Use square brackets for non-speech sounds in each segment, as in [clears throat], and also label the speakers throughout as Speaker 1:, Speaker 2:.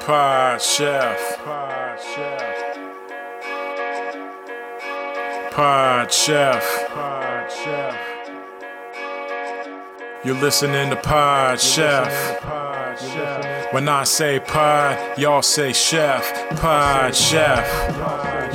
Speaker 1: Pod Chef. Pod Chef. Pod Chef. Pod Chef. You're listening to Pod Chef. Pod Chef. When I say pod, y'all say chef. Pod Chef.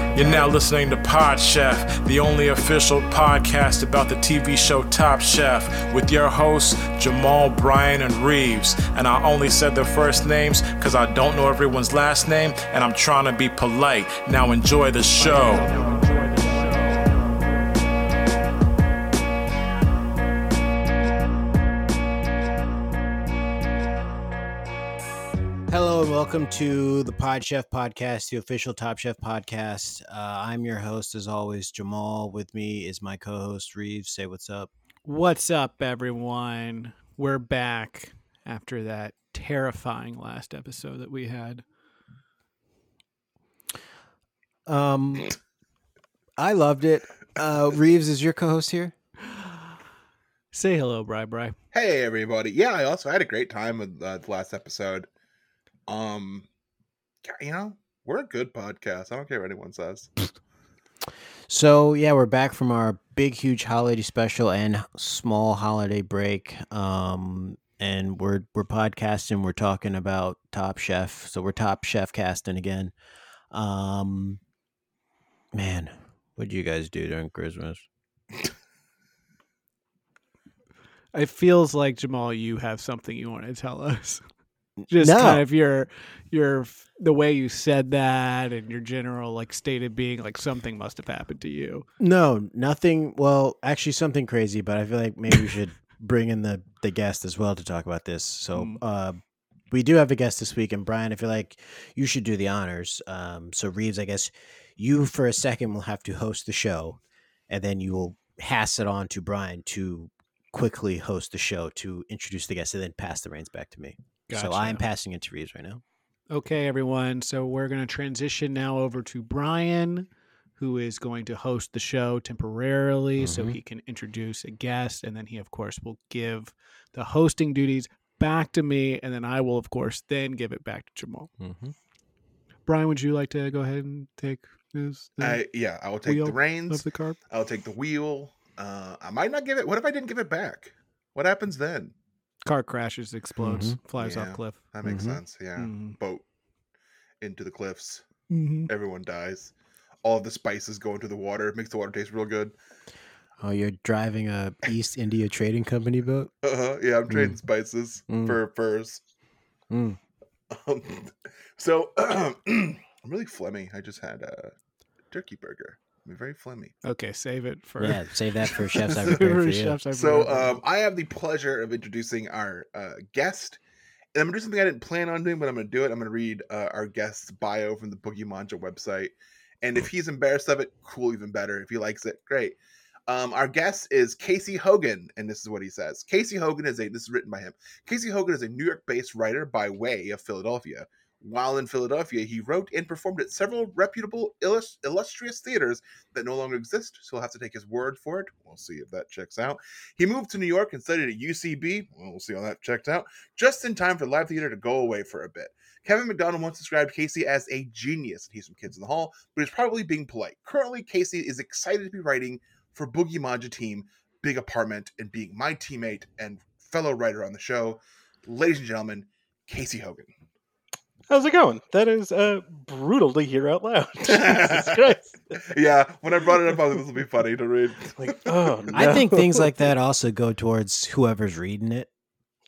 Speaker 1: You're now listening to Pod Chef, the only official podcast about the TV show Top Chef, with your hosts, Jamal, Bryan, and Reeves. And I only said their first names because I don't know everyone's last name, and I'm trying to be polite. Now enjoy the show.
Speaker 2: Hello and welcome to the Pod Chef Podcast, the official Top Chef podcast. Uh, I'm your host, as always, Jamal. With me is my co-host Reeves. Say what's up.
Speaker 3: What's up, everyone? We're back after that terrifying last episode that we had.
Speaker 2: Um, I loved it. Uh, Reeves is your co-host here.
Speaker 3: Say hello, Bri Bri.
Speaker 4: Hey everybody! Yeah, I also had a great time with uh, the last episode. Um, yeah, you know, we're a good podcast. I don't care what anyone says.
Speaker 2: So yeah, we're back from our big, huge holiday special and small holiday break. Um, and we're we're podcasting. We're talking about Top Chef. So we're Top Chef casting again. Um, man, what would you guys do during Christmas?
Speaker 3: It feels like Jamal, you have something you want to tell us. [laughs] Just
Speaker 2: No.
Speaker 3: kind of your your the way you said that and your general like state of being like something must have happened to you.
Speaker 2: No, nothing. Well, actually, something crazy. But I feel like maybe we [laughs] should bring in the the guest as well to talk about this. So,
Speaker 3: Mm.
Speaker 2: uh, we do have a guest this week, and Brian, I feel like you should do the honors. Um, so Reeves, I guess you for a second will have to host the show, and then you will pass it on to Brian to quickly host the show to introduce the guest, and then pass the reins back to me. So I'm passing it to Reeves right now.
Speaker 3: Okay, everyone. So we're going to transition now over to Brian, who is going to host the show temporarily so
Speaker 2: Mhm.
Speaker 3: he can introduce a guest. And then he, of course, will give the hosting duties back to me. And then I will, of course, then give it back to Jamal.
Speaker 2: Mm-hmm.
Speaker 3: Brian, would you like to go ahead and take this
Speaker 4: I yeah, I will take
Speaker 3: Wheel
Speaker 4: the
Speaker 3: of
Speaker 4: reins.
Speaker 3: the car?
Speaker 4: I'll take the wheel. Uh, I might not give it. What if I didn't give it back? What happens then?
Speaker 3: Car crashes, explodes,
Speaker 2: Mm-hmm.
Speaker 3: flies
Speaker 4: Yeah.
Speaker 3: off cliff.
Speaker 4: That makes
Speaker 2: Mhm.
Speaker 4: sense. Yeah,
Speaker 3: Mhm.
Speaker 4: boat into the cliffs.
Speaker 3: Mhm.
Speaker 4: Everyone dies. All the spices go into the water. It makes the water taste real good.
Speaker 2: Oh, you're driving a East India Trading Company boat.
Speaker 4: Uh-huh. Yeah, I'm trading spices
Speaker 2: Mm.
Speaker 4: for furs.
Speaker 2: Mm.
Speaker 4: Um, so [clears throat] I'm really phlegmy. I just had a turkey burger. I'm very phlegmy.
Speaker 3: Okay, save it for. [laughs]
Speaker 2: Yeah, save that for
Speaker 5: [laughs]
Speaker 2: chefs. I
Speaker 3: save it
Speaker 2: prepared for
Speaker 3: for
Speaker 2: you.
Speaker 3: chefs I
Speaker 4: So
Speaker 3: prepared for you.
Speaker 4: um, I have the pleasure of introducing our uh, guest. And I'm gonna do something I didn't plan on doing, but I'm gonna do it. I'm gonna read uh, our guest's bio from the Boogie Manja website, and if he's embarrassed of it, cool, even better. If he likes it, great. Um, our guest is Casey Hogan, and this is what he says. Casey Hogan is a this is written by him. Casey Hogan is a New York-based writer by way of Philadelphia. While in Philadelphia, he wrote and performed at several reputable, illus- illustrious theaters that no longer exist. So we'll have to take his word for it. We'll see if that checks out. He moved to New York and studied at UCB. Well, we'll see how that checked out. Just in time for live theater to go away for a bit. Kevin McDonald once described Casey as a genius, and he's from Kids in the Hall, but he's probably being polite. Currently, Casey is excited to be writing for Boogie Maja Team, Big Apartment, and being my teammate and fellow writer on the show. Ladies and gentlemen, Casey Hogan.
Speaker 5: How's it going? That is uh, brutal to hear out loud. [laughs] Jesus Christ.
Speaker 4: Yeah, when I brought it up, I was like, this will be funny to read.
Speaker 5: Like, oh, no.
Speaker 2: I think things
Speaker 5: [laughs]
Speaker 2: like that also go towards whoever's reading it.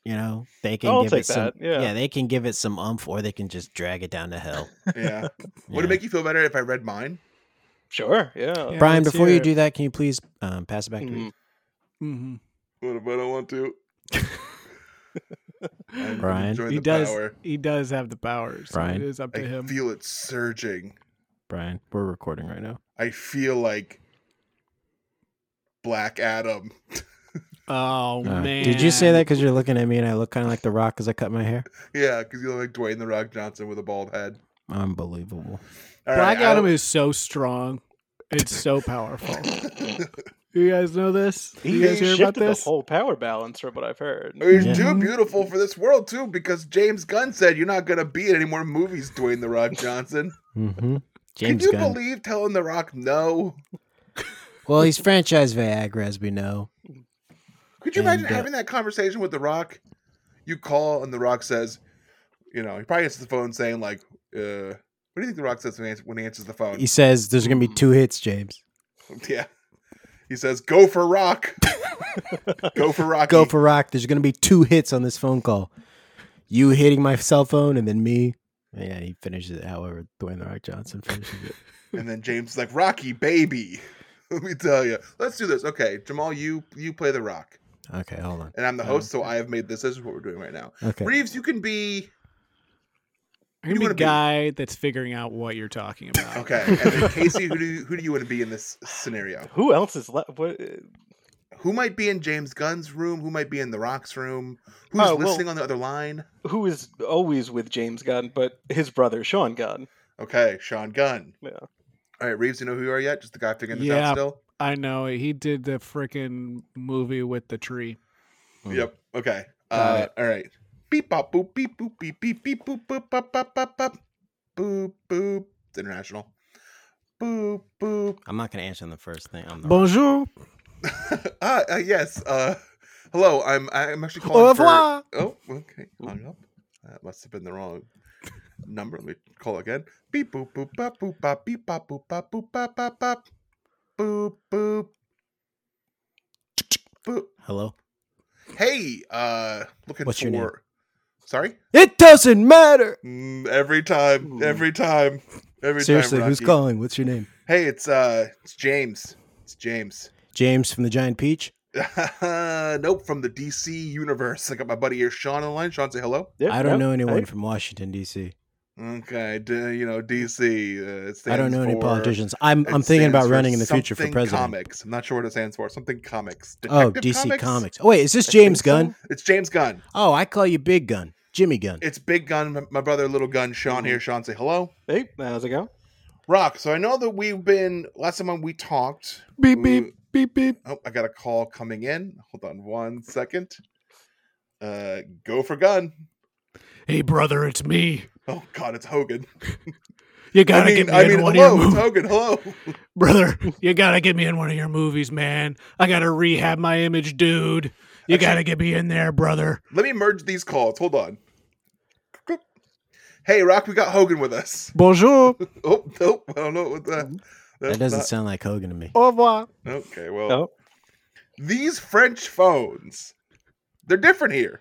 Speaker 2: You know, they can
Speaker 5: I'll
Speaker 2: give it
Speaker 5: take
Speaker 2: some.
Speaker 5: that, yeah.
Speaker 2: they can give it some umph, or they can just drag it down to
Speaker 4: [laughs]
Speaker 2: hell.
Speaker 4: [laughs] Yeah. Would
Speaker 2: Yeah.
Speaker 4: it make you feel better if I read mine?
Speaker 5: Sure, yeah.
Speaker 3: Yeah,
Speaker 2: Brian,
Speaker 3: let's
Speaker 2: before
Speaker 3: hear
Speaker 2: you
Speaker 3: it.
Speaker 2: do that, can you please um, pass it back to me?
Speaker 4: Mm-hmm.
Speaker 5: Mm,
Speaker 3: Mhm.
Speaker 4: What if I don't want to? I'm
Speaker 2: Brian?
Speaker 4: enjoying
Speaker 3: he
Speaker 4: the
Speaker 3: does.
Speaker 4: power.
Speaker 3: He does have the powers. so
Speaker 2: Brian?
Speaker 3: it is up to
Speaker 4: I
Speaker 3: him.
Speaker 4: feel it surging.
Speaker 2: Brian, we're recording right now.
Speaker 4: I feel like Black Adam. [laughs]
Speaker 3: Oh
Speaker 2: Uh,
Speaker 3: man!
Speaker 2: Did you say that because you're looking at me and I look kind of like The Rock because I cut my hair?
Speaker 4: Yeah, because you look like Dwayne the Rock Johnson with a bald head.
Speaker 2: Unbelievable.
Speaker 4: All
Speaker 3: Black
Speaker 4: right,
Speaker 3: Adam
Speaker 4: I'll-
Speaker 3: is so strong. It's so
Speaker 4: [laughs]
Speaker 3: powerful. you guys know this?
Speaker 5: He
Speaker 3: you guys hear about
Speaker 5: shifted the
Speaker 3: this?
Speaker 5: whole power balance from what I've heard.
Speaker 4: He's
Speaker 2: Yeah.
Speaker 4: too beautiful for this world too, because James Gunn said you're not gonna be in any more movies, Dwayne the Rock
Speaker 2: [laughs]
Speaker 4: Johnson.
Speaker 2: hmm
Speaker 4: Can
Speaker 2: James
Speaker 4: you
Speaker 2: Gunn.
Speaker 4: believe telling the Rock no?
Speaker 2: well, he's franchise Viagra, as we know.
Speaker 4: Could you
Speaker 2: And,
Speaker 4: imagine
Speaker 2: uh,
Speaker 4: having that conversation with the Rock? You call and the Rock says, you know, he probably answers the phone saying like, uh, "What do you think the Rock says when he, ans- when he answers the phone?"
Speaker 2: He says there's going to be two hits, James.
Speaker 4: [laughs] yeah, he says, "Go for Rock, go for Rock,
Speaker 2: Go for Rock. There's going to be two hits on this phone call. You hitting my cell phone and then me. Yeah, he finishes it however Dwayne The Rock Johnson finishes it.
Speaker 4: And then James is like, "Rocky, baby, [laughs] let me tell you, let's do this." Okay, Jamal, you you play the Rock,
Speaker 2: Okay, hold on.
Speaker 4: and I'm the host, so I have made this. This is what we're doing right now.
Speaker 2: Okay.
Speaker 4: Reeves, you can be
Speaker 3: You're
Speaker 4: You
Speaker 3: gonna
Speaker 4: wanna
Speaker 3: be
Speaker 4: be-
Speaker 3: a guy that's figuring out what you're talking about.
Speaker 4: okay. And then Casey, who do you, who do you want to be in this scenario?
Speaker 5: Who else is left? What?
Speaker 4: Who might be in James Gunn's room? Who might be in the Rock's room? Who's
Speaker 5: Oh, well-
Speaker 4: listening on the other line?
Speaker 5: Who is always with James Gunn, but his brother Sean Gunn?
Speaker 4: Okay, Sean Gunn.
Speaker 5: Yeah.
Speaker 4: All right, Reeves, you know who you are yet? Just the guy figuring this
Speaker 3: Yeah.
Speaker 4: out still.
Speaker 3: I know he did the freaking movie with the tree.
Speaker 2: Hmm.
Speaker 4: Yep. Okay.
Speaker 3: Got
Speaker 4: Uh, all right. Beep bop boop beep boop beep beep beep boop boop bop bop bop bop boop boop. It's international. Boop boop. [laughs]
Speaker 2: I'm not going to answer on the first thing. I'm the
Speaker 3: Bonjour.
Speaker 4: ah uh, yes. Uh, hello. I'm I'm actually calling
Speaker 3: Au
Speaker 4: for.
Speaker 3: revoir.
Speaker 4: Oh, okay. Hung up. That must have been the wrong number. Let me call again. Beep boop boop bop boop bop beep bop boop bop boop bop bop bop boop boop boop.
Speaker 2: Hello?
Speaker 4: Hey, uh, looking
Speaker 2: What's
Speaker 4: for.
Speaker 2: your name?
Speaker 4: Sorry.
Speaker 2: It doesn't matter.
Speaker 4: Mm, every time.
Speaker 5: Ooh.
Speaker 4: Every time. Every
Speaker 2: Hmm. Seriously,
Speaker 4: time.
Speaker 2: who's
Speaker 4: Rocky.
Speaker 2: calling? What's your name?
Speaker 4: Hey, it's uh, it's James. It's James. [laughs]
Speaker 2: James from the Giant Peach.
Speaker 4: nope, from the DC universe. I got my buddy here, Sean, on the line. Sean, say hello.
Speaker 5: Yep,
Speaker 2: I don't
Speaker 5: no,
Speaker 2: know anyone
Speaker 5: hey.
Speaker 2: from Washington D.C.
Speaker 4: Okay, d- you know DC. Uh, it
Speaker 2: I don't
Speaker 4: stands
Speaker 2: know any
Speaker 4: for-
Speaker 2: politicians. I'm
Speaker 4: it
Speaker 2: I'm thinking
Speaker 4: stands
Speaker 2: about
Speaker 4: for
Speaker 2: running in the future for
Speaker 4: something
Speaker 2: president.
Speaker 4: Comics. I'm not sure what it stands for. Something comics.
Speaker 2: Oh,
Speaker 4: Detective
Speaker 2: DC Comics. Oh wait, is this
Speaker 5: I
Speaker 2: James
Speaker 5: think so.
Speaker 2: Gunn?
Speaker 4: It's James Gunn.
Speaker 2: Oh, I call you Big Gun, Jimmy Gunn.
Speaker 4: It's Big Gun. m- My brother, Little Gun. Sean
Speaker 2: Hmm.
Speaker 4: here. Sean, say hello.
Speaker 5: Hey, how's it going?
Speaker 4: Rock. So I know that we've been last time when we talked.
Speaker 3: Beep
Speaker 4: we-
Speaker 3: beep beep beep.
Speaker 4: Oh, I got a call coming in. Hold on one second. Uh, go for gun.
Speaker 3: Hey brother, it's me.
Speaker 4: Oh God, it's Hogan.
Speaker 3: You gotta
Speaker 4: I mean,
Speaker 3: get me
Speaker 4: I
Speaker 3: in
Speaker 4: mean,
Speaker 3: one of
Speaker 4: hello,
Speaker 3: your
Speaker 4: it's
Speaker 3: movies,
Speaker 4: Hogan. Hello. [laughs]
Speaker 3: brother. You gotta get me in one of your movies, man. I gotta rehab my image, dude. You
Speaker 4: Actually-
Speaker 3: gotta get me in there, brother.
Speaker 4: Let me merge these calls. Hold on. Hey, Rock, we got Hogan with us. [laughs]
Speaker 3: Bonjour.
Speaker 4: Oh, nope. I don't know what that.
Speaker 2: That
Speaker 4: that's
Speaker 2: doesn't
Speaker 4: not-
Speaker 2: sound like Hogan to me.
Speaker 3: Au revoir.
Speaker 4: Okay, well,
Speaker 5: Oh.
Speaker 4: these French phones, they're different here.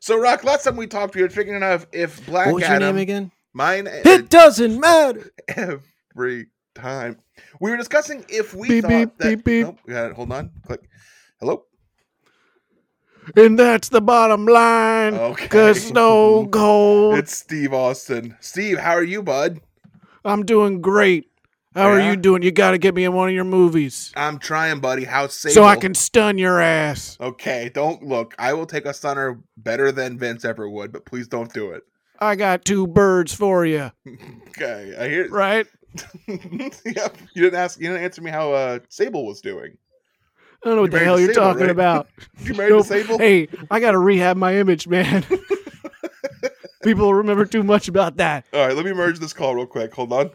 Speaker 4: So, Rock, last time we talked, we were figuring out if- if Black
Speaker 2: what was your
Speaker 4: Adam.
Speaker 2: name again?
Speaker 4: Mine. uh,
Speaker 2: It doesn't matter.
Speaker 4: every time. We were discussing if we
Speaker 3: Beep,
Speaker 4: thought
Speaker 3: beep,
Speaker 4: that.
Speaker 3: beep, beep.
Speaker 4: Nope, we got it. Hold on. Click. Hello.
Speaker 3: And that's the bottom line.
Speaker 4: Okay.
Speaker 3: Cause no gold.
Speaker 4: [laughs] It's Steve Austin. Steve, how are you, bud?
Speaker 3: I'm doing great. How
Speaker 4: Yeah?
Speaker 3: are you doing? You gotta get me in one of your movies.
Speaker 4: I'm trying, buddy. How's Sable?
Speaker 3: So I can stun your ass.
Speaker 4: Okay, don't look. I will take a stunner better than Vince ever would, but please don't do it.
Speaker 3: I got two birds for you,
Speaker 4: Okay, I hear.
Speaker 3: right?
Speaker 4: [laughs] yep. You didn't ask. You didn't answer me how uh, Sable was doing.
Speaker 3: I don't know what
Speaker 4: You're
Speaker 3: the
Speaker 4: married
Speaker 3: hell
Speaker 4: to
Speaker 3: you're
Speaker 4: Sable,
Speaker 3: talking
Speaker 4: right? [laughs]
Speaker 3: about.
Speaker 4: You married
Speaker 3: Nope.
Speaker 4: to Sable?
Speaker 3: Hey, I gotta rehab my image,
Speaker 4: [laughs]
Speaker 3: man. People remember too much about that.
Speaker 4: All right, let me merge this call real quick.
Speaker 3: [laughs]
Speaker 4: Hold on.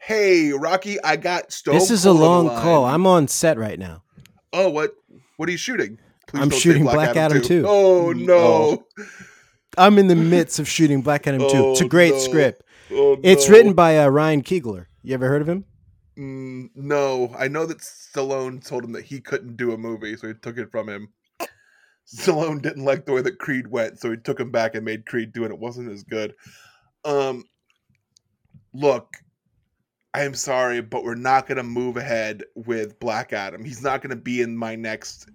Speaker 4: Hey, Rocky, I got Stone.
Speaker 2: This is a
Speaker 4: Cold on the
Speaker 2: long
Speaker 4: line.
Speaker 2: call. I'm on set right now.
Speaker 4: Oh, what? What are you shooting? Please
Speaker 2: I'm
Speaker 4: don't say
Speaker 2: shooting Black Adam Mm, 2.
Speaker 4: Oh no!
Speaker 2: I'm in
Speaker 4: [laughs]
Speaker 2: the midst of shooting Black Adam 2. It's a
Speaker 4: Oh,
Speaker 2: great
Speaker 4: no.
Speaker 2: script.
Speaker 4: Oh,
Speaker 2: It's
Speaker 4: no.
Speaker 2: written by uh, Ryan Keegler. You ever heard of him?
Speaker 4: Mm, no, I know that Stallone told him that he couldn't do a movie, so he took it from him. Stallone didn't like the way that Creed went, so he took him back and made Creed do it. It wasn't as good. Um, look, I am sorry, but we're not going to move ahead with Black Adam. He's not going to be in my next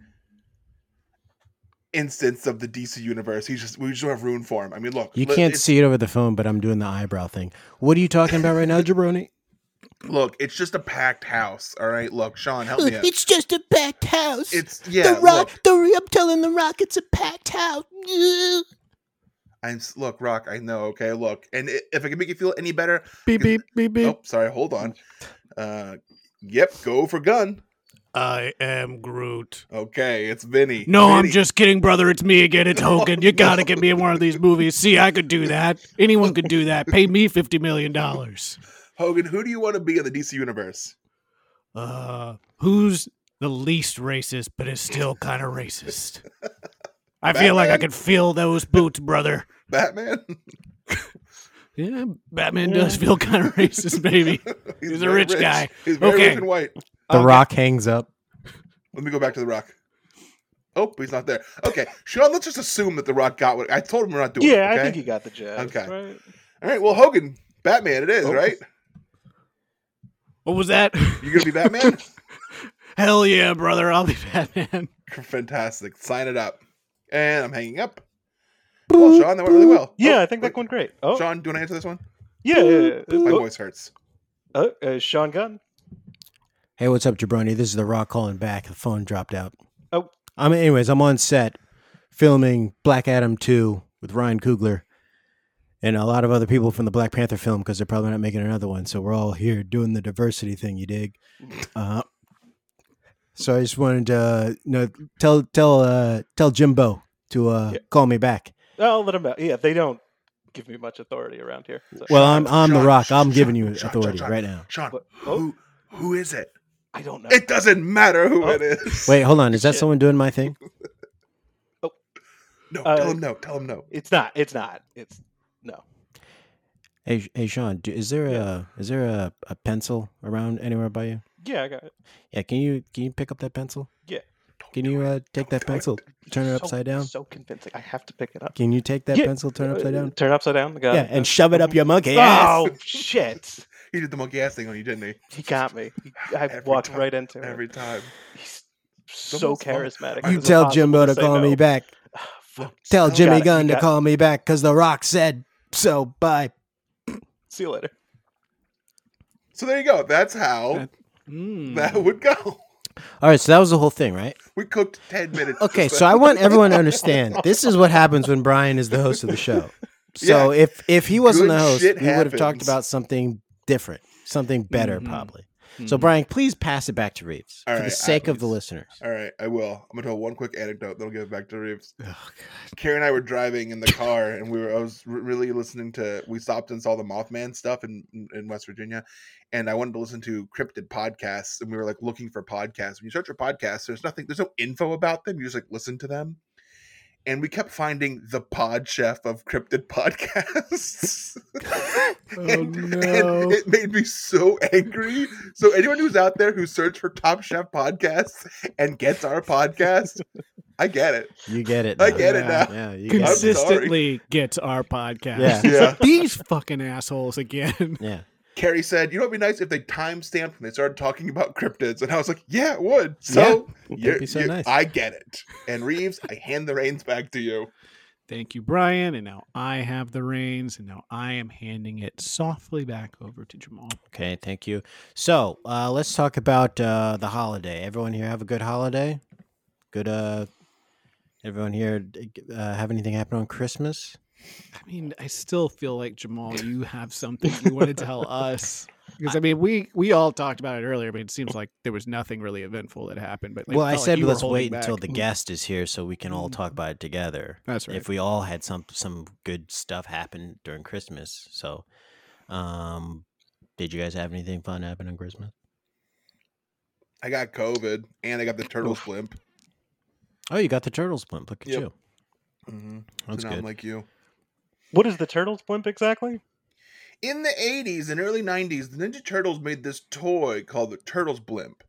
Speaker 4: instance of the DC universe. He's just we just don't have room for him. I mean, look,
Speaker 2: You
Speaker 4: li-
Speaker 2: can't
Speaker 4: it's- [laughs]
Speaker 2: see it over the phone, but I'm doing the eyebrow thing. What are you talking about right now, Jabroni?
Speaker 4: Look, it's just a packed house. All right. Look, Sean, help me out.
Speaker 2: It's just a packed house.
Speaker 4: It's yeah.
Speaker 2: the rock.
Speaker 4: Look,
Speaker 2: The I'm telling the rock, it's a packed house. Ugh.
Speaker 4: I'm s- look, Rock. I know. Okay. Look, and i- if I can make you feel any better.
Speaker 3: Beep beep beep
Speaker 2: Mm.
Speaker 3: beep.
Speaker 4: Oh, sorry. Hold on. Uh, yep. Go for gun.
Speaker 3: I am Groot.
Speaker 4: Okay. It's Vinny.
Speaker 3: No, I'm
Speaker 4: Vinny.
Speaker 3: just kidding, brother. It's me again. It's Hogan. You gotta get me in one of these movies. See, I could do that. Anyone could do that. Pay me fifty million dollars.
Speaker 4: Hogan. Who do you want to be in the DC universe?
Speaker 3: Uh, who's the least racist, but is still kind of racist? I feel like I
Speaker 4: Batman?
Speaker 3: could feel those boots, brother.
Speaker 4: Batman.
Speaker 3: Yeah, Batman does feel kind of racist, baby.
Speaker 4: [laughs] He's,
Speaker 3: a
Speaker 4: very
Speaker 3: rich guy.
Speaker 4: He's very
Speaker 3: Okay.
Speaker 4: rich and white.
Speaker 2: The
Speaker 3: Okay.
Speaker 2: rock hangs up.
Speaker 4: Let me go back to the Rock. Oh, he's not there. Okay, Sean. Let's just assume that the Rock got what I told him. We're not doing.
Speaker 5: yeah,
Speaker 4: it, okay?
Speaker 5: I think you got the job.
Speaker 4: Okay.
Speaker 5: Right?
Speaker 4: All right. Well, Hogan, Batman. It is
Speaker 5: Oh.
Speaker 4: right.
Speaker 3: What was that?
Speaker 4: You gonna
Speaker 5: [laughs]
Speaker 4: be Batman?
Speaker 3: Hell yeah, brother! I'll be Batman.
Speaker 4: Fantastic. Sign it up. And I'm hanging up. Well, Sean, that went really well.
Speaker 5: Yeah,
Speaker 4: Oh,
Speaker 5: I think that
Speaker 4: wait,
Speaker 5: went great. Oh,
Speaker 4: Sean, do you want to answer this one?
Speaker 5: yeah. yeah, yeah.
Speaker 4: My
Speaker 5: Oh,
Speaker 4: voice hurts.
Speaker 5: uh, uh, Sean Gunn.
Speaker 2: Hey, what's up, Jabroni? This is The Rock calling back. The phone dropped out.
Speaker 5: Oh.
Speaker 2: I'm anyways. I'm on set filming Black Adam Two with Ryan Coogler and a lot of other people from the Black Panther film because they're probably not making another one. So we're all here doing the diversity thing. You dig? Uh, so I just wanted to uh, you know, tell tell uh, tell Jimbo to uh,
Speaker 5: Yeah.
Speaker 2: call me back.
Speaker 5: I'll let him know. Yeah, they don't give me much authority around here. so-
Speaker 2: Well, I'm
Speaker 4: Sean,
Speaker 2: I'm The
Speaker 4: Sean,
Speaker 2: Rock. I'm
Speaker 4: Sean,
Speaker 2: giving you
Speaker 4: Sean, Sean,
Speaker 2: authority
Speaker 4: Sean.
Speaker 2: right now.
Speaker 4: Sean,
Speaker 5: But-
Speaker 4: who who is it?
Speaker 5: I don't know.
Speaker 4: It doesn't matter who
Speaker 5: Oh.
Speaker 4: it is.
Speaker 2: Wait, hold on. Is that
Speaker 5: Shit.
Speaker 2: someone doing my thing?
Speaker 4: no,
Speaker 5: uh,
Speaker 4: tell him no. Tell him no.
Speaker 5: It's not. It's not. It's no.
Speaker 2: Hey, Sh- hey, Sean, do, is there a is there a, a pencil around anywhere by you?
Speaker 5: Yeah, I got it.
Speaker 2: Yeah, can you can you pick up that pencil?
Speaker 5: Yeah.
Speaker 2: Can you uh, take that pencil? Turn it
Speaker 5: So-
Speaker 2: upside down.
Speaker 5: So convincing. I have to pick it up.
Speaker 2: Can you take that
Speaker 5: Yeah,
Speaker 2: pencil? Turn it upside
Speaker 5: Uh,
Speaker 2: down.
Speaker 5: Turn it upside down. Got
Speaker 2: Yeah,
Speaker 5: it.
Speaker 2: and shove it up your monkey ass.
Speaker 5: Oh shit!
Speaker 4: He did the monkey ass thing on you, didn't he?
Speaker 5: He got me. He- I
Speaker 4: Every
Speaker 5: walked
Speaker 4: time-
Speaker 5: right into him.
Speaker 4: Every time.
Speaker 5: He's so
Speaker 4: Someone's fault.
Speaker 5: charismatic.
Speaker 4: You
Speaker 5: It
Speaker 2: You
Speaker 5: was
Speaker 2: tell
Speaker 5: impossible
Speaker 2: Jimbo to
Speaker 5: say
Speaker 2: call
Speaker 5: no.
Speaker 2: me back.
Speaker 5: Ah, fuck.
Speaker 2: Tell
Speaker 5: Got
Speaker 2: Jimmy
Speaker 5: it.
Speaker 2: Gunn to
Speaker 5: You got
Speaker 2: call me back because The Rock said so. Bye.
Speaker 5: it. See you later.
Speaker 4: So there you go. That's how
Speaker 3: Mm.
Speaker 4: that would go.
Speaker 2: All right, so that was the whole thing, right?
Speaker 4: We cooked ten minutes. [laughs]
Speaker 2: Okay, so I want everyone to understand this is what happens when Brian is the host of the show. So if if he wasn't the
Speaker 4: Good
Speaker 2: host, we
Speaker 4: shit
Speaker 2: would have talked
Speaker 4: happens.
Speaker 2: about something different, something better,
Speaker 3: Mhm.
Speaker 2: probably. So
Speaker 3: Mhm.
Speaker 2: Brian, please pass it back to Reeves
Speaker 4: All
Speaker 2: for the
Speaker 4: right,
Speaker 2: sake of the listeners.
Speaker 4: All right, I will. I'm gonna tell one quick anecdote, then I'll give it back to Reeves.
Speaker 3: Oh, God.
Speaker 4: Karen and I were driving in the car, and we were. I was re- really listening to. We stopped and saw the Mothman stuff in in West Virginia, and I wanted to listen to cryptid podcasts, and we were like looking for podcasts. When you search for podcasts, there's nothing. There's no info about them. You just like listen to them, and we kept finding the Pod Chef of cryptid podcasts. and, and
Speaker 3: no.
Speaker 4: it made me so angry. So anyone who's out there who searched for Top Chef podcasts and gets our podcast, I get it.
Speaker 2: You get it.
Speaker 4: I
Speaker 2: now.
Speaker 4: get it
Speaker 3: Yeah.
Speaker 4: now.
Speaker 2: Yeah, you get it.
Speaker 4: Consist-
Speaker 3: consistently gets our podcast.
Speaker 2: Yeah.
Speaker 4: Yeah.
Speaker 3: These fucking assholes again.
Speaker 2: Yeah.
Speaker 4: Carrie said, "You know, it'd be nice if they time stamped when they started talking about cryptids." And I was like, "Yeah, it would." [laughs] So, you're-
Speaker 2: be so
Speaker 4: you're-
Speaker 2: nice.
Speaker 4: I get it. And Reeves, I hand the reins back to you.
Speaker 3: Thank you, Brian. And now I have the reins, and now I am handing it softly back over to Jamal.
Speaker 2: Okay, thank you. So uh, let's talk about uh, the holiday. Everyone here have a good holiday. Good. Uh, everyone here uh, have anything happen on Christmas?
Speaker 3: I mean, I still feel like [laughs] Jamal, you have something you want to tell us. [laughs] Because I mean, we we all talked about it earlier, but it seems like there was nothing really eventful that happened. But like,
Speaker 2: well, I
Speaker 3: felt like
Speaker 2: said
Speaker 3: you were
Speaker 2: let's
Speaker 3: holding
Speaker 2: wait
Speaker 3: back. [laughs]
Speaker 2: until the guest is here so we can all talk about it together.
Speaker 3: That's right.
Speaker 2: If we all had some some good stuff happen during Christmas, so um, did you guys have anything fun happen on Christmas?
Speaker 4: I got COVID, and I got the turtle's blimp.
Speaker 2: Oh, you got the turtles blimp. Look at
Speaker 4: Yep.
Speaker 2: you.
Speaker 4: Mm-hmm.
Speaker 2: That's
Speaker 4: so now
Speaker 2: good.
Speaker 4: I'm like you.
Speaker 5: What is the turtle's blimp exactly?
Speaker 4: In the 80s and early 90s, the Ninja Turtles made this toy called the Turtles Blimp.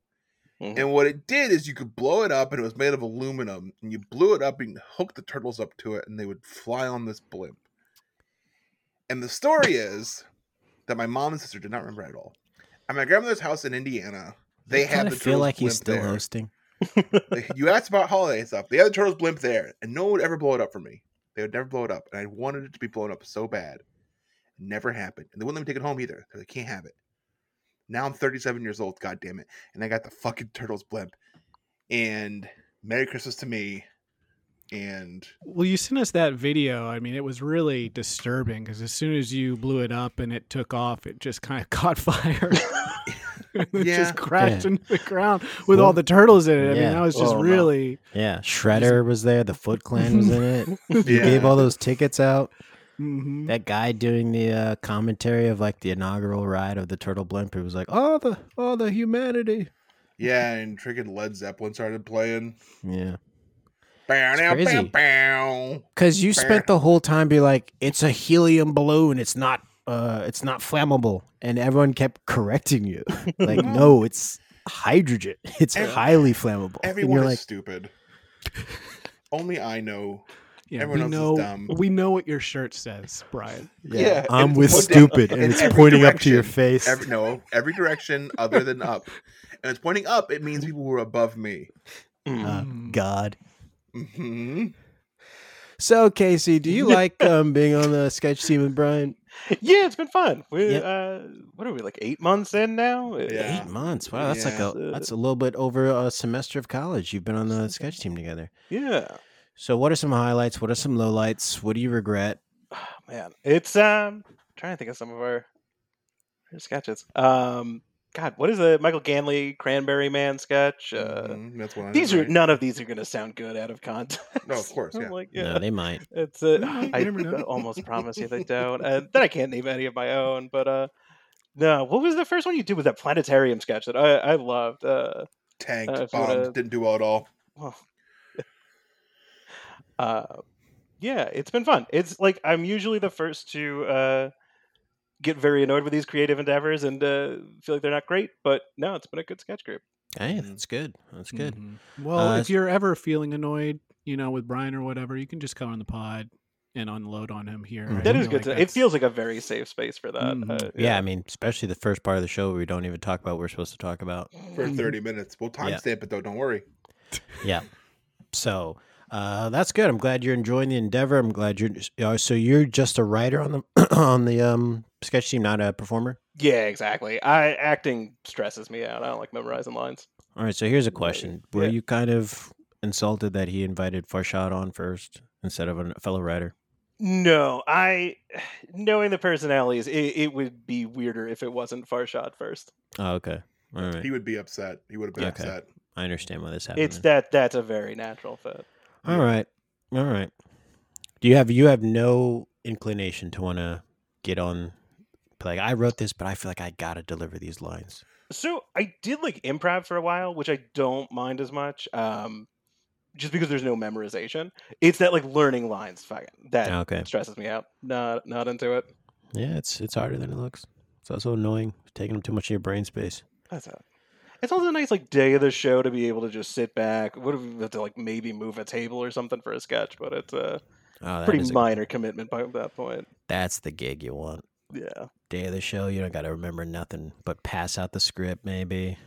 Speaker 5: Mhm.
Speaker 4: And what it did is you could blow it up, and it was made of aluminum. And you blew it up and hooked the turtles up to it, and they would fly on this blimp. And the story is that my mom and sister did not remember at all. At my grandmother's house in Indiana, they
Speaker 2: I
Speaker 4: had
Speaker 2: kinda
Speaker 4: the
Speaker 2: feel
Speaker 4: turtles
Speaker 2: like
Speaker 4: blimp
Speaker 2: he's still
Speaker 4: there.
Speaker 2: hosting.
Speaker 4: They- you asked about holiday stuff. They had the turtles blimp there, and no one would ever blow it up for me. They would never blow it up, and I wanted it to be blown up so bad. Never happened, and they wouldn't let me take it home either. 'cause I can't have it. Now I'm 37 years old, god damn it. And I got the fucking Turtles blimp. And Merry Christmas to me. And
Speaker 3: Well, you sent us that video. I mean, it was really disturbing because as soon as you blew it up and it took off, it just kind of [laughs] caught fire. it
Speaker 4: Yeah.
Speaker 3: just crashed
Speaker 2: Yeah.
Speaker 3: into the ground with all
Speaker 2: Well,
Speaker 3: the turtles in it. I
Speaker 2: yeah.
Speaker 3: mean, that was just
Speaker 5: Oh, no.
Speaker 3: really.
Speaker 2: Yeah, Shredder was there. The Foot Clan was in it. [laughs]
Speaker 3: [laughs]
Speaker 2: You
Speaker 4: Yeah.
Speaker 2: gave all those tickets out.
Speaker 3: Mhm.
Speaker 2: That guy doing the uh, commentary of like the inaugural ride of the Turtle Blimp, it was like, "Oh the, oh the humanity."
Speaker 4: yeah, and freaking Led Zeppelin started playing.
Speaker 2: Yeah,
Speaker 4: Bow, now, bow,
Speaker 2: crazy.
Speaker 4: bow.
Speaker 2: because you
Speaker 4: Fair.
Speaker 2: spent the whole time be like, "It's a helium balloon. It's not, uh, it's not flammable," and everyone kept correcting you, [laughs] like,
Speaker 4: Mm-hmm.
Speaker 2: "No, it's hydrogen. [laughs] It's
Speaker 4: Ev-
Speaker 2: highly flammable." And
Speaker 4: Everyone
Speaker 2: you're
Speaker 4: is
Speaker 2: like,
Speaker 4: stupid. Only I know.
Speaker 3: Yeah,
Speaker 4: everyone
Speaker 3: we know,
Speaker 4: else is dumb.
Speaker 3: We know what your shirt says, Brian.
Speaker 4: [laughs]
Speaker 2: yeah,
Speaker 4: Yeah,
Speaker 2: I'm
Speaker 4: it's
Speaker 2: with
Speaker 4: pointing
Speaker 2: stupid, and
Speaker 4: in
Speaker 2: it's
Speaker 4: every
Speaker 2: pointing up to your
Speaker 4: direction.
Speaker 2: face."
Speaker 4: Every, no, every direction other than up. And it's pointing up, it means people were above me.
Speaker 5: Mm.
Speaker 2: Uh,
Speaker 3: Mm.
Speaker 2: God.
Speaker 4: hmm
Speaker 2: So Casey, do
Speaker 4: [laughs]
Speaker 2: you like um, being on the sketch team with Brian?
Speaker 5: yeah, it's been fun. We,
Speaker 2: Yep.
Speaker 5: uh, what are we like eight months in now?
Speaker 4: Yeah.
Speaker 2: Eight months. Wow, that's
Speaker 4: Yeah.
Speaker 2: like a that's a little bit over a semester of college. You've been on the sketch team together.
Speaker 5: yeah.
Speaker 2: So, what are some highlights? What are some lowlights? What do you regret?
Speaker 5: Oh, [sighs] man, it's um trying to think of some of our, our sketches. Um, God, what is the Michael Ganley Cranberry Man sketch? Uh,
Speaker 4: Mhm, That's one.
Speaker 5: These are
Speaker 4: right?
Speaker 5: none of these are gonna sound good out of context. [laughs]
Speaker 4: No, of course,
Speaker 5: I'm
Speaker 4: yeah.
Speaker 5: like,
Speaker 2: No,
Speaker 5: yeah,
Speaker 2: they might.
Speaker 5: it's uh,
Speaker 3: No, you
Speaker 5: I
Speaker 3: never
Speaker 5: [laughs]
Speaker 3: know.
Speaker 5: almost promise you they don't. Uh, then I can't name any of my own, but uh. No, what was the first one you did with that planetarium sketch that I, I loved? Uh,
Speaker 4: tanked,
Speaker 5: Uh, if you
Speaker 4: bombed,
Speaker 5: wanna-
Speaker 4: didn't do well at all.
Speaker 5: well, uh, yeah, it's been fun. It's like I'm usually the first to uh, get very annoyed with these creative endeavors and uh, feel like they're not great, but no, it's been a good sketch group.
Speaker 2: Hey, that's good. That's good.
Speaker 3: Mhm. Well,
Speaker 2: Uh,
Speaker 3: if you're ever feeling annoyed, you know, with Brian or whatever, you can just come on the pod and unload on him here.
Speaker 2: Mhm.
Speaker 3: I
Speaker 5: That is
Speaker 3: feel
Speaker 5: good.
Speaker 3: like
Speaker 5: to, it
Speaker 3: that's-
Speaker 5: feels like a very safe space for that.
Speaker 3: Mhm.
Speaker 5: Uh,
Speaker 2: Yeah, I mean, especially the first part of the show where we don't even talk about what we're supposed to talk about.
Speaker 4: For
Speaker 5: Mm-hmm.
Speaker 4: 30 minutes. We'll
Speaker 2: Yeah.
Speaker 4: timestamp it though, don't worry.
Speaker 2: Yeah. So uh, that's good. I'm glad you're enjoying the endeavor. I'm glad you're. Uh, so you're just a writer on the [clears throat] on the um, sketch team, not a performer.
Speaker 5: yeah, exactly. I acting stresses me out. I don't like memorizing lines.
Speaker 2: All right. So here's a
Speaker 5: Right.
Speaker 2: question: Were
Speaker 5: Yeah.
Speaker 2: you kind of insulted that he invited Farshad on first instead of a fellow writer?
Speaker 5: No, I knowing the personalities, it, it would be weirder if it wasn't Farshad first.
Speaker 2: Oh, okay. All right.
Speaker 4: He would be upset. He would have been
Speaker 2: Okay.
Speaker 4: upset.
Speaker 2: I understand why this happened.
Speaker 5: It's that that's a very natural fit.
Speaker 2: All right. All right. Do you have you have no inclination to want to get on like I wrote this but I feel like I got to deliver these lines.
Speaker 5: So I did like improv for a while, which I don't mind as much. Um, just because there's no memorization, it's that like learning lines fucking that
Speaker 2: Ah, Okay.
Speaker 5: stresses me out. Not not into it.
Speaker 2: Yeah, it's it's harder than it looks. It's also annoying It's taking up too much of your brain space.
Speaker 5: That's it. It's also a nice like day of the show to be able to just sit back. What if we have to like maybe move a table or something for a sketch? But it's a
Speaker 2: Oh, that
Speaker 5: pretty
Speaker 2: is a-
Speaker 5: minor commitment by that point.
Speaker 2: that's the gig you want.
Speaker 5: Yeah,
Speaker 2: Day of the show, you don't got to remember nothing but pass out the script maybe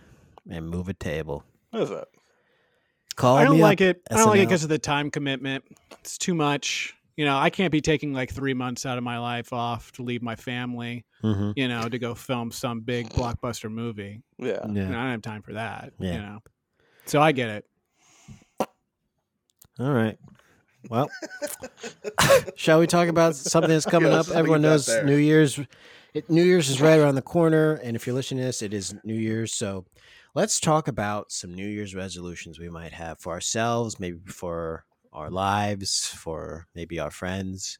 Speaker 2: and move a table.
Speaker 5: that's it.
Speaker 2: Call
Speaker 3: I don't
Speaker 2: me
Speaker 3: like
Speaker 2: up,
Speaker 3: it. I don't like it
Speaker 2: SNL.
Speaker 3: because of the time commitment. It's too much. You know, I can't be taking like three months out of my life off to leave my family,
Speaker 2: Mhm.
Speaker 3: you know, to go film some big blockbuster movie.
Speaker 5: Yeah.
Speaker 3: And
Speaker 2: Yeah.
Speaker 3: I don't have time for that,
Speaker 2: Yeah.
Speaker 3: you know. So I get it.
Speaker 2: All right. Well, [laughs] shall we talk about something that's coming
Speaker 4: Yeah,
Speaker 2: up?
Speaker 4: something
Speaker 2: Everyone
Speaker 4: you've got
Speaker 2: knows
Speaker 4: there.
Speaker 2: New Year's. It, New Year's is right around the corner, and if you're listening to this, it is New Year's. So, let's talk about some New Year's resolutions we might have for ourselves, maybe for our lives, for maybe our friends,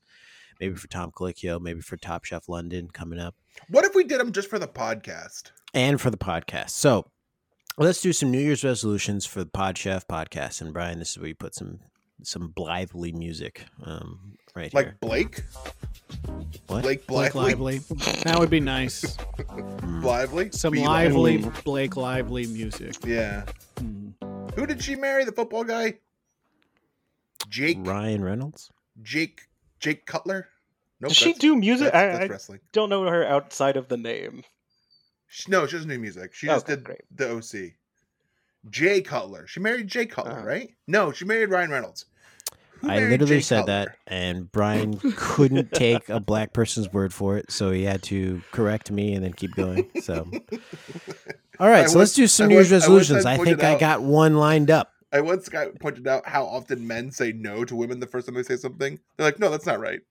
Speaker 2: maybe for Tom Colicchio, maybe for Top Chef London coming up
Speaker 4: What if we did them just for the podcast?
Speaker 2: and for the podcast. So let's do some New Year's resolutions for the Pod Chef podcast. And Brian, this is where you put some some blithely music um, right
Speaker 4: Like
Speaker 2: here.
Speaker 4: Blake?
Speaker 2: What?
Speaker 4: Blake
Speaker 3: Blake
Speaker 4: Lively?
Speaker 3: Lively. That would be nice. [laughs]
Speaker 4: Lively?
Speaker 3: Some
Speaker 4: Be
Speaker 3: lively Blake Lively music.
Speaker 4: Yeah.
Speaker 5: Hmm.
Speaker 3: Mm.
Speaker 4: Who did she marry? The football guy? Jake.
Speaker 2: Ryan Reynolds.
Speaker 4: Jake. Jake Cutler? No,
Speaker 5: Does she do music?
Speaker 4: That's,
Speaker 5: I,
Speaker 4: that's
Speaker 5: I
Speaker 4: wrestling.
Speaker 5: don't know her outside of the name.
Speaker 4: She, no, she doesn't do music. She just
Speaker 5: Okay,
Speaker 4: did
Speaker 5: great.
Speaker 4: the OC. Jay Cutler. She married Jay Cutler,
Speaker 5: Uh-huh.
Speaker 4: right? No, she married Ryan Reynolds. Who
Speaker 2: I
Speaker 4: married
Speaker 2: literally
Speaker 4: Jay
Speaker 2: said that,
Speaker 4: Cutler?
Speaker 2: and Brian
Speaker 4: [laughs]
Speaker 2: couldn't take a black person's word for it, so he had to correct me and then keep going. So, all right,
Speaker 4: I
Speaker 2: so let's
Speaker 4: wish-
Speaker 2: do some
Speaker 4: I
Speaker 2: New
Speaker 4: wish-
Speaker 2: Year's
Speaker 4: I wish I'd
Speaker 2: resolutions. I,
Speaker 4: pointed
Speaker 2: think I
Speaker 4: out-
Speaker 2: got one lined up.
Speaker 4: I once got pointed out how often men say no to women the first time they say something. They're like, no, that's not right.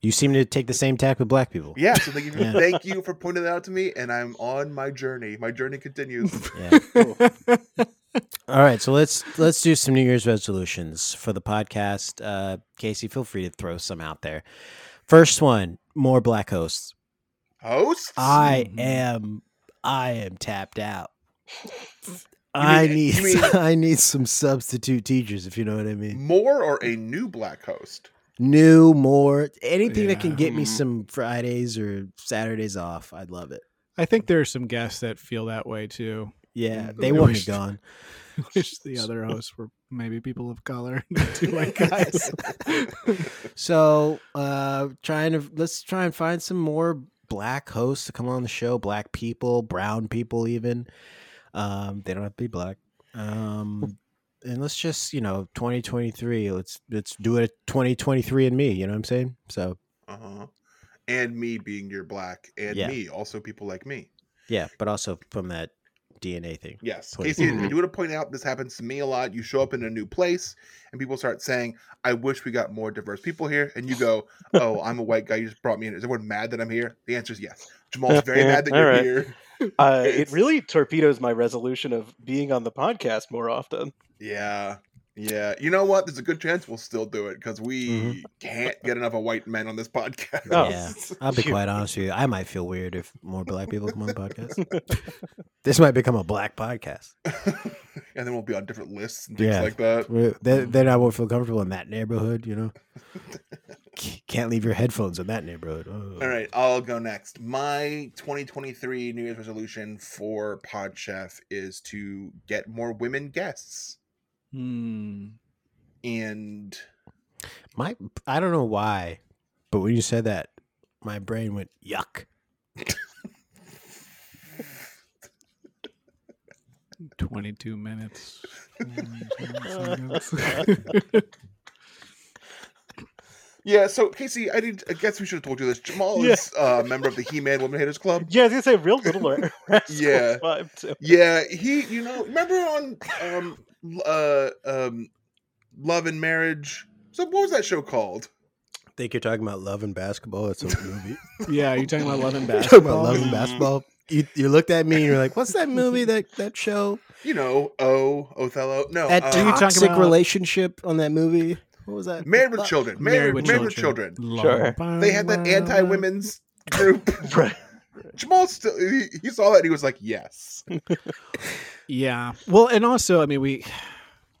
Speaker 2: You seem to take the same tack with black people.
Speaker 4: Yeah, so thank you,
Speaker 2: Yeah. [laughs]
Speaker 4: thank you for pointing that out to me, and I'm on my journey. My journey continues.
Speaker 2: [laughs] Yeah. All right, so let's let's do some New Year's resolutions for the podcast. Uh, Casey, feel free to throw some out there. First one: more black hosts.
Speaker 4: Hosts?
Speaker 2: I
Speaker 3: Mhm.
Speaker 2: am I am tapped out.
Speaker 4: mean-
Speaker 2: I need
Speaker 4: you mean-
Speaker 2: [laughs] I need some substitute teachers, if you know what I mean.
Speaker 4: More or a new black host?
Speaker 2: [laughs] New, more, anything that can
Speaker 3: Yeah.
Speaker 2: get me
Speaker 5: Mhm.
Speaker 2: some Fridays or Saturdays off. I'd love it.
Speaker 3: I think there are some guests that feel that way too. [laughs]
Speaker 2: Yeah,
Speaker 4: Mhm.
Speaker 2: they
Speaker 3: Mm. I
Speaker 2: want me
Speaker 3: wish-
Speaker 2: gone.
Speaker 3: Wish the other hosts were maybe people of color, [laughs] not two
Speaker 2: [laughs]
Speaker 3: white [laughs] guys.
Speaker 2: So, uh, trying to let's try and find some more black hosts to come on the show. Black people, brown people, even. Um, they don't have to be black. Um, and let's just you know, 2023. Let's let's do it. 2023 and me. You know what I'm saying? So
Speaker 4: Uh-huh. And me being your black, and
Speaker 2: Yeah.
Speaker 4: me, also people like me.
Speaker 2: yeah, but also from that DNA thing.
Speaker 4: Yes.
Speaker 2: Point.
Speaker 4: Casey, I
Speaker 5: Mhm.
Speaker 4: do want to point out this happens to me a lot. You show up in a new place and people start saying, I wish we got more diverse people here. And
Speaker 5: [laughs]
Speaker 4: you go, Oh, I'm a white guy. You just brought me in. Is everyone mad that I'm here? The answer is yes. Jamal's very
Speaker 5: Yeah,
Speaker 4: mad that
Speaker 5: all
Speaker 4: you're
Speaker 5: right.
Speaker 4: here.
Speaker 5: Uh, it
Speaker 4: It's-
Speaker 5: really torpedoes my resolution of being on the podcast more often.
Speaker 4: Yeah. Yeah. You know what? There's a good chance we'll still do it because we
Speaker 5: Mm-hmm.
Speaker 2: Mhm.
Speaker 4: can't get enough of white men on this podcast.
Speaker 5: Oh.
Speaker 2: Yeah, I'll be
Speaker 5: Phew.
Speaker 2: quite honest with you. I might feel weird if more black people come on the podcast. this might become a black podcast.
Speaker 5: Uh
Speaker 4: [laughs] and then we'll be on different lists and things
Speaker 2: Yeah.
Speaker 4: like that.
Speaker 2: We're- Then, then I won't feel comfortable in that neighborhood, you know? [laughs] C- Can't leave your headphones in that neighborhood. Oh.
Speaker 4: All right, I'll go next. My 2023 New Year's resolution for Pod Chef is to get more women guests.
Speaker 3: Hmm.
Speaker 4: And
Speaker 2: My, I don't know why, but when you said that, my brain went, yuck. [laughs]
Speaker 3: 22 minutes. [laughs]
Speaker 4: yeah, so Casey, I did. I guess we should have told you this. Jamal
Speaker 5: Yeah.
Speaker 4: is uh, a member of the He Man Woman Haters Club.
Speaker 5: Yeah, I was gonna say real little [laughs] Ra- rascals
Speaker 4: Yeah.
Speaker 5: vibe too.
Speaker 4: Yeah, he. You know, remember on um l- uh um Love and Marriage. So what was that show called?
Speaker 2: think you're talking about love and basketball. [laughs] It's a movie.
Speaker 3: yeah, you're talking about love and
Speaker 2: you're talking about
Speaker 3: basketball.
Speaker 2: love and [laughs] basketball. You, you looked at me and you're like, what's that movie, that, that show?
Speaker 4: You know, O Othello. No,
Speaker 2: That
Speaker 3: you
Speaker 4: uh,
Speaker 3: talking
Speaker 2: toxic
Speaker 3: about-
Speaker 2: relationship on that movie? What was that?
Speaker 4: Married with
Speaker 2: Fuck.
Speaker 4: Children. Married, married, with Children.
Speaker 5: Sure.
Speaker 4: They had that anti women's group.
Speaker 5: [laughs] Right.
Speaker 4: Jamal still he, he saw that and he was like,
Speaker 2: [laughs]
Speaker 4: yes.
Speaker 3: Yeah. Well, and also, I mean, we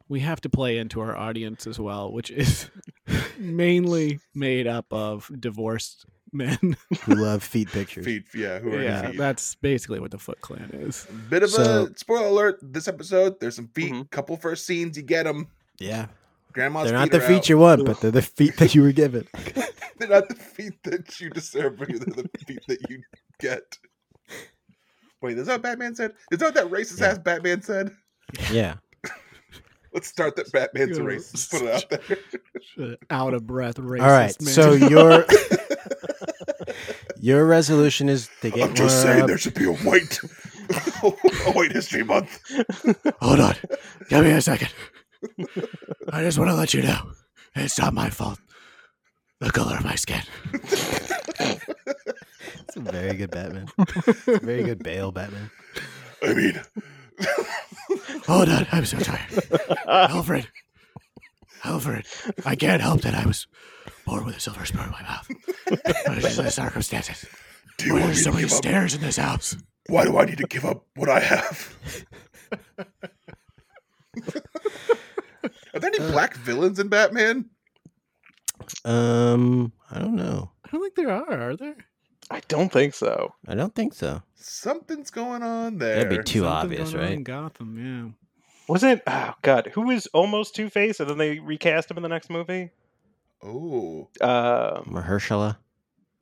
Speaker 3: we have to play into our audience as well, which is [laughs] mainly made up of divorced men.
Speaker 2: Who love feet pictures.
Speaker 4: Feet, yeah, who are
Speaker 3: yeah,
Speaker 4: feet.
Speaker 3: that's basically what the Foot Clan is.
Speaker 4: Bit of
Speaker 2: So-
Speaker 4: a spoiler alert. This episode, there's some feet.
Speaker 5: Mhm.
Speaker 4: Couple first scenes, you get them.
Speaker 2: Yeah.
Speaker 4: Grandma's
Speaker 2: They're
Speaker 4: feet
Speaker 2: not the
Speaker 4: are
Speaker 2: feet you want, but they're the feet that you were given.
Speaker 4: out. [laughs] They're not the feet that you deserve, but they're the feet that you get. Wait, is that what Batman said? Is that what that racist
Speaker 2: Yeah.
Speaker 4: ass Batman said?
Speaker 2: Yeah.
Speaker 4: Let's start that Batman's
Speaker 3: Yeah.
Speaker 4: racist. Put it out there.
Speaker 3: Shit, Out of breath, Uh, racist.
Speaker 2: All right.
Speaker 3: man. [laughs]
Speaker 2: So [laughs] your your resolution is to [laughs] get
Speaker 4: I'm just saying
Speaker 2: more.
Speaker 4: there should be a white [laughs] a white history month.
Speaker 2: Hold on. Give me a second. I just want to let you know it's not my fault. The color of my skin. It's a very good Batman. Very good Bale Batman.
Speaker 4: I mean
Speaker 2: Hold on. I'm so tired. Alfred. Alfred. I can't help that I was born with a silver spoon in my mouth. These are the circumstances.
Speaker 4: do you want me to give up
Speaker 2: in this house.
Speaker 4: Why do I need to give up what I have? [laughs] Are there any
Speaker 2: Uh,
Speaker 4: black villains in Batman?
Speaker 2: Um, I don't know.
Speaker 3: I don't think there are, are there?
Speaker 5: I don't think so.
Speaker 2: I don't think so.
Speaker 4: Something's going on there.
Speaker 2: That'd be too
Speaker 3: Something
Speaker 2: obvious,
Speaker 3: going on
Speaker 2: right?
Speaker 3: in Gotham,
Speaker 5: Wasn't oh god, who was almost Two Face and then they recast him in the next movie?
Speaker 4: oh,
Speaker 5: Um,
Speaker 2: Mahershala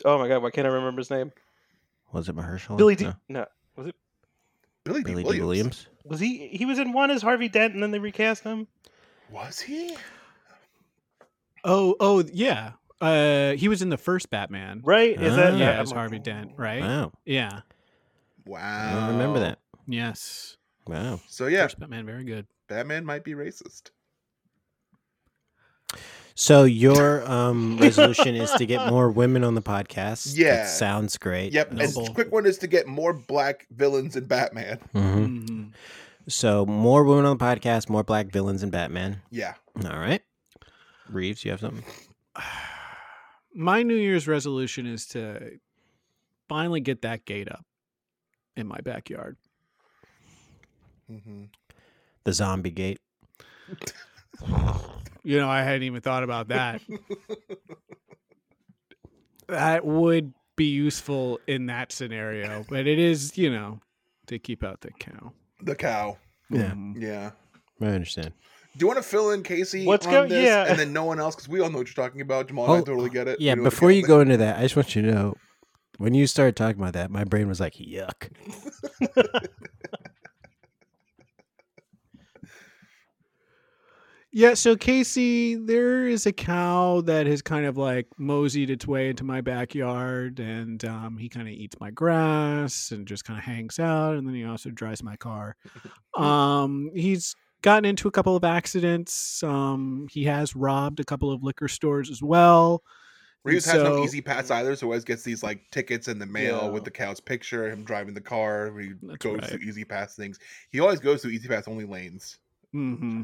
Speaker 5: oh my god, why can't I remember his name?
Speaker 2: was it Mahershala?
Speaker 5: Billy D.
Speaker 2: Oh, No.
Speaker 5: No.
Speaker 2: Billy
Speaker 4: Billy, D. Williams.
Speaker 2: D. Williams.
Speaker 5: Was he? He was in one as Harvey Dent, and then they recast him.
Speaker 4: Was he?
Speaker 3: Oh, oh yeah. Uh, he was in the first Batman.
Speaker 5: Right? Is that
Speaker 2: Ah.
Speaker 3: Yeah,
Speaker 5: yeah?
Speaker 3: as
Speaker 5: I'm-
Speaker 3: Harvey Dent, right?
Speaker 2: Wow.
Speaker 3: Yeah.
Speaker 4: Wow.
Speaker 2: I don't remember that.
Speaker 3: Yes.
Speaker 2: Wow.
Speaker 4: So yeah,
Speaker 3: First Batman, very good.
Speaker 4: Batman might be racist.
Speaker 2: So your um, resolution is to get
Speaker 4: [laughs]
Speaker 2: more women on the podcast.
Speaker 4: Yeah.
Speaker 2: That sounds great.
Speaker 4: Yep.
Speaker 3: Noble.
Speaker 4: And quick one is to get more black villains in Batman.
Speaker 2: hmm
Speaker 3: Mhm.
Speaker 2: So more women on the podcast, more black villains and Batman.
Speaker 4: Yeah.
Speaker 2: All right. Reeves, you have something?
Speaker 3: [sighs] My New Year's resolution is to finally get that gate up in my backyard.
Speaker 4: Mhm.
Speaker 2: The zombie gate.
Speaker 3: You know, I hadn't even thought about
Speaker 2: [laughs]
Speaker 3: that. that would be useful in that scenario, but it is, you know, to keep out the cow.
Speaker 4: The cow.
Speaker 2: Yeah.
Speaker 3: Mhm.
Speaker 4: Yeah.
Speaker 2: I understand.
Speaker 4: Do you want to fill in Casey
Speaker 5: Let's
Speaker 4: on
Speaker 5: go-
Speaker 4: this,
Speaker 5: yeah.
Speaker 4: and then no one else? Because we all know what you're talking about. Jamal, and I
Speaker 2: Hold-
Speaker 4: totally get it.
Speaker 2: Oh, Yeah,
Speaker 4: We know the
Speaker 2: before
Speaker 4: cow
Speaker 2: you
Speaker 4: thing.
Speaker 2: go into that, I just want you to know when you started talking about that, my brain was like, yuck.
Speaker 3: Yeah, so Casey, there is a cow that has kind of like moseyed its way into my backyard, and um, he kind of eats my grass and just kind of hangs out, and then he also drives my car. Um, he's gotten into a couple of accidents. Um, he has robbed a couple of liquor stores as well.
Speaker 4: Reeves has no
Speaker 3: so-
Speaker 4: easy pass either, so always gets these like tickets in the mail
Speaker 3: Yeah.
Speaker 4: with the cow's picture, him driving the car. He
Speaker 3: That's
Speaker 4: goes
Speaker 3: right.
Speaker 4: through easy pass things. He always goes through easy pass only lanes.
Speaker 3: hmm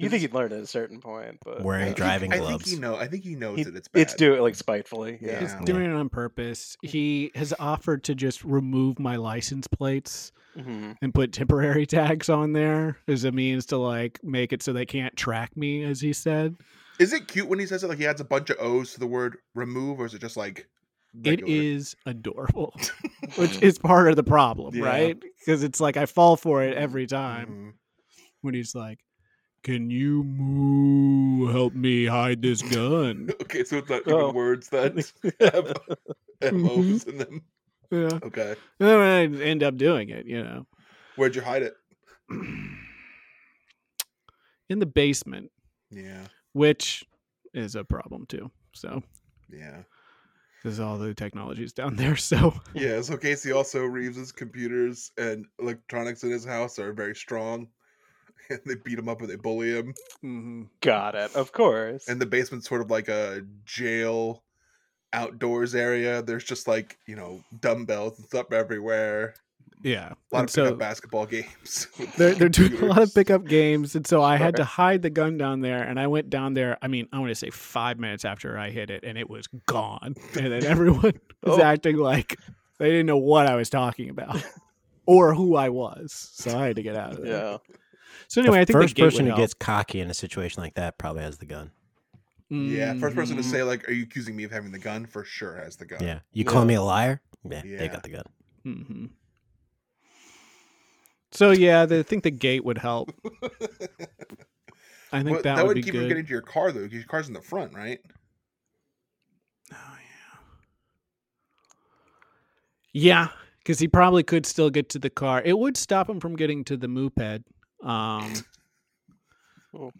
Speaker 5: You think he'd learn at a certain point, but
Speaker 4: I
Speaker 2: Wearing
Speaker 4: think-
Speaker 2: driving
Speaker 4: I think
Speaker 2: gloves.
Speaker 4: he know. I think he knows
Speaker 5: He-
Speaker 4: that it's bad.
Speaker 5: it's do it like spitefully. Yeah.
Speaker 3: He's
Speaker 4: Yeah.
Speaker 3: doing it on purpose. He has offered to just remove my license plates.
Speaker 5: Mhm.
Speaker 3: and put temporary [laughs] tags on there as a means to like make it so they can't track me, as he said.
Speaker 4: Is it cute when he says it? Like he adds a bunch of O's to the word remove, or is it just like?
Speaker 3: It
Speaker 4: regular?
Speaker 3: is
Speaker 4: [laughs]
Speaker 3: adorable, which is part of the problem,
Speaker 4: Yeah.
Speaker 3: right? Because it's like I fall for it every time
Speaker 4: Mhm.
Speaker 3: when he's like, "Can you moo help me hide this
Speaker 4: [laughs]
Speaker 3: gun?"
Speaker 4: Okay, so it's not even
Speaker 5: Oh. [laughs] Mm-hmm.
Speaker 4: words that have, have O's in them.
Speaker 3: yeah,
Speaker 4: Okay,
Speaker 3: and then I end up doing it, you know, [clears throat]
Speaker 4: where'd you hide it?
Speaker 3: in the basement,
Speaker 4: Yeah,
Speaker 3: which is a problem too. So.
Speaker 4: yeah,
Speaker 3: Because all the technology's down there, [laughs] so
Speaker 4: yeah. So Casey also Reeves's computers and electronics in his house are very strong. [laughs] And they beat him up and they bully him. Mm-hmm.
Speaker 5: Got it. Of course.
Speaker 4: And the basement's sort of like a jail outdoors area. There's just like, you know, dumbbells and stuff everywhere.
Speaker 3: yeah.
Speaker 4: A lot
Speaker 3: And
Speaker 4: of
Speaker 3: so,
Speaker 4: pickup basketball [laughs] games.
Speaker 3: [laughs]
Speaker 4: with
Speaker 3: They're, they're doing a lot
Speaker 4: computers.
Speaker 3: of pickup games. And so I had to hide the gun down there. And I went down there, I mean, I want to say five minutes after I hit it, and it was gone. [laughs] And then
Speaker 4: [laughs]
Speaker 3: everyone was
Speaker 5: Oh.
Speaker 3: acting like they didn't know what I was talking about [laughs] or who I was. So I had to get out of there.
Speaker 5: yeah.
Speaker 3: So anyway,
Speaker 2: the
Speaker 3: I think
Speaker 2: first
Speaker 3: the gate
Speaker 2: person
Speaker 3: would
Speaker 2: who
Speaker 3: help.
Speaker 2: gets cocky in a situation like that probably has the gun.
Speaker 4: Yeah, first person to
Speaker 3: Mhm.
Speaker 4: say, like, are you accusing me of having the gun? For sure has the gun.
Speaker 2: Yeah. You call
Speaker 5: Yeah.
Speaker 2: me a liar? Yeah,
Speaker 4: Yeah.
Speaker 2: They got the gun.
Speaker 3: hmm So yeah, the- I think the gate would
Speaker 4: [laughs]
Speaker 3: help. I think
Speaker 4: Well,
Speaker 3: that, would, be
Speaker 4: keep
Speaker 3: good.
Speaker 4: him getting to your car though. 'cause Your car's in the front, right?
Speaker 3: Oh yeah. Yeah, because he probably could still get to the car. It would stop him from getting to the moped. Um.
Speaker 5: Oh.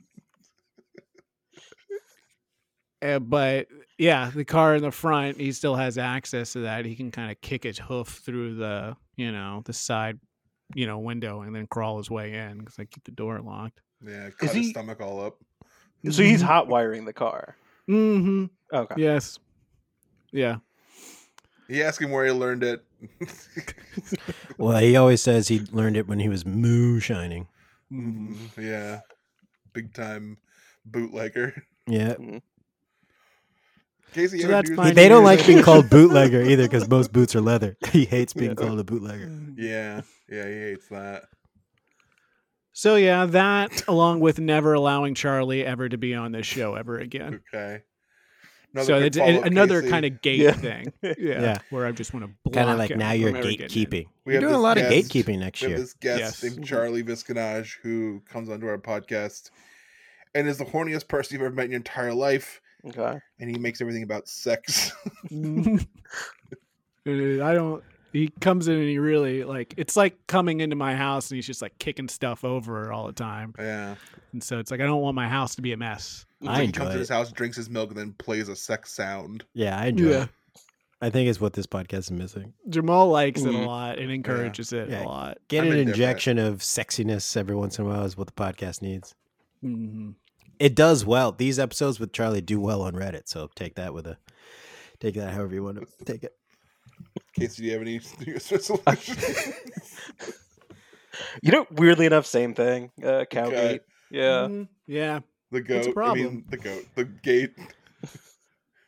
Speaker 3: eh, but yeah, the car in the front, he still has access to that. He can kind of kick his hoof through the, you know, the side, you know, window, and then crawl his way in because I keep the door locked.
Speaker 4: Yeah, cut his
Speaker 5: he-
Speaker 4: stomach all up.
Speaker 5: So
Speaker 2: Mm-hmm.
Speaker 5: he's hot wiring the car.
Speaker 3: Mm-hmm.
Speaker 5: Okay.
Speaker 3: Yes. Yeah.
Speaker 4: You ask him where he learned it. [laughs]
Speaker 2: Well, he always says he learned it when he was moo shining.
Speaker 4: Mhm, yeah, big time bootlegger. [laughs]
Speaker 3: [laughs]
Speaker 2: Yeah.
Speaker 4: Casey,
Speaker 3: So
Speaker 4: you ever
Speaker 3: that's
Speaker 4: do-
Speaker 3: fine.
Speaker 2: they don't
Speaker 4: [laughs]
Speaker 2: like being called bootlegger either because most boots are leather. [laughs] He hates being
Speaker 4: Yeah.
Speaker 2: called a bootlegger.
Speaker 4: Yeah, yeah, he hates that.
Speaker 3: So yeah, that along with never allowing Charlie ever to be on this show ever again.
Speaker 4: Okay.
Speaker 3: so
Speaker 4: quick
Speaker 3: it's
Speaker 4: follow-up,
Speaker 3: another
Speaker 4: Casey.
Speaker 3: kind of gate
Speaker 5: Yeah.
Speaker 3: thing. Yeah,
Speaker 2: Yeah.
Speaker 3: Where I just want to block
Speaker 2: Kind of like
Speaker 3: him
Speaker 2: now
Speaker 3: from
Speaker 2: you're
Speaker 3: ever getting in.
Speaker 2: gatekeeping. You're
Speaker 4: We have
Speaker 2: doing a
Speaker 4: this
Speaker 2: lot of
Speaker 4: guest-
Speaker 2: gatekeeping Mm-hmm. next
Speaker 4: We have
Speaker 2: year.
Speaker 4: this guest
Speaker 3: Yes.
Speaker 4: named
Speaker 5: Mhm.
Speaker 4: Charlie Visconage who comes onto our podcast and is the horniest person you've ever met in your entire life,
Speaker 5: Okay.
Speaker 4: [laughs] and he makes everything about sex.
Speaker 3: Uh, [laughs] I don't. He comes in and he really like it's like coming into my house and he's just like kicking stuff over all the time.
Speaker 4: Yeah.
Speaker 3: And so it's like I don't want my house to be a mess.
Speaker 4: It's
Speaker 2: I
Speaker 4: like he
Speaker 2: enjoy
Speaker 4: comes to
Speaker 2: it.
Speaker 4: his house, drinks his milk, and then plays a sex sound.
Speaker 2: Yeah, I enjoy
Speaker 3: Yeah.
Speaker 2: it. I think it's what this podcast is missing.
Speaker 3: Jamal likes it
Speaker 5: Mhm.
Speaker 3: a lot and encourages it
Speaker 2: Yeah.
Speaker 3: a lot.
Speaker 2: Get
Speaker 4: I'm
Speaker 2: an
Speaker 4: indifferent.
Speaker 2: injection of sexiness every once in a while is what the podcast needs.
Speaker 3: Mhm.
Speaker 2: It does well. These episodes with Charlie do well on Reddit, so take that with a take that however you want to take it.
Speaker 4: Casey, do you have any [laughs] New
Speaker 2: [laughs]
Speaker 4: Year's resolutions?
Speaker 5: You know, weirdly enough, same thing. Uh, cow
Speaker 4: Okay.
Speaker 5: gate.
Speaker 2: Mm-hmm.
Speaker 5: Yeah.
Speaker 3: Mhm. Yeah.
Speaker 4: the
Speaker 3: a
Speaker 4: goat. I mean,
Speaker 3: problem.
Speaker 4: the goat. The gate.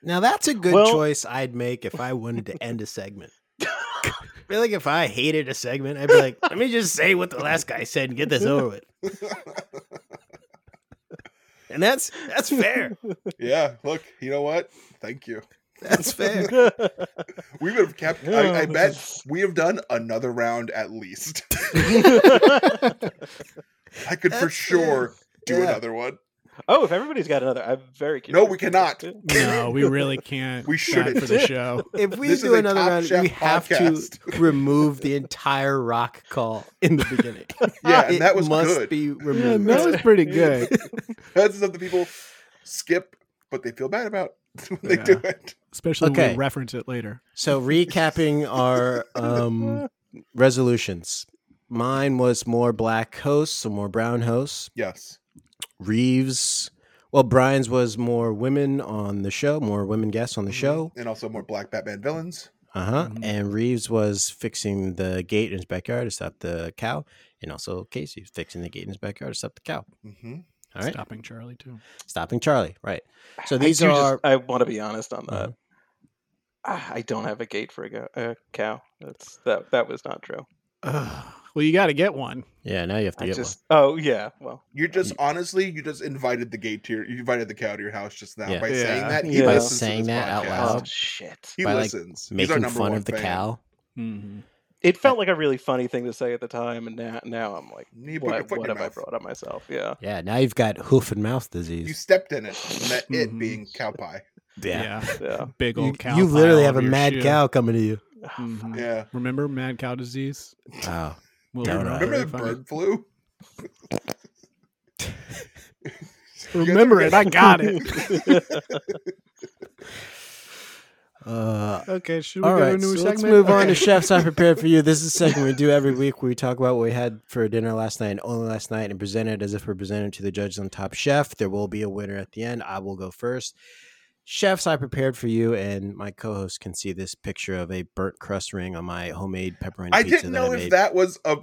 Speaker 2: Now that's a good
Speaker 5: Well-
Speaker 2: choice I'd make if I wanted to end a
Speaker 4: [laughs]
Speaker 2: segment. I feel like if I hated a segment, I'd be like, let me just say what the last guy said and get this over with. And that's that's fair.
Speaker 4: yeah. Look, you know what? Thank you.
Speaker 2: That's fair.
Speaker 4: We would have kept.
Speaker 5: Yeah,
Speaker 4: I, I
Speaker 5: this
Speaker 4: bet
Speaker 5: is-
Speaker 4: we have done another round at least. I could for
Speaker 2: That's
Speaker 4: sure do
Speaker 2: Yeah.
Speaker 4: another one.
Speaker 5: oh, if everybody's got another, I'm very curious.
Speaker 4: No, we cannot.
Speaker 3: No, we really can't.
Speaker 4: We
Speaker 3: Bad
Speaker 4: shouldn't.
Speaker 3: for the show.
Speaker 2: If we
Speaker 4: This is
Speaker 2: do
Speaker 4: a
Speaker 2: another
Speaker 4: Top
Speaker 2: round,
Speaker 4: Chef
Speaker 2: we have
Speaker 4: podcast.
Speaker 2: to remove the entire rock call in the beginning.
Speaker 4: [laughs] Yeah, and
Speaker 2: It
Speaker 4: that was
Speaker 2: must
Speaker 4: good.
Speaker 2: be
Speaker 3: Yeah,
Speaker 2: removed.
Speaker 3: that was pretty good.
Speaker 2: [laughs]
Speaker 4: That's something people skip, but they feel bad about [laughs] when they do it.
Speaker 3: Especially when
Speaker 2: Okay.
Speaker 3: we reference it later.
Speaker 2: So recapping our um, resolutions. Mine was more black hosts, so more brown hosts.
Speaker 4: Yes.
Speaker 2: Reeves. Well, Brian's was more women on the show, more women guests on the
Speaker 4: Mm-hmm.
Speaker 2: show.
Speaker 4: And also more black Batman villains.
Speaker 2: Uh huh.
Speaker 3: Mhm.
Speaker 2: And Reeves was fixing the gate in his backyard to stop the cow, and also Casey fixing the gate in his backyard to stop the cow.
Speaker 4: Mm-hmm.
Speaker 2: All right,
Speaker 3: Stopping Charlie
Speaker 2: [sighs]
Speaker 3: too.
Speaker 2: stopping Charlie. Right. So
Speaker 5: I
Speaker 2: these
Speaker 5: do
Speaker 2: are
Speaker 5: just-
Speaker 2: our-
Speaker 5: I want to be honest on that.
Speaker 2: Uh-huh.
Speaker 5: Ah, I don't have a gate for a, go- a cow. That's that. That was not true.
Speaker 3: Ugh. Well, you got to get one.
Speaker 2: Yeah, now you have to
Speaker 5: I
Speaker 2: get
Speaker 5: just. Oh yeah. Well.
Speaker 4: You're
Speaker 2: Mm.
Speaker 4: just honestly, you just invited the gate to your, you invited the cow to your house just now
Speaker 2: Yeah.
Speaker 4: by
Speaker 3: Yeah.
Speaker 4: saying that. He
Speaker 5: Yeah. By
Speaker 4: listens to
Speaker 2: saying
Speaker 4: this
Speaker 2: that out
Speaker 4: podcast.
Speaker 2: loud.
Speaker 5: Oh shit.
Speaker 4: He
Speaker 2: By, like,
Speaker 4: listens.
Speaker 2: one.
Speaker 4: He's our
Speaker 2: Making
Speaker 4: number
Speaker 2: fun
Speaker 4: one
Speaker 2: of the
Speaker 4: fan.
Speaker 2: cow.
Speaker 3: Mm-hmm.
Speaker 5: It felt like a really funny thing to say at the time, and now now I'm like,
Speaker 4: You put your
Speaker 5: what,
Speaker 4: foot in
Speaker 5: what
Speaker 4: your
Speaker 5: have I
Speaker 4: mouth.
Speaker 5: brought on myself? Yeah.
Speaker 2: Yeah, now you've got hoof and mouth disease.
Speaker 4: You stepped in it. And that it
Speaker 3: Mhm.
Speaker 4: being cow pie.
Speaker 2: [laughs]
Speaker 3: Yeah.
Speaker 5: Yeah.
Speaker 3: Big
Speaker 2: You,
Speaker 3: old cow.
Speaker 2: you
Speaker 3: pile
Speaker 2: literally have a
Speaker 3: over your
Speaker 2: mad
Speaker 3: shoe.
Speaker 2: cow coming to you. Mm-hmm.
Speaker 3: Mhm.
Speaker 4: Yeah.
Speaker 3: Remember mad cow disease?
Speaker 2: Wow.
Speaker 3: Will
Speaker 2: Don't
Speaker 3: Wright.
Speaker 2: I.
Speaker 4: Remember the
Speaker 3: Funny.
Speaker 4: bird flu?
Speaker 3: Remember it. I got
Speaker 2: [laughs]
Speaker 3: it.
Speaker 2: Uh,
Speaker 3: Okay, should we
Speaker 2: all
Speaker 3: go
Speaker 2: right,
Speaker 3: to a new
Speaker 2: so
Speaker 3: segment?
Speaker 2: let's move on
Speaker 3: [laughs] Okay.
Speaker 2: to Chefs I Prepared for You. This is a segment we do every week where we talk about what we had for dinner last night and only last night and present it as if we're presented to the judges on Top Chef. There will be a winner at the end. I will go first. Chefs I Prepared for You, and my co host can see this picture of a burnt crust ring on my homemade pepperoni
Speaker 4: I
Speaker 2: pizza.
Speaker 4: didn't know
Speaker 2: that I
Speaker 4: if
Speaker 2: made.
Speaker 4: that was a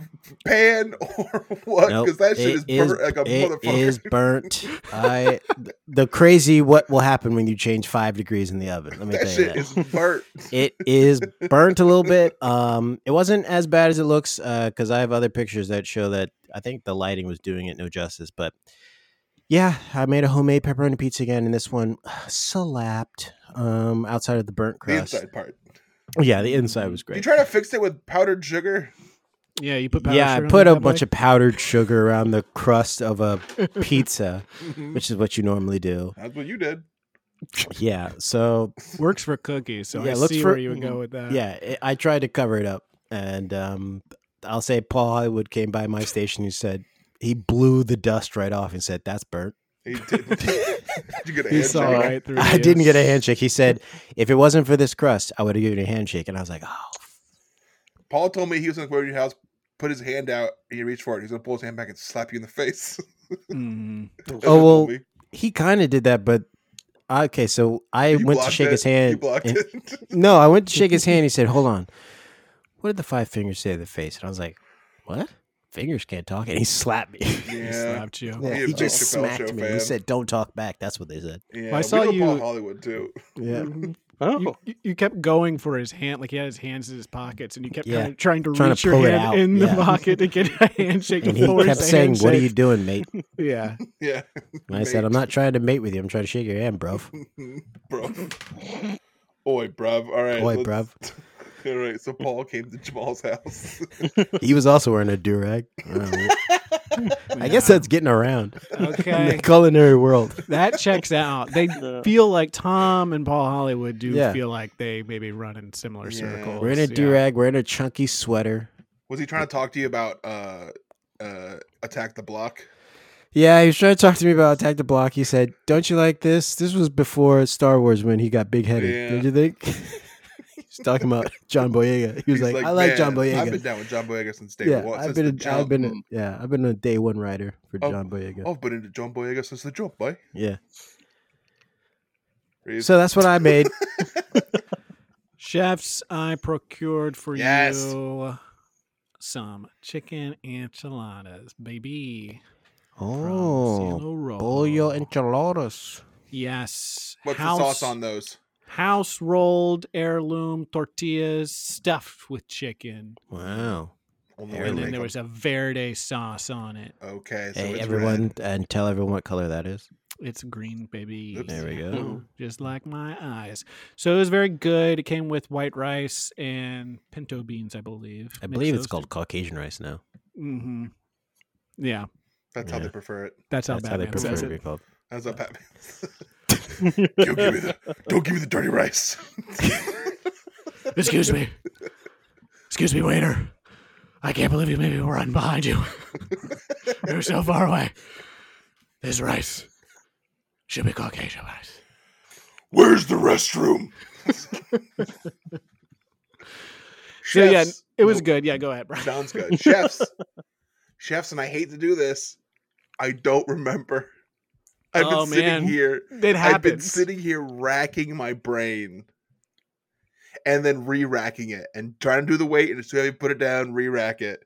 Speaker 4: pan [laughs] or what,
Speaker 2: Nope,
Speaker 4: because that shit
Speaker 2: it
Speaker 4: is, burnt like a
Speaker 2: it
Speaker 4: motherfucker. [laughs]
Speaker 2: is burnt. I th- the crazy what will happen when you change five degrees in the oven. Let me
Speaker 4: that
Speaker 2: tell you
Speaker 4: shit
Speaker 2: that.
Speaker 4: is burnt.
Speaker 2: it is burnt a little bit. Um, it wasn't as bad as it looks because I have other pictures that show that I think the lighting was doing it no justice. But yeah, I made a homemade pepperoni pizza again, and this one slapped um, outside of the burnt
Speaker 4: the
Speaker 2: crust.
Speaker 4: inside part.
Speaker 2: Yeah, the inside was
Speaker 4: Did you
Speaker 2: great.
Speaker 4: try to fix it with powdered sugar?
Speaker 3: Yeah, you put powder
Speaker 2: Yeah, I
Speaker 3: sugar on
Speaker 2: put
Speaker 3: the
Speaker 2: a
Speaker 3: bad
Speaker 2: bunch
Speaker 3: boy?
Speaker 2: of powdered sugar around the crust of
Speaker 4: [laughs]
Speaker 2: a pizza,
Speaker 4: Mm-hmm.
Speaker 2: which is what you normally do.
Speaker 4: That's what you did.
Speaker 2: Yeah, so
Speaker 3: works for cookies. So
Speaker 2: Yeah,
Speaker 3: I
Speaker 2: looks
Speaker 3: see
Speaker 2: for-
Speaker 3: where you would go with that.
Speaker 2: yeah, it, I tried to cover it up, and um, I'll say Paul Hollywood came by my station. He said he blew the dust right off and said that's burnt. [laughs]
Speaker 4: He did. [laughs] did you get a
Speaker 3: he saw
Speaker 4: handshake?
Speaker 3: right through.
Speaker 2: I
Speaker 3: you.
Speaker 2: didn't get a handshake. He said if it wasn't for this crust, I would have given you a handshake. And I was like, oh,
Speaker 4: Paul told me he was going to go to your house, put his hand out, and he reached for it. He's going to pull his hand back and slap you in the face. [laughs]
Speaker 3: Mhm.
Speaker 4: That's
Speaker 2: Oh, well,
Speaker 4: what he told me.
Speaker 2: he kind of did that, but okay. So I
Speaker 4: You
Speaker 2: went to
Speaker 4: blocked
Speaker 2: shake
Speaker 4: it.
Speaker 2: his
Speaker 4: You
Speaker 2: hand.
Speaker 4: blocked
Speaker 2: and- [laughs]
Speaker 4: it.
Speaker 2: No, I went to shake his hand. He said, "Hold on." What did the five fingers say to the face? And I was like, "What? Fingers can't talk." And he slapped me. [laughs]
Speaker 3: He
Speaker 4: yeah.
Speaker 3: slapped you.
Speaker 4: Yeah,
Speaker 2: he
Speaker 4: he's a
Speaker 2: just
Speaker 4: Chappelle
Speaker 2: smacked
Speaker 4: show
Speaker 2: me. He
Speaker 4: fan.
Speaker 2: said, "Don't talk back." That's what they said.
Speaker 4: yeah.
Speaker 3: I
Speaker 4: we
Speaker 3: saw
Speaker 4: know Paul
Speaker 3: you-
Speaker 4: Hollywood, too. [laughs]
Speaker 2: Yeah.
Speaker 5: [laughs] Oh.
Speaker 3: You, you- you kept going for his hand, like he had his hands in his pockets, and you kept
Speaker 2: Yeah.
Speaker 3: kinda trying to
Speaker 2: Trying to
Speaker 3: reach your
Speaker 2: pull it
Speaker 3: hand
Speaker 2: out,
Speaker 3: in
Speaker 2: yeah.
Speaker 3: the pocket to get a handshake.
Speaker 2: [laughs] And
Speaker 3: to
Speaker 2: he
Speaker 3: force
Speaker 2: kept
Speaker 3: a
Speaker 2: saying, "What are you
Speaker 3: handshake."
Speaker 2: doing, mate?"
Speaker 3: Yeah, [laughs]
Speaker 4: Yeah.
Speaker 2: And I said, "I'm not trying to mate with you. I'm trying to shake your hand,
Speaker 4: [laughs]
Speaker 2: bro."
Speaker 4: bro. Oi, bruv. All right.
Speaker 2: Oi,
Speaker 4: let's-
Speaker 2: bruv.
Speaker 4: [laughs] All right. So Paul came to Jamal's house. [laughs]
Speaker 2: He was also wearing a durag. I guess that's getting around in the
Speaker 3: okay.
Speaker 2: culinary world.
Speaker 3: that checks out.
Speaker 4: [laughs]
Speaker 3: They
Speaker 5: Yeah.
Speaker 3: feel like Tom and Paul Hollywood do
Speaker 2: Yeah.
Speaker 3: feel like they maybe run in similar
Speaker 4: Yeah.
Speaker 3: circles.
Speaker 2: We're in a
Speaker 3: yeah.
Speaker 2: do rag. We're in a chunky sweater.
Speaker 4: Was he trying to talk to you about uh, uh, attack the block?
Speaker 2: Yeah, he was trying to talk to me about Attack the Block. He said, "Don't you like this? This was before Star Wars when he got big headed.
Speaker 4: Yeah.
Speaker 2: Did you think?" [laughs] He's talking about John Boyega. He was
Speaker 4: He's
Speaker 2: like, "I like John
Speaker 4: "Man, I've
Speaker 2: Boyega."
Speaker 4: been down with John Boyega since day
Speaker 2: yeah,
Speaker 4: one.
Speaker 2: I've
Speaker 4: since
Speaker 2: been,
Speaker 4: the
Speaker 2: a, I've
Speaker 4: jump.
Speaker 2: been, a, yeah, I've been a day one rider for
Speaker 4: Oh,
Speaker 2: John Boyega.
Speaker 4: I've been into John Boyega since the jump, boy.
Speaker 2: Yeah,
Speaker 4: Reeves.
Speaker 2: so that's what I
Speaker 4: [laughs]
Speaker 2: made.
Speaker 3: Chefs, I procured for
Speaker 4: Yes.
Speaker 3: you some chicken enchiladas, baby. from
Speaker 2: oh,
Speaker 3: Cielo Rojo.
Speaker 2: pollo enchiladas.
Speaker 3: Yes.
Speaker 4: What's
Speaker 3: house,
Speaker 4: the sauce on those?
Speaker 3: House rolled heirloom tortillas stuffed with chicken.
Speaker 2: Wow.
Speaker 4: Only way to
Speaker 3: And
Speaker 4: make
Speaker 3: then there
Speaker 4: them.
Speaker 3: was a verde sauce on it.
Speaker 4: Okay, so
Speaker 2: Hey,
Speaker 4: it's
Speaker 2: everyone,
Speaker 4: red.
Speaker 2: and tell everyone what color that is.
Speaker 3: It's green, baby.
Speaker 4: Oops.
Speaker 2: There we go.
Speaker 3: Ooh, Just like my eyes. So it was very good. It came with white rice and pinto beans, I believe.
Speaker 2: I believe it's called Caucasian rice now.
Speaker 3: Mm-hmm. Yeah,
Speaker 4: That's how
Speaker 2: Yeah.
Speaker 4: they prefer it.
Speaker 3: that's how
Speaker 2: That's how
Speaker 3: Batman
Speaker 2: they prefer
Speaker 3: says
Speaker 2: it to
Speaker 3: it.
Speaker 2: be called.
Speaker 4: That's how Batman. [laughs] don't give me the don't give me the dirty rice.
Speaker 3: Excuse me. Excuse me, waiter. I can't believe you made me run behind you. [laughs] You're so far away. This rice should be Caucasian rice.
Speaker 4: Where's the restroom?
Speaker 3: [laughs] So yeah,
Speaker 4: Chefs.
Speaker 3: it was
Speaker 4: Nope.
Speaker 3: good. Yeah, go ahead, Brian.
Speaker 4: Sounds good. Chefs. Chefs, and I hate to do this. I don't remember. I've
Speaker 3: Oh,
Speaker 4: been sitting
Speaker 3: man.
Speaker 4: here.
Speaker 3: [laughs] It
Speaker 4: I've been
Speaker 3: happens. [laughs]
Speaker 4: sitting here racking my brain and then re racking it and trying to do the weight and as soon as I put it down, re rack it.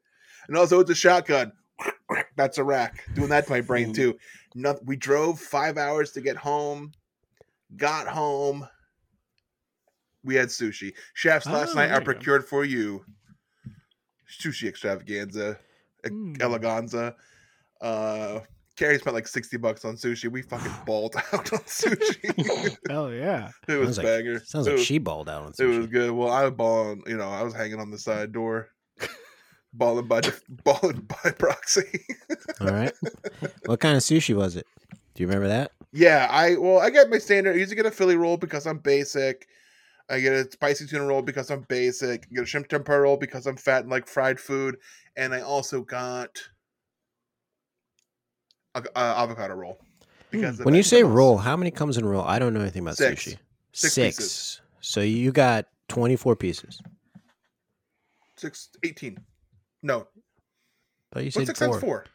Speaker 4: And also, it's a shotgun. [clears throat] That's a rack. Doing that to my
Speaker 3: Hmm.
Speaker 4: brain too. Not, we drove five hours to get home, got home. We had sushi. Chefs last
Speaker 3: Oh,
Speaker 4: night
Speaker 3: there
Speaker 4: I
Speaker 3: you go.
Speaker 4: procured for you sushi extravaganza, e-
Speaker 3: Mm.
Speaker 2: Mm-hmm.
Speaker 4: eleganza. Uh, Carrie spent like 60 bucks on sushi.
Speaker 2: [sighs]
Speaker 4: We fucking balled [laughs] out
Speaker 2: [laughs]
Speaker 4: on sushi.
Speaker 3: Mm. Hell yeah.
Speaker 4: it was
Speaker 2: Sounds like-
Speaker 4: banger.
Speaker 2: Sounds
Speaker 4: it
Speaker 2: like
Speaker 4: was,
Speaker 2: she balled out on
Speaker 4: It was
Speaker 2: sushi.
Speaker 4: good. Well, I was balling, you know, I was hanging on the side door.
Speaker 2: [laughs]
Speaker 4: balling by def- balling by proxy.
Speaker 2: All
Speaker 4: [laughs]
Speaker 2: right. What kind of sushi was it? Do you remember that?
Speaker 4: yeah, I well, I got my standard. I usually get a Philly roll because I'm basic. I get a spicy tuna roll because I'm basic. I get a shrimp tempura roll because I'm fat and like fried food. And I also got a, a avocado roll because of
Speaker 2: Hmm, When you
Speaker 4: that.
Speaker 2: say roll, how many comes in a roll? I don't know anything about
Speaker 4: Six.
Speaker 2: sushi.
Speaker 4: Six pieces.
Speaker 2: So you got 24 pieces.
Speaker 4: six, 18. No,
Speaker 2: But you
Speaker 4: what's
Speaker 2: said
Speaker 4: six times
Speaker 2: four.
Speaker 4: four?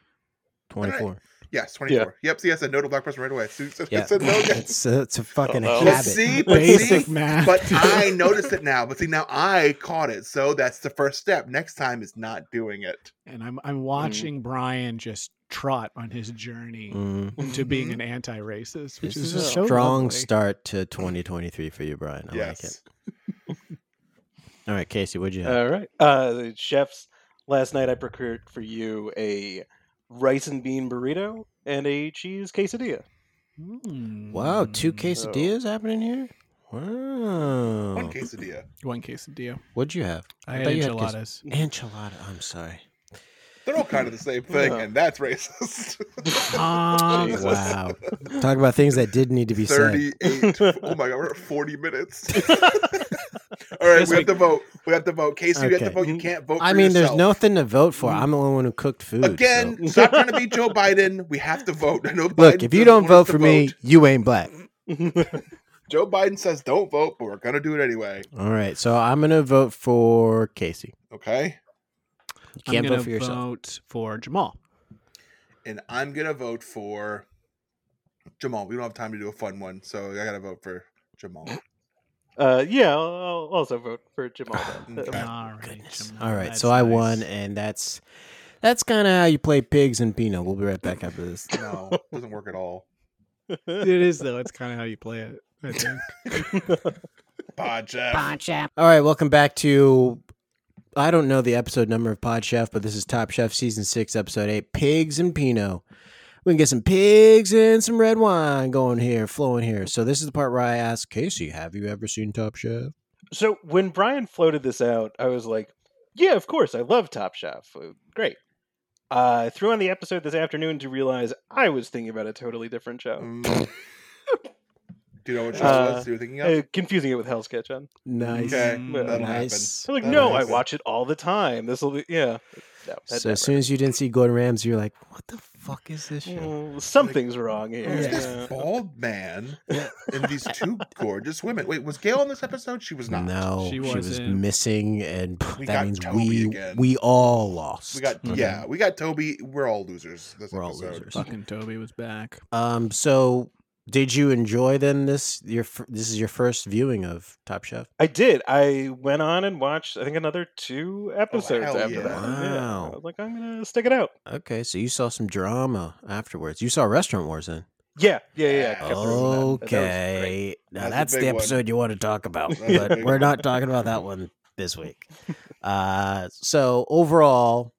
Speaker 2: 24.
Speaker 4: Yes, 24. Yep, see, I said no to Black Person right away. See, [laughs] I
Speaker 2: Yeah.
Speaker 4: said no
Speaker 2: [laughs]
Speaker 4: again.
Speaker 2: it's, a, it's a fucking
Speaker 5: Uh-oh.
Speaker 4: But
Speaker 2: habit.
Speaker 4: see, but
Speaker 3: Basic
Speaker 4: see,
Speaker 3: math.
Speaker 4: [laughs] but I noticed it now. But see, now I caught it. So that's the first step. Next time is not doing it.
Speaker 3: and I'm I'm watching Brian just trot on his journey
Speaker 2: Mm.
Speaker 3: into being an anti-racist, which
Speaker 2: This is
Speaker 3: Mm-hmm. is
Speaker 2: a
Speaker 3: so
Speaker 2: strong
Speaker 3: lovely.
Speaker 2: start to 2023 for you, Brian. I
Speaker 4: yes.
Speaker 2: like it. All right, Casey, what'd you
Speaker 3: Um,
Speaker 2: have?
Speaker 5: All right. Uh, the chefs, last night I procured for you a rice and bean burrito and a cheese quesadilla. [laughs]
Speaker 3: Mm.
Speaker 2: wow, two
Speaker 5: so-
Speaker 2: quesadillas happening here? Wow. Oh.
Speaker 4: One quesadilla.
Speaker 3: One quesadillo.
Speaker 2: What'd you have?
Speaker 3: I, had
Speaker 2: thought you
Speaker 3: enchiladas.
Speaker 2: had quesad- enchilada. I'm
Speaker 4: [laughs]
Speaker 2: sorry.
Speaker 4: They're all kind of
Speaker 2: [laughs]
Speaker 4: the same thing,
Speaker 5: Yeah.
Speaker 4: and that's racist.
Speaker 3: Um, [laughs]
Speaker 5: Jesus.
Speaker 2: Wow. Talk about things that did need to be said. [laughs]
Speaker 4: 38. oh my god, we're at 40 minutes. [laughs] all right,
Speaker 3: Yes,
Speaker 4: we
Speaker 3: we-
Speaker 4: have to vote. We have to vote. Casey, you have
Speaker 2: Okay.
Speaker 4: to vote. You can't vote.
Speaker 2: I
Speaker 4: for
Speaker 2: mean, there's
Speaker 4: yourself.
Speaker 2: nothing to vote for. I'm the only one who cooked food. so-
Speaker 4: Again,
Speaker 2: [laughs]
Speaker 4: stop trying to be Joe Biden. We have to vote. [laughs] I know
Speaker 2: Look,
Speaker 4: Biden
Speaker 2: if you
Speaker 4: says
Speaker 2: don't
Speaker 4: we
Speaker 2: vote
Speaker 4: want
Speaker 2: for
Speaker 4: to
Speaker 2: me,
Speaker 4: vote.
Speaker 2: you ain't black.
Speaker 4: Joe Biden says don't vote, but we're gonna do it anyway.
Speaker 2: All right, so I'm gonna vote for Casey.
Speaker 4: Okay.
Speaker 2: You
Speaker 3: I'm
Speaker 2: can't
Speaker 3: gonna
Speaker 2: vote for yourself.
Speaker 3: vote for Jamal.
Speaker 4: and I'm gonna vote for Jamal. We don't have time to do a fun one, so I gotta vote for Jamal.
Speaker 5: Uh, yeah, I'll, I'll also vote for Jamal. then.
Speaker 4: Okay.
Speaker 3: All right,
Speaker 2: Goodness.
Speaker 3: Jamal,
Speaker 2: All right,
Speaker 3: that's
Speaker 2: so I
Speaker 3: nice.
Speaker 2: won, and that's that's kind of how you play pigs and Pinot. We'll be right back after this.
Speaker 4: No, it doesn't work at all.
Speaker 3: [laughs] It is though. It's kind of how you play it. I
Speaker 2: [laughs]
Speaker 3: think.
Speaker 4: Bye, Jeff.
Speaker 2: All right, welcome back to I don't know the episode number of Pod Chef, but this is Top Chef season six, episode eight, pigs and Pinot. We can get some pigs and some red wine going here, flowing here. So this is the part where I ask Casey, "Have you ever seen Top Chef?"
Speaker 5: [laughs] so when Brian floated this out, I was like, yeah, of course. I love Top Chef. Uh, Great. I threw on the episode this afternoon to realize I was thinking about a totally different show,
Speaker 4: [laughs] Mm. Do you know what show
Speaker 5: Uh,
Speaker 4: it was you were thinking of?
Speaker 5: uh, confusing it with Hell's Kitchen.
Speaker 2: Nice.
Speaker 4: okay,
Speaker 5: Mm,
Speaker 2: uh,
Speaker 4: that'll
Speaker 2: nice.
Speaker 5: I'm like,
Speaker 4: That
Speaker 5: no, I
Speaker 4: makes
Speaker 5: watch it all the time. This will be yeah. No, that
Speaker 2: So
Speaker 5: never.
Speaker 2: as soon as you didn't see Gordon Ramsay, you're like, "What the fuck is this show?"
Speaker 5: Mm, something's wrong here.
Speaker 4: happen. Who's
Speaker 5: Yeah.
Speaker 4: this bald man and these
Speaker 5: [laughs]
Speaker 4: two gorgeous women? Wait, was Gail on this episode? She was not.
Speaker 2: No,
Speaker 3: She
Speaker 2: she, was
Speaker 3: wasn't.
Speaker 2: missing, and
Speaker 4: We
Speaker 2: that
Speaker 4: got
Speaker 2: means
Speaker 4: Toby
Speaker 2: we
Speaker 4: again.
Speaker 2: we all lost.
Speaker 4: We
Speaker 5: Mm-hmm.
Speaker 4: got
Speaker 2: Mhm.
Speaker 4: yeah, we got Toby. We're all losers. This
Speaker 2: We're all
Speaker 4: episode.
Speaker 2: losers.
Speaker 3: Fucking Toby was back.
Speaker 2: Um. So, did you enjoy then this? Your fir- this is your first viewing of Top Chef.
Speaker 5: I did. I went on and watched. I think another two episodes
Speaker 4: hell
Speaker 5: after
Speaker 4: yeah.
Speaker 5: that. Yeah.
Speaker 2: Wow.
Speaker 5: I was like, I'm gonna stick it out.
Speaker 2: Okay, so you saw some drama afterwards. You saw Restaurant Wars then.
Speaker 5: Yeah, yeah, yeah. I kept it from that. That was great.
Speaker 2: Okay, now
Speaker 4: That's
Speaker 2: that's,
Speaker 4: a
Speaker 2: the
Speaker 4: big one.
Speaker 2: episode you want to talk
Speaker 5: [laughs]
Speaker 2: about,
Speaker 4: That's a
Speaker 2: but
Speaker 4: big
Speaker 2: we're
Speaker 4: one.
Speaker 2: not talking about that one this week. Uh, so overall,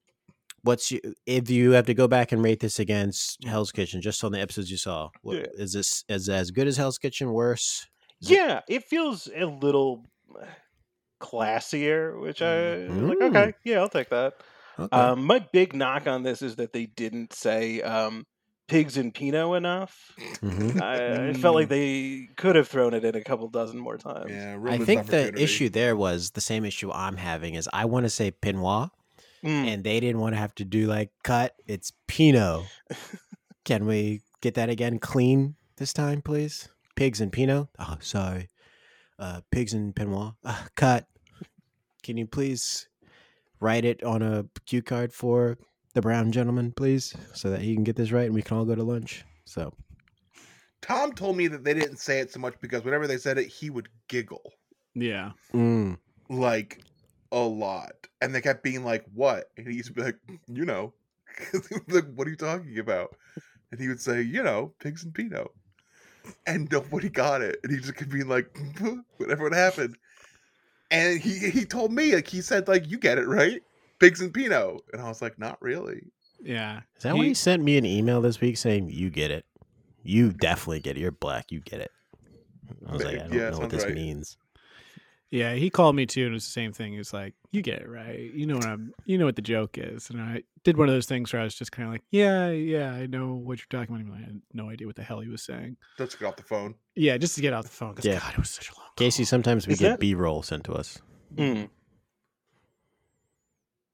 Speaker 2: what's you if you have to go back and rate this against Hell's Kitchen, just on the episodes you saw, what,
Speaker 5: Yeah.
Speaker 2: is this is it as good as Hell's Kitchen? Worse? Is it-
Speaker 5: Yeah, it feels a little classier, which I like.
Speaker 2: Mm.
Speaker 5: Okay, yeah, I'll take that.
Speaker 2: Okay.
Speaker 5: Um, my big knock on this is that they didn't say um, pigs and Pinot enough.
Speaker 2: Mhm.
Speaker 5: I, I felt like they could have thrown it in a couple dozen more times.
Speaker 4: Yeah,
Speaker 2: I
Speaker 4: Roman's
Speaker 2: think the
Speaker 4: opportunity.
Speaker 2: issue there was the same issue I'm having is I want to say Pinois,
Speaker 4: Hmm.
Speaker 5: Mm.
Speaker 2: and they didn't want to have to do like cut. It's
Speaker 4: [laughs]
Speaker 2: Pinot. Can we get that again clean this time, please? Pigs and Pinot. Oh, sorry. Uh, pigs and Pinois. Uh, cut. Can you please write it on a cue card for the brown gentleman, please, so that he can get this right and we can all go to lunch. So
Speaker 4: Tom told me that they didn't say it so much because whenever they said it, he would giggle
Speaker 3: Yeah.
Speaker 2: mm,
Speaker 4: like a lot, and they kept being like, "What?" And he used to be like, "Mm, "You know," [laughs] like, "What are you talking about?" And he would say, "You know, pigs and Pinot," and nobody got it, and he just kept being like, [laughs] "Whatever would happen." And he he told me like he said like, "You get it right, pigs and Pinot," and I was like, "Not really."
Speaker 3: Yeah.
Speaker 2: is that why
Speaker 3: He-
Speaker 2: he sent me an email this week saying you get it? You definitely get it. You're black. You get it. I was like, I don't
Speaker 4: Yeah,
Speaker 2: know what
Speaker 4: sounds
Speaker 2: this
Speaker 4: right.
Speaker 2: means.
Speaker 3: Yeah, he called me too, and it was the same thing. He was like, "You get it right. You know what I'm. You know what the joke is." And I did one of those things where I was just kind of like, "Yeah, yeah, I know what you're talking about." I had no idea what the hell he was saying.
Speaker 4: Let's get off the phone.
Speaker 3: Yeah, just to get off the phone because
Speaker 2: Yeah.
Speaker 3: God, it was such a long. call.
Speaker 2: Casey, sometimes we
Speaker 5: Is
Speaker 2: get
Speaker 5: that-
Speaker 2: B roll sent to us.
Speaker 5: Mm.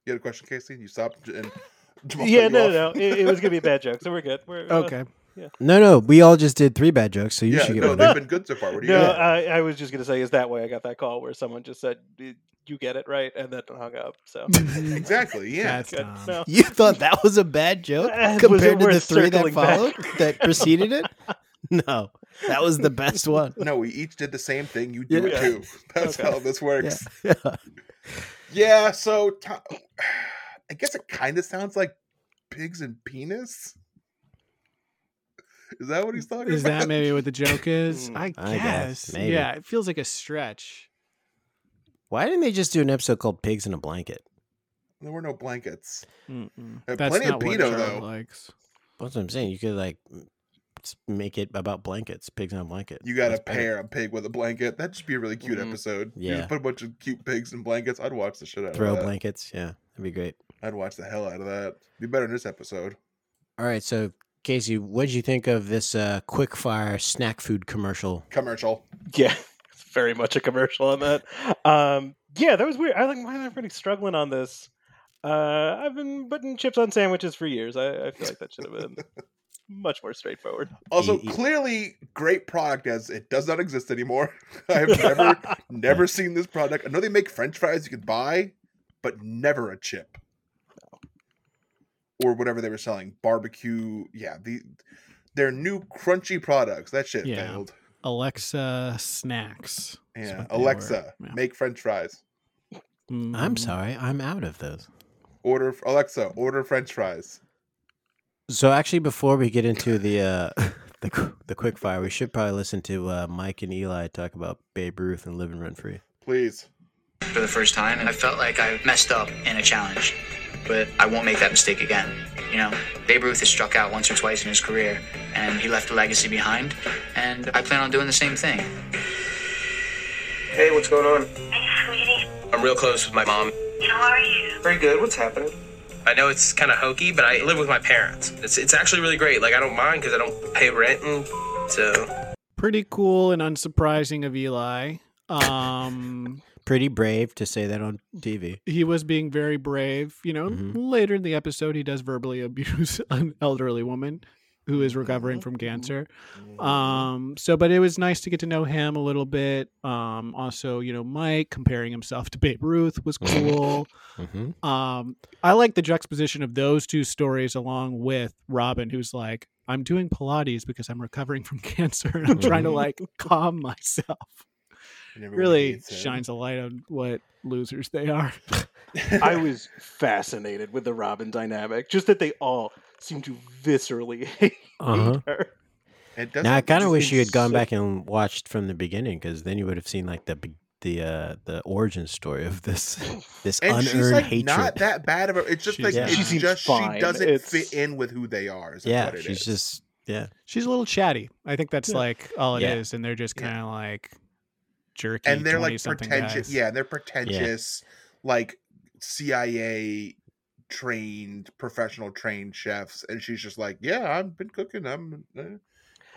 Speaker 4: You had a question, Casey? You stopped and [laughs] Jamal cut
Speaker 5: Yeah,
Speaker 4: you
Speaker 5: no,
Speaker 4: off.
Speaker 5: no, no. It, it was gonna be a bad joke, so we're good. We're, uh, [laughs]
Speaker 3: Okay. [laughs]
Speaker 2: No, no, we all just did three bad jokes, so you
Speaker 4: [laughs] yeah,
Speaker 2: should get
Speaker 4: no,
Speaker 2: one.
Speaker 4: they've been good so far. What do you
Speaker 5: No,
Speaker 4: got?
Speaker 5: I, I was just gonna say, is that why I got that call where someone just said, "Y- "You get it right," and then hung up. [laughs] So
Speaker 4: Exactly.
Speaker 5: [laughs]
Speaker 4: Yeah.
Speaker 3: That's
Speaker 5: good.
Speaker 3: dumb.
Speaker 5: No.
Speaker 2: [laughs] You thought that was a bad joke
Speaker 5: Was it
Speaker 2: compared to the
Speaker 5: worth
Speaker 2: three that
Speaker 5: circling
Speaker 2: followed
Speaker 5: back?
Speaker 2: that preceded it? [laughs] No, that was the
Speaker 5: [laughs]
Speaker 2: best one.
Speaker 4: No, we each did the same thing. You do
Speaker 5: Yeah.
Speaker 4: it too. [laughs] That's
Speaker 5: Okay.
Speaker 4: how this works.
Speaker 2: Yeah. [laughs]
Speaker 4: Yeah. so to- [sighs] I guess it kind of sounds like pigs and penis. Is that what he's talking
Speaker 3: Is
Speaker 4: about?
Speaker 3: that maybe what the joke is?
Speaker 5: Mm,
Speaker 3: I guess.
Speaker 2: I guess, maybe.
Speaker 3: Yeah, it feels like a stretch.
Speaker 2: Why didn't they just do an episode called "Pigs in a Blanket"?
Speaker 4: There were no blankets.
Speaker 3: Mm-mm.
Speaker 4: Uh,
Speaker 3: That's
Speaker 4: plenty of
Speaker 3: not what
Speaker 4: pedo,
Speaker 3: Charles
Speaker 4: though.
Speaker 3: likes.
Speaker 2: That's what I'm saying. You could like s- make it about blankets, pigs in a blanket.
Speaker 4: You got to
Speaker 2: That's better.
Speaker 4: pair a pig with a blanket. That'd just be a really cute
Speaker 3: Mm-hmm.
Speaker 5: Mhm.
Speaker 4: episode. You
Speaker 2: Yeah.
Speaker 4: just put a bunch of cute pigs in blankets. I'd watch the shit out
Speaker 2: throw
Speaker 4: of that.
Speaker 2: blankets. Yeah, that'd be great.
Speaker 4: I'd watch the hell out of that. Be better than this episode.
Speaker 2: All right, so Casey, what'd you think of this uh, quick fire snack food commercial?
Speaker 4: Commercial.
Speaker 5: yeah, [laughs] it's very much a commercial on that. Um, yeah, that was weird. I like why am I pretty struggling on this? Uh, I've been putting chips on sandwiches for years. I, I feel like that should have been much more straightforward.
Speaker 4: Also,
Speaker 2: E- e-
Speaker 4: clearly, great product as it does not exist anymore. [laughs] I've
Speaker 3: [laughs]
Speaker 4: never, never seen this product. I know they make French fries you could buy, but never a chip or whatever they were selling. Barbecue, yeah. The their new crunchy products. That shit
Speaker 3: Yeah.
Speaker 4: failed.
Speaker 3: Alexa snacks. is
Speaker 4: Yeah,
Speaker 3: what they were.
Speaker 4: Alexa,
Speaker 3: Yeah.
Speaker 4: make French fries.
Speaker 2: I'm
Speaker 5: Mm-hmm.
Speaker 3: Mm.
Speaker 2: sorry, I'm out of those.
Speaker 4: Order Alexa, order French fries.
Speaker 2: So actually, before we get into the uh, [laughs] the qu- the quick fire, we should probably listen to uh, Mike and Eli talk about Babe Ruth and living rent free.
Speaker 4: Please.
Speaker 6: for the first time and I felt like I messed up in a challenge. But I won't make that mistake again. You know, Babe Ruth has struck out once or twice in his career and he left a legacy behind and I plan on doing the same thing.
Speaker 7: Hey, what's going on?
Speaker 8: Hey, sweetie.
Speaker 7: I'm real close with my mom.
Speaker 8: How are you?
Speaker 7: Very good. What's happening? I know it's kind of hokey, but I live with my parents. It's it's actually really great. Like I don't mind because I don't pay rent and so
Speaker 3: Pretty cool and unsurprising of Eli. Um, [laughs]
Speaker 2: Pretty brave to say that on TV.
Speaker 3: he was being very brave. You know,
Speaker 2: Mhm.
Speaker 3: later in the episode, he does verbally [laughs] abuse an elderly woman who is recovering from cancer. Um, so, but it was nice to get to know him a little bit. Um, also, you know, Mike comparing himself to Babe Ruth was cool.
Speaker 2: Mm-hmm.
Speaker 3: um, I like the juxtaposition of those two stories along with Robin, who's like, I'm doing Pilates because I'm recovering from [laughs] cancer and I'm trying to [laughs] like calm myself.
Speaker 4: And everyone
Speaker 3: Really
Speaker 4: hates him. [laughs]
Speaker 3: shines a light on what losers they are.
Speaker 5: [laughs] I was fascinated with the Robin dynamic, just that they all seem to viscerally [laughs] hate
Speaker 2: Uh-huh.
Speaker 5: her.
Speaker 4: It doesn't-
Speaker 2: Now I
Speaker 4: it
Speaker 2: kind of
Speaker 4: just
Speaker 2: wish you
Speaker 4: seems
Speaker 2: had gone
Speaker 4: so-
Speaker 2: back and watched from the beginning because then you would have seen like the be- the uh, the origin story of this [laughs] this
Speaker 4: And
Speaker 2: unearned
Speaker 4: she's like
Speaker 2: hatred.
Speaker 4: not that bad of a. It's just
Speaker 3: She's
Speaker 4: like
Speaker 2: Yeah.
Speaker 5: She
Speaker 4: it's
Speaker 5: seems
Speaker 4: just
Speaker 5: fine.
Speaker 4: she doesn't
Speaker 5: It's-
Speaker 4: fit in with who they are. Is
Speaker 2: yeah,
Speaker 4: what it
Speaker 2: she's
Speaker 4: is.
Speaker 2: just yeah.
Speaker 3: She's a little chatty. I think that's
Speaker 2: Yeah.
Speaker 3: like all it is,
Speaker 2: Yeah.
Speaker 3: and they're just
Speaker 4: Yeah.
Speaker 3: kind of like jerky.
Speaker 4: and they're like
Speaker 3: 20-something
Speaker 4: pretentious.
Speaker 3: guys.
Speaker 4: Yeah, they're pretentious, like CIA trained, professional trained chefs. And she's just like, yeah, I've been cooking. I'm. Uh,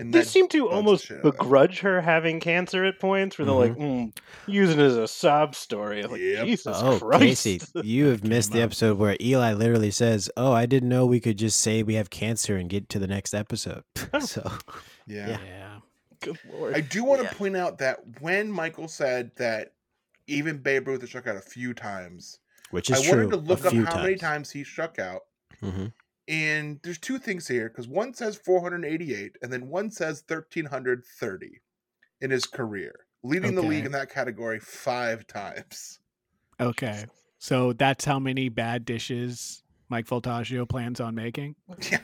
Speaker 4: and
Speaker 5: They
Speaker 4: that-
Speaker 5: seem to
Speaker 4: bugs the
Speaker 5: almost
Speaker 4: shit out of me.
Speaker 5: begrudge her having cancer at points where they're like, mm, using it as a sob story. I'm like,
Speaker 4: Yep.
Speaker 5: Jesus
Speaker 2: oh, [laughs]
Speaker 5: Christ.
Speaker 2: Casey, you have missed the
Speaker 3: up.
Speaker 2: episode where Eli literally says, "Oh, I didn't know we could just say we have cancer and get to the next episode." [laughs] so
Speaker 4: yeah.
Speaker 2: yeah.
Speaker 3: Yeah.
Speaker 5: [laughs] Good lord.
Speaker 4: I do want to
Speaker 2: Yeah.
Speaker 4: point out that when Michael said that even Babe Ruth has struck out a few times,
Speaker 2: which is
Speaker 4: I
Speaker 2: true.
Speaker 4: wanted to look
Speaker 2: a
Speaker 4: up how
Speaker 2: few
Speaker 4: many times he struck out.
Speaker 2: hmm
Speaker 4: And there's two things here because one says 488 and then one says 1330 in his career, leading the league
Speaker 3: Okay.
Speaker 4: in that category five times. [laughs]
Speaker 3: Okay. So that's how many bad dishes Mike Voltaggio plans on making.
Speaker 4: Yeah,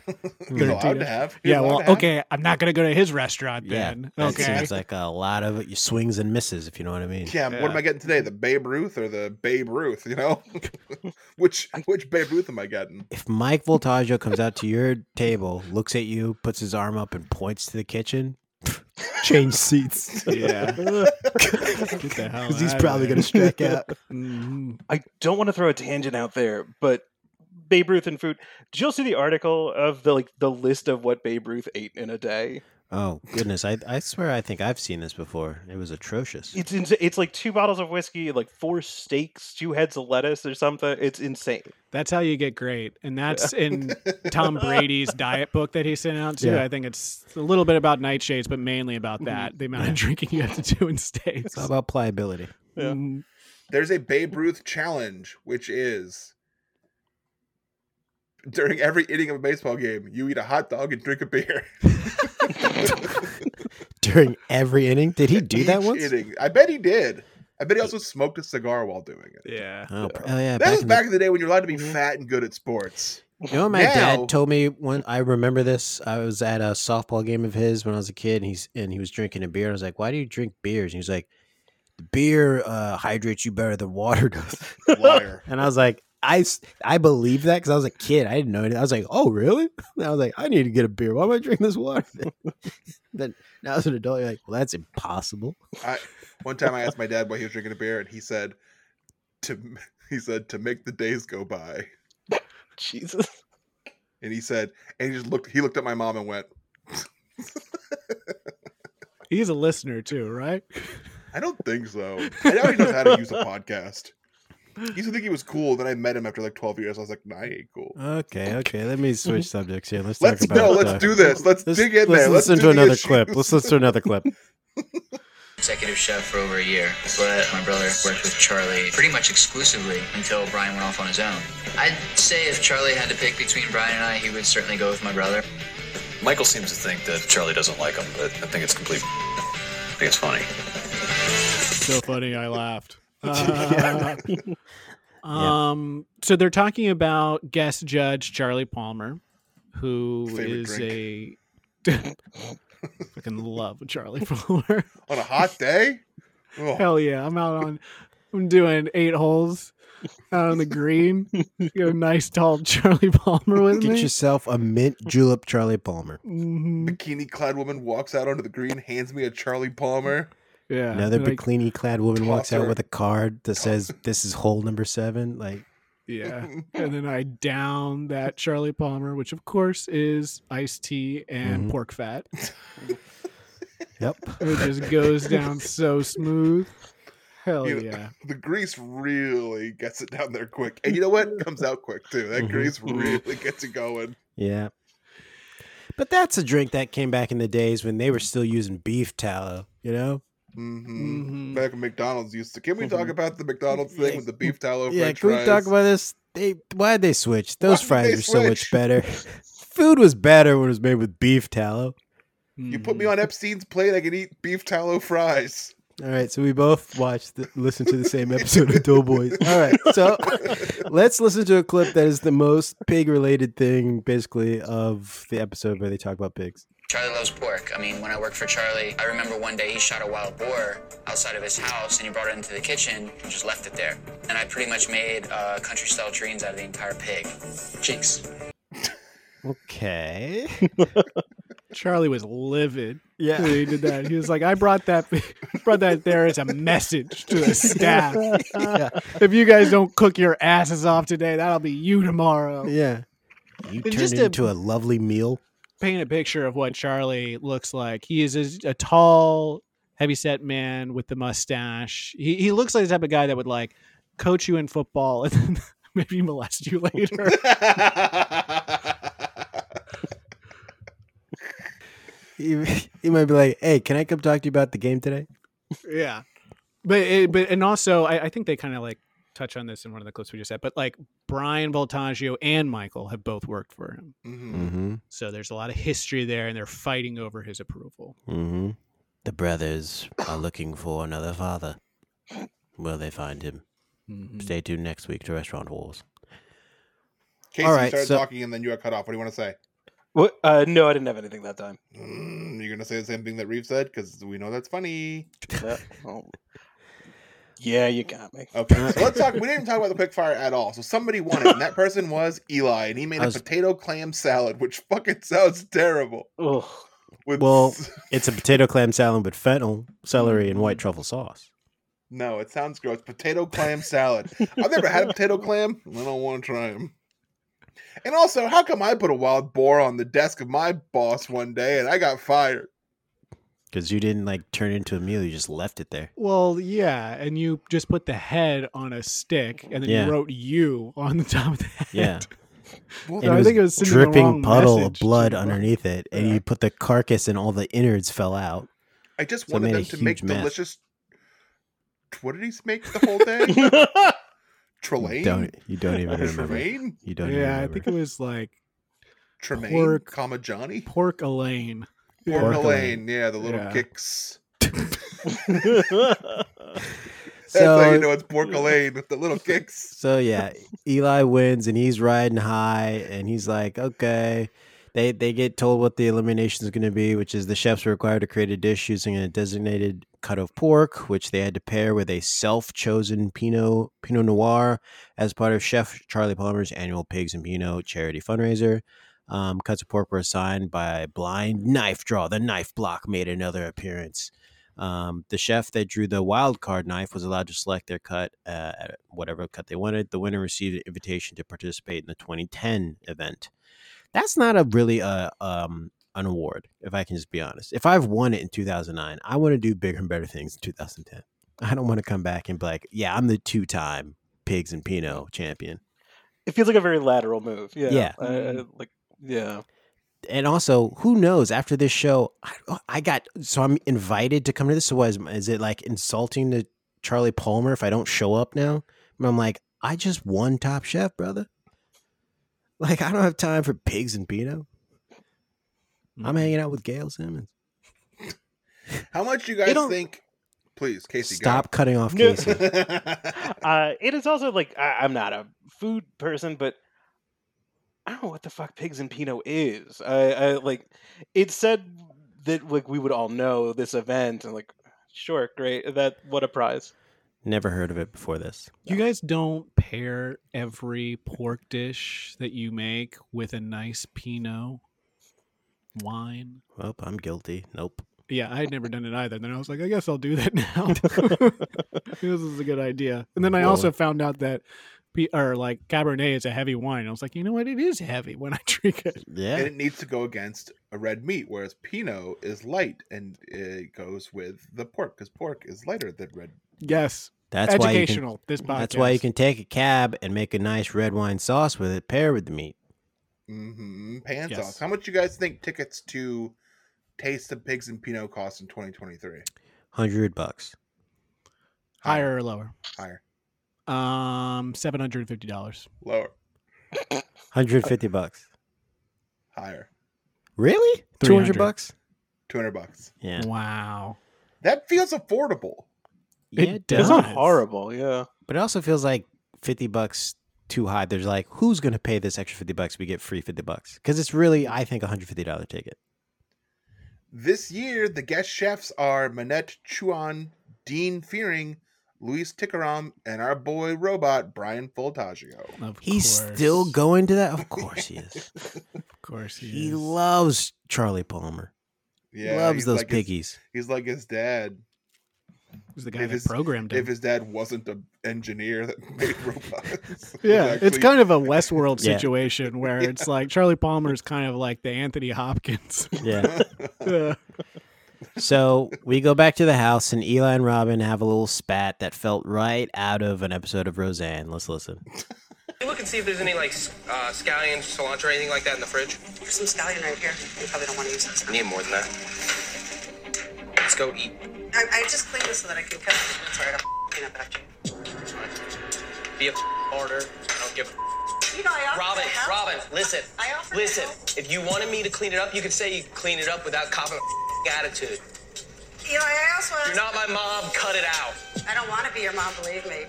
Speaker 4: you're allowed to have. you're
Speaker 3: yeah.
Speaker 4: allowed
Speaker 3: Well,
Speaker 4: to have.
Speaker 3: okay. I'm not gonna go to his restaurant
Speaker 2: Yeah,
Speaker 3: then.
Speaker 2: that
Speaker 3: okay.
Speaker 2: seems like a lot of swings and misses, if you know what I mean.
Speaker 4: Yeah, what am
Speaker 3: Yeah.
Speaker 4: I getting today? The Babe Ruth or the Babe Ruth?
Speaker 3: [laughs]
Speaker 4: You know, [laughs] which which Babe Ruth am I getting?
Speaker 2: If Mike Voltaggio comes out to your table, looks at you, puts his arm up, and points to the kitchen, change seats. [laughs]
Speaker 3: yeah. Get the hell
Speaker 2: Because he's
Speaker 3: outta
Speaker 2: probably
Speaker 3: there.
Speaker 2: going to strike out.
Speaker 3: Mhm.
Speaker 5: I don't want to throw a tangent out there, but Babe Ruth and food. Did you all see the article of the like the list of what Babe Ruth ate in a day?
Speaker 2: Oh, goodness. I, I swear I think I've seen this before. It was atrocious.
Speaker 5: It's ins- it's like two bottles of whiskey, like four steaks, two heads of lettuce, or something. It's insane.
Speaker 3: That's how you get great, and that's in Tom Brady's diet book that he sent out too.
Speaker 2: Yeah.
Speaker 3: I think it's a little bit about nightshades, but mainly about that the amount of drinking you have to do in [laughs] states.
Speaker 2: It's all about pliability.
Speaker 5: Yeah.
Speaker 3: Mm.
Speaker 4: There's a Babe Ruth challenge, which is during every inning of a baseball game, you eat a hot dog and drink a beer.
Speaker 2: During every inning? Did
Speaker 4: [laughs]
Speaker 2: he do that
Speaker 4: Each
Speaker 2: once?
Speaker 4: inning. I bet he did. I bet he also smoked a cigar while doing it.
Speaker 3: Yeah.
Speaker 2: Oh, pr- oh, yeah.
Speaker 4: that was
Speaker 2: in the- Mm-hmm.
Speaker 4: back in the day when you're allowed to be
Speaker 5: Mhm.
Speaker 4: fat and good at sports.
Speaker 2: You know what my
Speaker 4: Now-
Speaker 2: dad told me when I remember this? I was at a softball game of his when I was a kid and he's and he was drinking a beer. I was like, Why do you drink beers? And he was like, The beer uh, hydrates you better than water does.
Speaker 4: [laughs] Liar.
Speaker 2: [laughs] And I was like, I, s- I believe that because I was a kid. I didn't know it. I was like, oh, really? [laughs] And I was like, I need to get a beer. Why am I drinking this water? then?" [laughs] then now as an adult, you're like, well, that's impossible.
Speaker 4: One time I asked my dad why he was drinking a beer, and he said, "To [laughs] he said to make the days go by."
Speaker 5: Jesus.
Speaker 4: And he said, and he just looked. He looked at my mom and went,
Speaker 3: He's a listener too, right?
Speaker 4: "I don't think so." And now he knows how to use a podcast. He used to think he was cool. Then I met him after like twelve years. I was like, "Nah, I ain't cool."
Speaker 2: Okay, okay. Let me [laughs] switch subjects here. Let's,
Speaker 4: Let's
Speaker 2: talk about
Speaker 4: no. Let's
Speaker 2: uh,
Speaker 4: do this. Let's,
Speaker 2: let's-
Speaker 4: dig
Speaker 2: let's
Speaker 4: in there. Let's
Speaker 2: listen
Speaker 4: do
Speaker 2: to
Speaker 4: the
Speaker 2: another
Speaker 4: issue.
Speaker 2: clip. Let's listen to another
Speaker 4: [laughs]
Speaker 2: clip.
Speaker 6: executive chef for over a year, but my brother worked with Charlie pretty much exclusively until Brian went off on his own. I'd say if Charlie had to pick between Brian and I, he would certainly go with my brother.
Speaker 8: Michael seems to think that Charlie doesn't like him, but I think it's complete. I think it's funny.
Speaker 3: so funny I laughed. Uh, um so they're talking about guest judge Charlie Palmer, who is
Speaker 4: Favorite
Speaker 3: a [laughs] fucking love Charlie [laughs] Palmer.
Speaker 4: on a hot day. Oh,
Speaker 3: Hell yeah, I'm out on I'm doing eight holes out on the green. Got a nice tall Charlie Palmer with
Speaker 2: Get
Speaker 3: me.
Speaker 2: yourself a mint julep Charlie Palmer.
Speaker 3: Mhm.
Speaker 4: bikini clad woman walks out onto the green, hands me a Charlie Palmer.
Speaker 3: Yeah.
Speaker 2: Another
Speaker 3: like,
Speaker 2: bikini clad woman walks out
Speaker 4: Tosser.
Speaker 2: with a card that says, This is hole number seven. Like,
Speaker 3: Yeah. and then I down that Charlie Palmer, which of course is iced tea and
Speaker 2: Mhm.
Speaker 3: pork fat.
Speaker 4: [laughs]
Speaker 2: Yep.
Speaker 3: It just goes down so smooth. Hell
Speaker 4: You-
Speaker 3: yeah.
Speaker 4: the grease really gets it down there quick. And you know what? It comes out quick too. That
Speaker 2: Mhm.
Speaker 4: grease
Speaker 2: Mhm.
Speaker 4: really gets it going.
Speaker 2: Yeah. But that's a drink that came back in the days when they were still using beef tallow, you know?
Speaker 4: hmm
Speaker 3: Mhm.
Speaker 4: Back when McDonald's used to. Can we talk
Speaker 5: Mhm.
Speaker 4: about the McDonald's thing with the beef tallow?
Speaker 2: Mm-hmm. yeah,
Speaker 4: french
Speaker 2: can we talk
Speaker 4: fries?
Speaker 2: about this? They why'd they switch? Those
Speaker 4: Why'd
Speaker 2: fries
Speaker 4: they
Speaker 2: were so much
Speaker 4: switch? [laughs]
Speaker 2: better. Food was better when it was made with beef tallow.
Speaker 4: You put
Speaker 2: Mm-hmm.
Speaker 4: me on Epstein's plate, I can eat beef tallow fries. [laughs]
Speaker 2: All right, so we both watched, the, listened to the same episode of Doughboys. All right, so let's listen to a clip that is the most pig-related thing, basically, of the episode where they talk about pigs.
Speaker 6: Charlie loves pork. I mean, when I worked for Charlie, I remember one day he shot a wild boar outside of his house and he brought it into the kitchen and just left it there. And I pretty much made uh, country style dreams out of the entire pig. Cheeks.
Speaker 2: Okay.
Speaker 3: Charlie was livid when
Speaker 2: Yeah.
Speaker 3: he did that. He was like, I brought that [laughs] brought that there as a message to the staff.
Speaker 2: yeah.
Speaker 3: if you guys don't cook your asses off today, that'll be you tomorrow.
Speaker 2: Yeah. You
Speaker 3: And
Speaker 2: turned
Speaker 3: just
Speaker 2: it
Speaker 3: a-
Speaker 2: into a lovely meal.
Speaker 3: Paint a picture of what Charlie looks like. He is a, a tall, heavyset man with the mustache. He, he looks like the type of guy that would like coach you in football and [laughs] then maybe molest you later.
Speaker 2: You, you might be like, hey, can I come talk to you about the game today?
Speaker 3: yeah, but it, but and also I, I think they kind of like touch on this in one of the clips we just had. But like Brian Voltaggio and Michael have both worked for him,
Speaker 4: Mhm.
Speaker 2: Mm-hmm.
Speaker 3: so there's a lot of history there, and they're fighting over his approval.
Speaker 2: Mm-hmm. The brothers are looking for another father. Will they find him?
Speaker 3: Mm-hmm.
Speaker 2: Stay tuned next week to Restaurant Wars.
Speaker 4: Casey
Speaker 2: All right,
Speaker 4: started
Speaker 2: so-
Speaker 4: talking and then you got cut off. What do you want to say?
Speaker 5: What? Uh, no, I didn't have anything that time.
Speaker 4: Mm, you're gonna say the same thing that Reeve said because we know that's funny.
Speaker 5: That- oh. Yeah, you got me.
Speaker 4: Okay, so let's talk. We didn't even talk about the quick fire at all. So somebody won it, and that person was Eli, and he made
Speaker 2: I
Speaker 4: a
Speaker 2: was-
Speaker 4: potato clam salad, which fucking sounds terrible.
Speaker 5: Oh,
Speaker 4: With
Speaker 2: Well-
Speaker 3: [laughs]
Speaker 4: s-
Speaker 2: It's a potato clam salad with fennel, celery, and white truffle sauce.
Speaker 4: [laughs] no, it sounds gross. Potato clam salad. I've
Speaker 2: [laughs]
Speaker 4: never had a potato clam. I don't want to try them. And also, how come I put a wild boar on the desk of my boss one day and I got fired?
Speaker 2: Because you didn't like turn it into a meal, you just left it
Speaker 3: [laughs]
Speaker 2: there.
Speaker 3: Well, yeah, and you just put the head on a stick, and then
Speaker 2: Yeah.
Speaker 3: you wrote "you" on the top of the head.
Speaker 2: Yeah.
Speaker 4: Well,
Speaker 3: And [laughs] I
Speaker 2: it
Speaker 3: think it was sending the
Speaker 2: dripping
Speaker 3: wrong
Speaker 2: puddle
Speaker 3: message
Speaker 2: of
Speaker 3: to
Speaker 2: blood
Speaker 3: the-
Speaker 2: underneath it, and
Speaker 3: Yeah.
Speaker 2: you put the carcass and all the innards fell out.
Speaker 4: I just
Speaker 2: So I
Speaker 4: wanted
Speaker 2: made a
Speaker 4: them to make
Speaker 2: huge mess.
Speaker 4: delicious. What did he make the
Speaker 2: [laughs]
Speaker 4: whole day? Trelane.
Speaker 2: Don't you don't
Speaker 3: [laughs]
Speaker 2: even remember?
Speaker 4: Tremaine,
Speaker 2: You don't.
Speaker 3: yeah,
Speaker 2: even
Speaker 3: I
Speaker 2: remember.
Speaker 3: think it was like
Speaker 4: Tremaine,
Speaker 3: Pork.
Speaker 4: comma Johnny,
Speaker 3: pork Elaine.
Speaker 4: Pork
Speaker 2: Pork
Speaker 4: Elaine. Yeah, the little
Speaker 2: [laughs]
Speaker 3: Yeah.
Speaker 4: kicks. That's
Speaker 2: so.
Speaker 4: how you know it's Pork Elaine with the little kicks.
Speaker 2: [laughs] so yeah, Eli wins, and he's riding high, and he's like, okay. They they get told what the elimination is going to be, which is the chefs were required to create a dish using a designated cut of pork, which they had to pair with a self-chosen Pinot Pinot Noir as part of Chef Charlie Palmer's annual Pigs and Pinot charity fundraiser. Um, cuts of pork were assigned by blind knife draw. The knife block made another appearance. Um, the chef that drew the wild card knife was allowed to select their cut uh, at whatever cut they wanted. The winner received an invitation to participate in the 2010 event. That's not a really a um, an award, if I can just be honest. If I've won it in 2009, I want to do bigger and better things in 2010. I don't want to come back and be like, yeah, I'm the two time pigs and Pinot champion.
Speaker 5: it feels like a very lateral move. Yeah.
Speaker 2: Yeah.
Speaker 5: I, I, like, yeah.
Speaker 2: and also who knows after this show I, I got so i'm invited to come to this so was is it like insulting to charlie palmer if i don't show up now and i'm like i just won top chef brother like i don't have time for pigs and pino
Speaker 3: Mm-hmm.
Speaker 2: i'm hanging out with gail simmons
Speaker 4: How much you guys
Speaker 5: don't-
Speaker 4: think? Please, Casey, go.
Speaker 2: stop cutting
Speaker 3: [laughs]
Speaker 2: off
Speaker 5: No.
Speaker 2: casey
Speaker 5: [laughs]
Speaker 4: [laughs]
Speaker 5: Uh, it is also like, I, I'm not a food person, but I don't know what the fuck pigs and Pinot is. I, I like, it said that like we would all know this event and like, sure, great. That, what a prize.
Speaker 2: never heard of it before this
Speaker 3: You guys don't pair every pork dish that you make with a nice Pinot wine.
Speaker 2: well i'm guilty
Speaker 3: [laughs]
Speaker 2: nope
Speaker 3: Yeah, I had never done it either. Then I was like, I [laughs] guess I'll do that now. this is a good idea. And then I
Speaker 2: Well-
Speaker 3: also found out that pe- or like Cabernet is a heavy wine. I was like, you know what? It is heavy when I [laughs] drink it.
Speaker 2: Yeah.
Speaker 4: and it needs to go against a red meat, whereas Pinot is light and it goes with the pork because pork is lighter than red.
Speaker 3: Yes,
Speaker 2: that's why you can,
Speaker 3: educational. this podcast.
Speaker 2: That's why you can take a cab and make a nice red wine sauce with it, pair with the meat.
Speaker 4: Mm-hmm. Pan
Speaker 3: Yes.
Speaker 4: sauce. How much you guys think tickets to Taste of Pigs and Pinot cost in 2023?
Speaker 2: Hundred bucks.
Speaker 3: higher or lower.
Speaker 4: Higher.
Speaker 3: Um, seven hundred and fifty dollars.
Speaker 4: Lower.
Speaker 2: Hundred fifty bucks.
Speaker 4: Higher.
Speaker 2: Really? Two hundred
Speaker 3: 300.
Speaker 2: bucks?
Speaker 4: 200 bucks.
Speaker 2: Yeah.
Speaker 3: Wow,
Speaker 4: That feels affordable.
Speaker 2: Yeah,
Speaker 3: It
Speaker 5: It's
Speaker 2: does.
Speaker 5: not
Speaker 3: Nice.
Speaker 5: horrible. [laughs] Yeah.
Speaker 2: But it also feels like fifty bucks too high. There's like, who's gonna pay this extra fifty bucks? We get free fifty bucks because it's really, I think, a hundred fifty dollar ticket.
Speaker 4: This year, the guest chefs are Manette Chuan, Dean Fearing, Luis Tikaram, and our boy robot, Brian Foltaggio.
Speaker 3: of
Speaker 2: He's
Speaker 3: course.
Speaker 2: still going to that. [laughs] Of course he is.
Speaker 3: Of course, he,
Speaker 2: he
Speaker 3: is.
Speaker 2: loves Charlie Palmer.
Speaker 4: Yeah,
Speaker 2: loves
Speaker 4: he's
Speaker 2: those
Speaker 4: like his-
Speaker 2: [laughs] piggies.
Speaker 4: he's like his dad.
Speaker 3: He's the guy
Speaker 4: if
Speaker 3: that
Speaker 4: it's-
Speaker 3: programmed him.
Speaker 4: If his dad wasn't an engineer that [laughs] made
Speaker 2: [laughs]
Speaker 4: robots.
Speaker 3: Yeah, it's kind [laughs] of a Westworld
Speaker 2: Yeah.
Speaker 3: situation where it's like Charlie Palmer is kind of like the Anthony Hopkins. Uh,
Speaker 2: Yeah.
Speaker 4: of.
Speaker 3: [laughs] Yeah.
Speaker 2: So we go back to the house, and Eli and Robin have a little spat that felt right out of an episode of Roseanne. Let's [laughs] listen.
Speaker 7: Look and see if there's any like s- uh, scallion, cilantro, anything like that in the fridge.
Speaker 6: There's some scallion right here. You probably don't want to use this.
Speaker 7: I need more than that. Let's go eat.
Speaker 6: I, I just cleaned this so that I can cut it. Sorry, I don't clean up after you.
Speaker 7: Be a order. I don't give a.
Speaker 6: You know, I offered
Speaker 7: Robin,
Speaker 6: to help.
Speaker 7: Robin, listen.
Speaker 6: I offered to
Speaker 7: Listen,
Speaker 6: help.
Speaker 7: if you wanted me to clean it up, you could say you clean it up without copping a attitude.
Speaker 6: Eli, I also.
Speaker 7: You're not my mom, cut it out.
Speaker 6: I don't want to be your mom, believe me.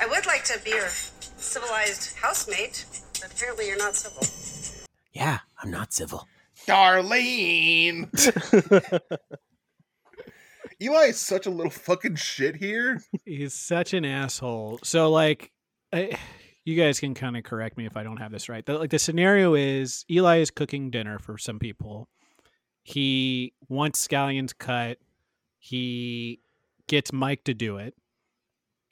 Speaker 6: I would like to be your civilized housemate, but apparently you're not civil.
Speaker 2: Yeah, I'm not civil.
Speaker 4: Darlene!
Speaker 2: [laughs]
Speaker 4: Eli is such a little fucking shit here.
Speaker 3: He's such an asshole. So like I, you guys can kind of correct me if I don't have this right. The, like the scenario is Eli is cooking dinner for some people. He wants scallions cut. He gets Mike to do it.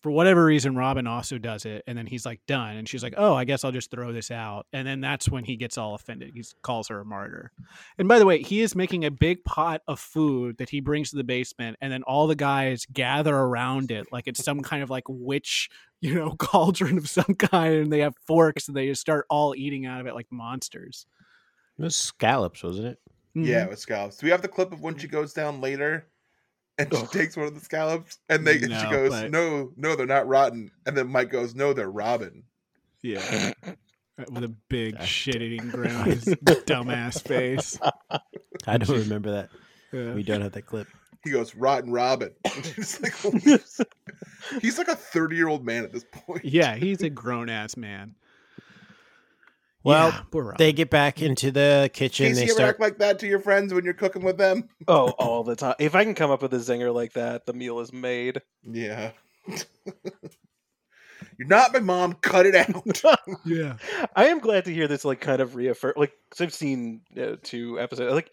Speaker 3: For whatever reason, Robin also does it, and then he's like done, and she's like, "Oh, I guess I'll just throw this out." And then that's when he gets all offended. He calls her a martyr. And by the way, he is making a big pot of food that he brings to the basement, and then all the guys gather around it like it's some kind of like witch, you know, [laughs] cauldron of some kind, and they have forks and they just start all eating out of it like monsters. Mm-hmm.
Speaker 2: It was scallops, wasn't it? Mm-hmm.
Speaker 4: Yeah, with scallops. Do we have the clip of when she goes down later and she takes one of the scallops and they and she
Speaker 3: No,
Speaker 4: goes,
Speaker 3: but-
Speaker 4: No, no, they're not rotten. And then Mike goes, No, they're Robin.
Speaker 3: yeah. Uh, With a big
Speaker 2: God
Speaker 3: shit eating grin on
Speaker 2: [laughs]
Speaker 3: his dumbass face.
Speaker 2: I [laughs] don't remember that.
Speaker 3: Yeah.
Speaker 2: We don't have that clip.
Speaker 4: He goes, Rotten Robin. [laughs] He's like,
Speaker 2: [laughs]
Speaker 4: "Oops." He's like a 30 year old man at this point. [laughs]
Speaker 3: Yeah, he's a grown ass man.
Speaker 2: Well,
Speaker 3: Yeah, poor Rob.
Speaker 2: They get back into the kitchen.
Speaker 4: Casey,
Speaker 2: they
Speaker 4: you ever
Speaker 2: start.
Speaker 4: act like that to your friends when you're cooking with them?
Speaker 5: Oh, all the time. If I can come up with a zinger like that, the meal is made.
Speaker 4: Yeah. [laughs] You're not my mom. Cut it out.
Speaker 2: [laughs]
Speaker 4: [laughs]
Speaker 3: yeah.
Speaker 5: [laughs] I am glad to hear this, like, kind of reaffirm. Like, i I've seen uh, two episodes. Like,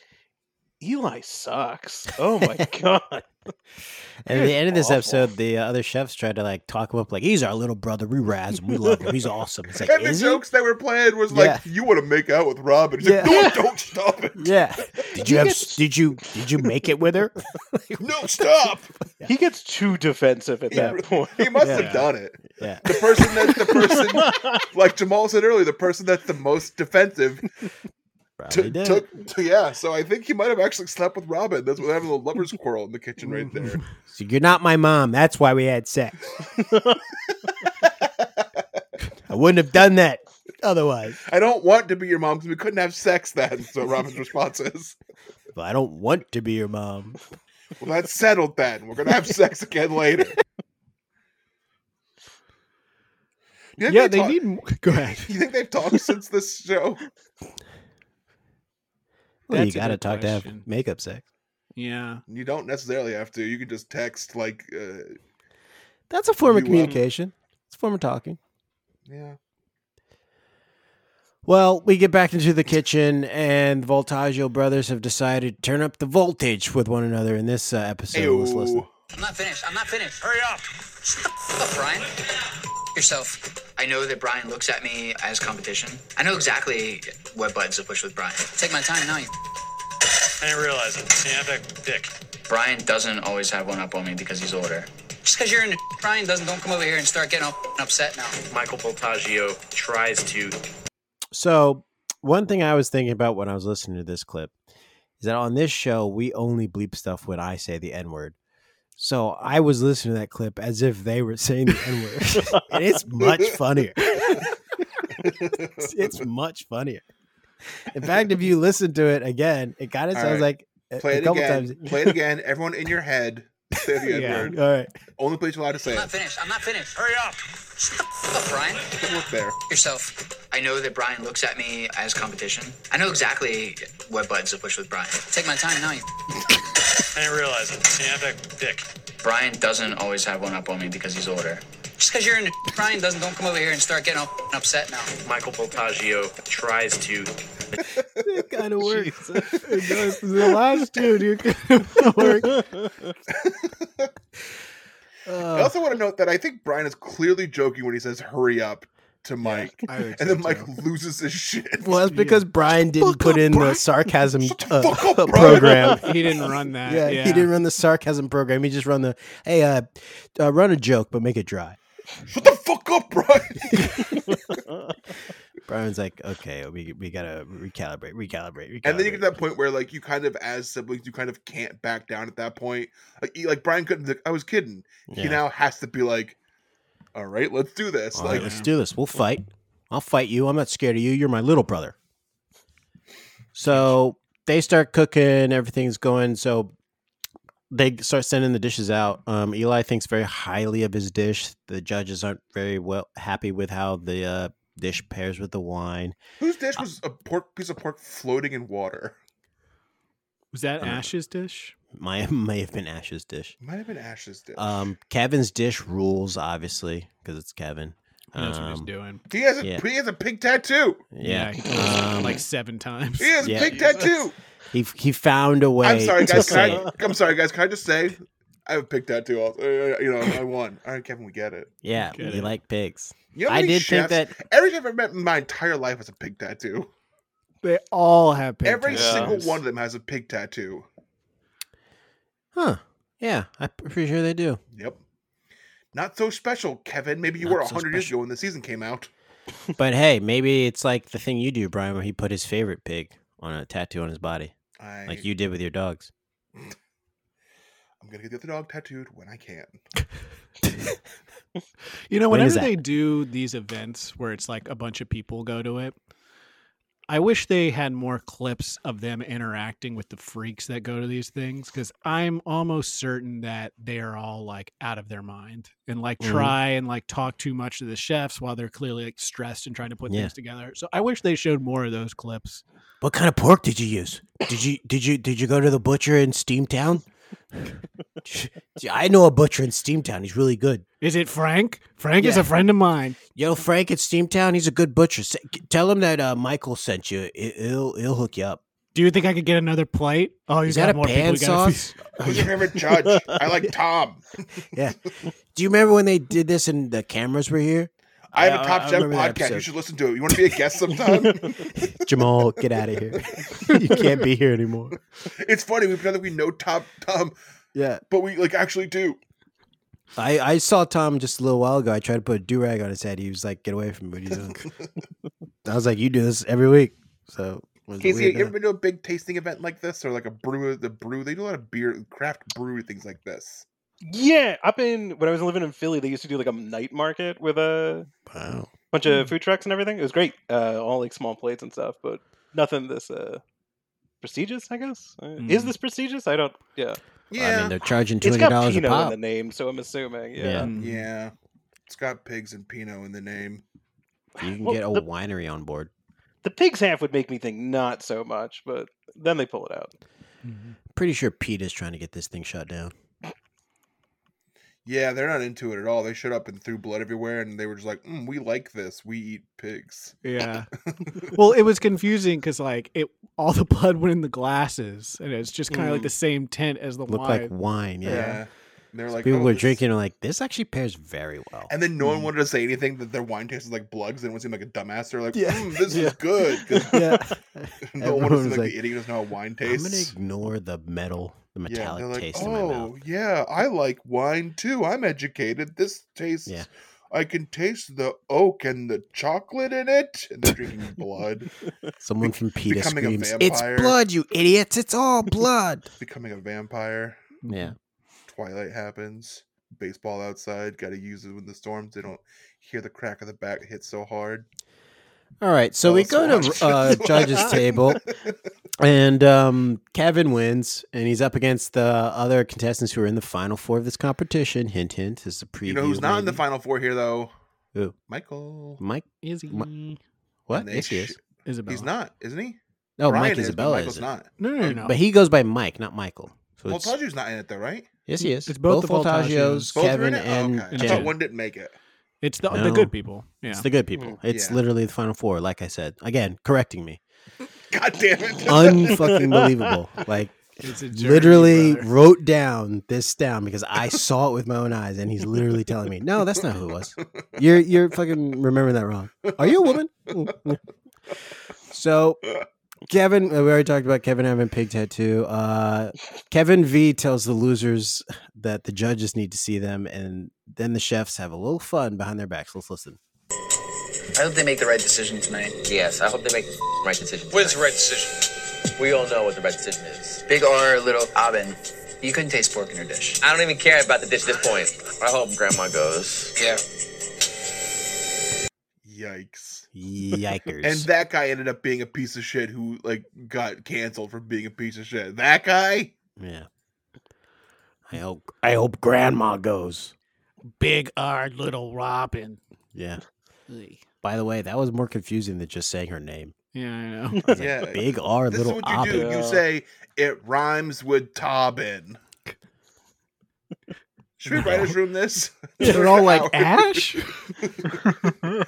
Speaker 5: Eli sucks.
Speaker 2: [laughs]
Speaker 5: Oh my god.
Speaker 2: and at the end of this
Speaker 5: Awful.
Speaker 2: episode, the uh, other chefs try to like talk him up, like he's our little brother. We razz him. We love him. He's awesome. It's like
Speaker 4: [laughs] and the
Speaker 2: is he?
Speaker 4: jokes they were playing was
Speaker 2: Yeah.
Speaker 4: like, "You want to make out with Robin?" He's like,
Speaker 2: Yeah.
Speaker 4: "No,
Speaker 2: [laughs]
Speaker 4: don't stop it. [laughs]
Speaker 2: Yeah. Did you have? s- Did you? Did you make it with her?
Speaker 4: No, stop."
Speaker 5: He gets too defensive at
Speaker 4: Yeah.
Speaker 5: that point.
Speaker 4: He must
Speaker 3: Yeah.
Speaker 4: have done it.
Speaker 2: [laughs]
Speaker 4: [laughs]
Speaker 2: Yeah.
Speaker 4: The person that's the
Speaker 3: [laughs]
Speaker 4: person, like Jamal said earlier, the person that's the most defensive
Speaker 2: Probably
Speaker 4: t-
Speaker 2: did.
Speaker 4: took. t- yeah, so I think he might have actually slept with Robin. That's what having a little
Speaker 3: [laughs]
Speaker 4: lovers quarrel in the kitchen right
Speaker 3: Mm-hmm.
Speaker 4: there.
Speaker 2: So you're not my mom. That's why we had
Speaker 4: [laughs]
Speaker 2: sex. [laughs] I wouldn't have done that otherwise.
Speaker 4: I don't want to be your mom because we couldn't have sex then. So Robin's response is,
Speaker 2: But I don't want to be your mom.
Speaker 4: "Well, that's settled then. We're gonna have sex again later." Do you think
Speaker 3: Yeah, they
Speaker 4: talk-
Speaker 3: need. More. Go ahead.
Speaker 4: You think they've talked since this show?
Speaker 2: Well, you
Speaker 3: That's a
Speaker 2: got to
Speaker 3: good
Speaker 2: talk to
Speaker 3: question.
Speaker 2: have makeup sex.
Speaker 3: Yeah.
Speaker 4: You don't necessarily have to. You can just text like, uh,
Speaker 2: That's a form of
Speaker 4: You, uh,
Speaker 2: communication. It's a form of talking.
Speaker 4: yeah.
Speaker 2: Well, we get back into the kitchen, and the Voltaggio brothers have decided to turn up the voltage with one another in this uh, episode. Let's listen.
Speaker 4: Ew.
Speaker 6: I'm not finished. I'm not finished.
Speaker 7: Hurry up.
Speaker 6: Shut the f- up, Brian. yourself. I know that Brian looks at me as competition. I know exactly what buttons to push with Brian. Take my time now. You...
Speaker 9: I didn't realize it. Yeah, that dick.
Speaker 6: Brian doesn't always have one up on me because he's older. Just because you're in Brian doesn't don't come over here and start getting up, upset now.
Speaker 9: Michael Voltaggio tries to.
Speaker 2: So, one thing I was thinking about when I was listening to this clip is that on this show, we only bleep stuff when I say the N word. So, I was listening to that clip as if they were saying the N
Speaker 4: [laughs]
Speaker 2: word. and it's much funnier. it's, it's much funnier. In fact, if you listen to it again, it kind of
Speaker 4: All
Speaker 2: sounds
Speaker 4: right.
Speaker 2: like a-
Speaker 4: Play
Speaker 2: a
Speaker 4: it
Speaker 2: couple
Speaker 4: again.
Speaker 2: times. [laughs]
Speaker 4: Play it again. Everyone in your head. Say the N
Speaker 3: Yeah.
Speaker 4: word.
Speaker 2: All right.
Speaker 4: Only place you're allowed to say
Speaker 6: I'm
Speaker 4: it.
Speaker 6: not finished. I'm not finished.
Speaker 9: Hurry up!
Speaker 6: Fuck up, Brian.
Speaker 4: Don't look
Speaker 2: [laughs]
Speaker 4: there.
Speaker 6: yourself. I know that Brian looks at me as competition. I know exactly what buttons to push with Brian. Take my time now. You...
Speaker 9: I didn't realize it. Yeah, that dick.
Speaker 6: Brian doesn't always have one up on me because he's older. Just because you're in Brian doesn't don't come over here and start getting up upset now.
Speaker 9: Michael Voltaggio tries to.
Speaker 2: It kind of works.
Speaker 3: the last
Speaker 2: [laughs]
Speaker 3: two, dude. Work.
Speaker 2: Uh.
Speaker 4: I also want to note that I think Brian is clearly joking when he says "hurry up" to Mike, and then Mike loses his shit.
Speaker 2: Well, that's because Brian didn't put in the sarcasm uh,
Speaker 4: fuck up,
Speaker 2: program.
Speaker 3: [laughs] He didn't run
Speaker 2: [laughs]
Speaker 3: that.
Speaker 2: Yeah, he didn't run the sarcasm program. He just run the hey, uh, uh run a joke but make it dry.
Speaker 4: Shut the fuck up,
Speaker 2: [laughs]
Speaker 4: Brian.
Speaker 2: Brian's like, okay, we we gotta recalibrate, recalibrate, recalibrate.
Speaker 4: And then you get to that point where, like, you kind of, as siblings, you kind of can't back down at that point. Like, you- like Brian couldn't. Like, I was kidding. He
Speaker 2: Yeah.
Speaker 4: now has to be like, "All right, let's do this."
Speaker 2: All
Speaker 4: like,
Speaker 2: right, let's do this. We'll fight. I'll fight you. I'm not scared of you. You're my little brother. So they start cooking. Everything's going. So they start sending the dishes out. Um, Eli thinks very highly of his dish. The judges aren't very well happy with how the uh, dish pairs with the wine.
Speaker 4: whose dish was a pork piece of pork floating in water?
Speaker 3: Was that
Speaker 2: Um,
Speaker 3: Ash's dish?
Speaker 2: My [laughs] may have been Ash's dish.
Speaker 4: Might have been Ash's dish.
Speaker 2: Um, Kevin's dish rules, obviously, because it's Kevin.
Speaker 3: He knows what he's
Speaker 2: Um,
Speaker 3: doing.
Speaker 4: he has a
Speaker 2: yeah.
Speaker 4: he has a pig tattoo.
Speaker 2: Yeah,
Speaker 3: he told us
Speaker 2: um,
Speaker 3: like seven times.
Speaker 4: He has
Speaker 2: Yeah.
Speaker 4: a pig tattoo.
Speaker 2: he he found a way.
Speaker 4: I'm sorry,
Speaker 2: to
Speaker 4: guys.
Speaker 2: say
Speaker 4: Can
Speaker 2: it.
Speaker 4: I, I'm sorry, guys. Can I just say, I have a pig tattoo. Also, Uh, you know, I won. All right, Kevin, we get it.
Speaker 2: Yeah,
Speaker 3: Get
Speaker 2: we
Speaker 3: it.
Speaker 2: like pigs.
Speaker 4: You know how
Speaker 2: I
Speaker 4: many
Speaker 2: did think
Speaker 4: chefs-
Speaker 2: that
Speaker 4: every chef I've met in my entire life has a pig tattoo.
Speaker 3: They all have pig
Speaker 4: every
Speaker 5: tattoos.
Speaker 4: single one of them has a pig tattoo.
Speaker 2: Huh. Yeah, I'm pretty sure they do.
Speaker 4: Yep. Not so special, Kevin. Maybe you
Speaker 2: Not
Speaker 4: were were
Speaker 2: so
Speaker 4: 100 years
Speaker 2: special.
Speaker 4: ago when the season came out.
Speaker 2: But hey, maybe it's like the thing you do, Brian, where he put his favorite pig on a tattoo on his body,
Speaker 4: I,
Speaker 2: like you did with your dogs.
Speaker 4: I'm going to get the other dog tattooed when
Speaker 2: [laughs]
Speaker 4: I can.
Speaker 3: You know,
Speaker 2: When is
Speaker 3: whenever
Speaker 2: that?
Speaker 3: they do these events where it's like a bunch of people go to it, I wish they had more clips of them interacting with the freaks that go to these things because I'm almost certain that they are all like out of their mind and like
Speaker 2: Mhm.
Speaker 3: try and like talk too much to the chefs while they're clearly like stressed and trying to put
Speaker 2: Yeah.
Speaker 3: things together. So I wish they showed more of those clips.
Speaker 2: What kind of pork did you use? Did you did you did you go to the butcher in Steamtown? [laughs] I know a butcher in Steamtown. He's really good.
Speaker 3: Is it Frank? Frank is
Speaker 2: Yeah.
Speaker 3: a friend of mine.
Speaker 2: Yo, Frank at Steamtown. He's a good butcher. Say- Tell him that uh, Michael sent you. It, will he'll hook you up.
Speaker 3: Do you think I could get another plate? Oh, he's
Speaker 2: Is that
Speaker 3: got
Speaker 2: a
Speaker 3: more people.
Speaker 2: pan
Speaker 3: we gotta feed.
Speaker 2: sauce?
Speaker 4: Who's your favorite judge? I like Tom.
Speaker 2: [laughs] Yeah. Do you remember when they did this and the cameras were here?
Speaker 4: I have
Speaker 2: I-
Speaker 4: a Top
Speaker 2: I
Speaker 4: Chef
Speaker 2: remember that
Speaker 4: podcast. You
Speaker 2: episode.
Speaker 4: should listen to it. You want to be a guest
Speaker 2: [laughs]
Speaker 4: sometime?
Speaker 2: Jamal, get out of here. [laughs] you can't be here anymore.
Speaker 4: it's funny. We pretend that we know Top Tom,
Speaker 2: Yeah.
Speaker 4: but we like actually do.
Speaker 2: I, I saw Tom just a little while ago. I tried to put a do rag on his head. He was like, "Get away from me!" What are you doing?" [laughs] I was like, "You do this every week." So was it
Speaker 4: Casey,
Speaker 2: weird
Speaker 4: you ever
Speaker 2: now?
Speaker 4: been to a big tasting event like this or like a brew? The brew they do a lot of beer, craft brewery things like this.
Speaker 5: Yeah, up in when I was living in Philly, they used to do like a night market with a
Speaker 2: wow.
Speaker 5: bunch of
Speaker 2: Mm.
Speaker 5: food trucks and everything. It was great, uh, all like small plates and stuff, but nothing this uh, prestigious. I guess uh, is
Speaker 3: Mm.
Speaker 5: this prestigious? I don't. Yeah,
Speaker 4: Yeah,
Speaker 2: I mean, they're charging two
Speaker 5: it's
Speaker 2: hundred
Speaker 5: got
Speaker 2: dollars a
Speaker 5: Pinot in
Speaker 2: pop.
Speaker 5: the name, so I'm assuming. Yeah,
Speaker 2: Yeah.
Speaker 3: Mm.
Speaker 4: yeah. It's got pigs and Pinot in the name.
Speaker 2: You can
Speaker 5: Well,
Speaker 2: get a
Speaker 5: the,
Speaker 2: winery on board.
Speaker 5: the pig's half would make me think not so much, but then they pull it out.
Speaker 2: Pretty sure Pete is trying to get this thing shut down.
Speaker 4: Yeah, they're not into it at all. They showed up and threw blood everywhere, and they were just like, mm, "We like this. We eat pigs."
Speaker 2: [laughs]
Speaker 3: Yeah. well, it was confusing because like it, all the blood went in the glasses, and it's just kind of like
Speaker 5: Mm.
Speaker 3: the same tint as the
Speaker 2: Looked
Speaker 3: wine.
Speaker 2: like wine. Yeah.
Speaker 4: Yeah. And they were like,
Speaker 2: People
Speaker 4: "Oh,
Speaker 2: were
Speaker 4: this-"
Speaker 2: drinking Mm. and like this actually pairs very well.
Speaker 4: And then no one wanted to say anything that their wine tasted like plugs and it seemed like a dumbass. They're like,
Speaker 2: Yeah.
Speaker 4: "Mm, this
Speaker 2: Yeah.
Speaker 4: is good. 'cause
Speaker 2: [laughs] [laughs] yeah,
Speaker 4: no
Speaker 2: Everyone
Speaker 4: one wants to
Speaker 2: was
Speaker 4: seem like,
Speaker 2: like,
Speaker 4: the idiot who doesn't know how wine
Speaker 2: I'm gonna
Speaker 4: tastes.
Speaker 2: ignore the metal, the
Speaker 4: Yeah,
Speaker 2: metallic
Speaker 4: they're like,
Speaker 2: taste in my mouth.
Speaker 4: oh yeah, I like wine too. I'm educated. This tastes.
Speaker 2: Yeah.
Speaker 4: I can taste the oak and the chocolate in it. And they're
Speaker 2: [laughs]
Speaker 4: drinking blood,
Speaker 2: Someone from PETA
Speaker 4: becoming a
Speaker 2: screams, "It's
Speaker 4: vampire."
Speaker 2: blood, you idiots! It's
Speaker 4: [laughs]
Speaker 2: all blood!"
Speaker 4: becoming a vampire.
Speaker 2: yeah,
Speaker 4: Twilight happens. Baseball outside. Got to use it when the storms. They don't hear the crack of the bat hit so hard.
Speaker 2: All right, so
Speaker 4: Oh,
Speaker 2: we
Speaker 4: so
Speaker 2: go
Speaker 4: watch-
Speaker 2: to uh,
Speaker 4: [laughs]
Speaker 2: judge's
Speaker 4: watch.
Speaker 2: table, and um, Kevin wins, and he's up against the other contestants who are in the final four of this competition. Hint, hint. This is a preview.
Speaker 4: You know who's not in the
Speaker 2: maybe.
Speaker 4: final four here though?
Speaker 2: Who?
Speaker 4: Michael.
Speaker 2: Mike?
Speaker 3: Is
Speaker 2: Ma-
Speaker 3: he?
Speaker 2: What?
Speaker 4: And they
Speaker 2: Yes, he
Speaker 4: sh-
Speaker 2: is.
Speaker 3: Isabella.
Speaker 4: He's not, isn't he?
Speaker 2: No,
Speaker 4: Brian
Speaker 2: Mike
Speaker 4: is, but
Speaker 2: Isabella is.
Speaker 4: Michael's
Speaker 2: it.
Speaker 4: not.
Speaker 3: No, no, no. no.
Speaker 2: Oh, But he goes by Mike, not Michael. So it's,
Speaker 4: Voltaggio's not in it though, right?
Speaker 2: yes, he is.
Speaker 3: It's both the
Speaker 2: Voltaggios,
Speaker 3: Voltaggios.
Speaker 4: Both are
Speaker 2: Kevin
Speaker 4: in it? Oh,
Speaker 2: and
Speaker 4: okay.
Speaker 2: Jen.
Speaker 4: I thought one didn't make it.
Speaker 3: it's the, the
Speaker 2: No.
Speaker 3: good people. Yeah.
Speaker 2: It's the good people. It's
Speaker 4: Yeah.
Speaker 2: literally the final four, like I said. Again, correcting
Speaker 4: [laughs]
Speaker 2: me.
Speaker 4: God damn it!
Speaker 2: Unfucking believable.
Speaker 4: [laughs]
Speaker 2: Like
Speaker 3: It's a journey,
Speaker 2: literally
Speaker 3: brother.
Speaker 2: wrote down this down because I saw it with my own eyes, and he's literally telling me, "No, that's not who it was. You're you're fucking remembering that wrong. Are you a woman?" [laughs] so, Kevin, uh, we already talked about Kevin having pig tattoo. Uh, Kevin V tells the losers that the judges need to see them, and then the chefs have a little fun behind their backs. Let's listen.
Speaker 6: I hope they make the right decision tonight.
Speaker 10: Yes, I hope they make the right decision.
Speaker 7: What is the right decision?
Speaker 10: We all know what the right decision is.
Speaker 6: Big R, little Abin. You couldn't taste pork in her dish.
Speaker 10: I don't even care about the dish at this point. I hope Grandma goes.
Speaker 6: Yeah.
Speaker 4: Yikes!
Speaker 2: Yikers!
Speaker 4: And that guy ended up being a piece of shit who like got canceled for being a piece of shit. That guy.
Speaker 2: yeah. I hope I hope Grandma goes.
Speaker 3: Big R, little Robin.
Speaker 2: Yeah.
Speaker 3: Yeah,
Speaker 2: By the way, that was more confusing than just saying her name. [laughs]
Speaker 3: I know. [laughs]
Speaker 2: I was like,
Speaker 4: Yeah.
Speaker 2: big R,
Speaker 4: This is
Speaker 2: little
Speaker 4: what you do.
Speaker 2: Abin.
Speaker 5: Yeah.
Speaker 4: You say it rhymes with Tobin. Should we writer's room this? [laughs]
Speaker 3: They're all like
Speaker 2: [laughs]
Speaker 3: Ash.
Speaker 4: Do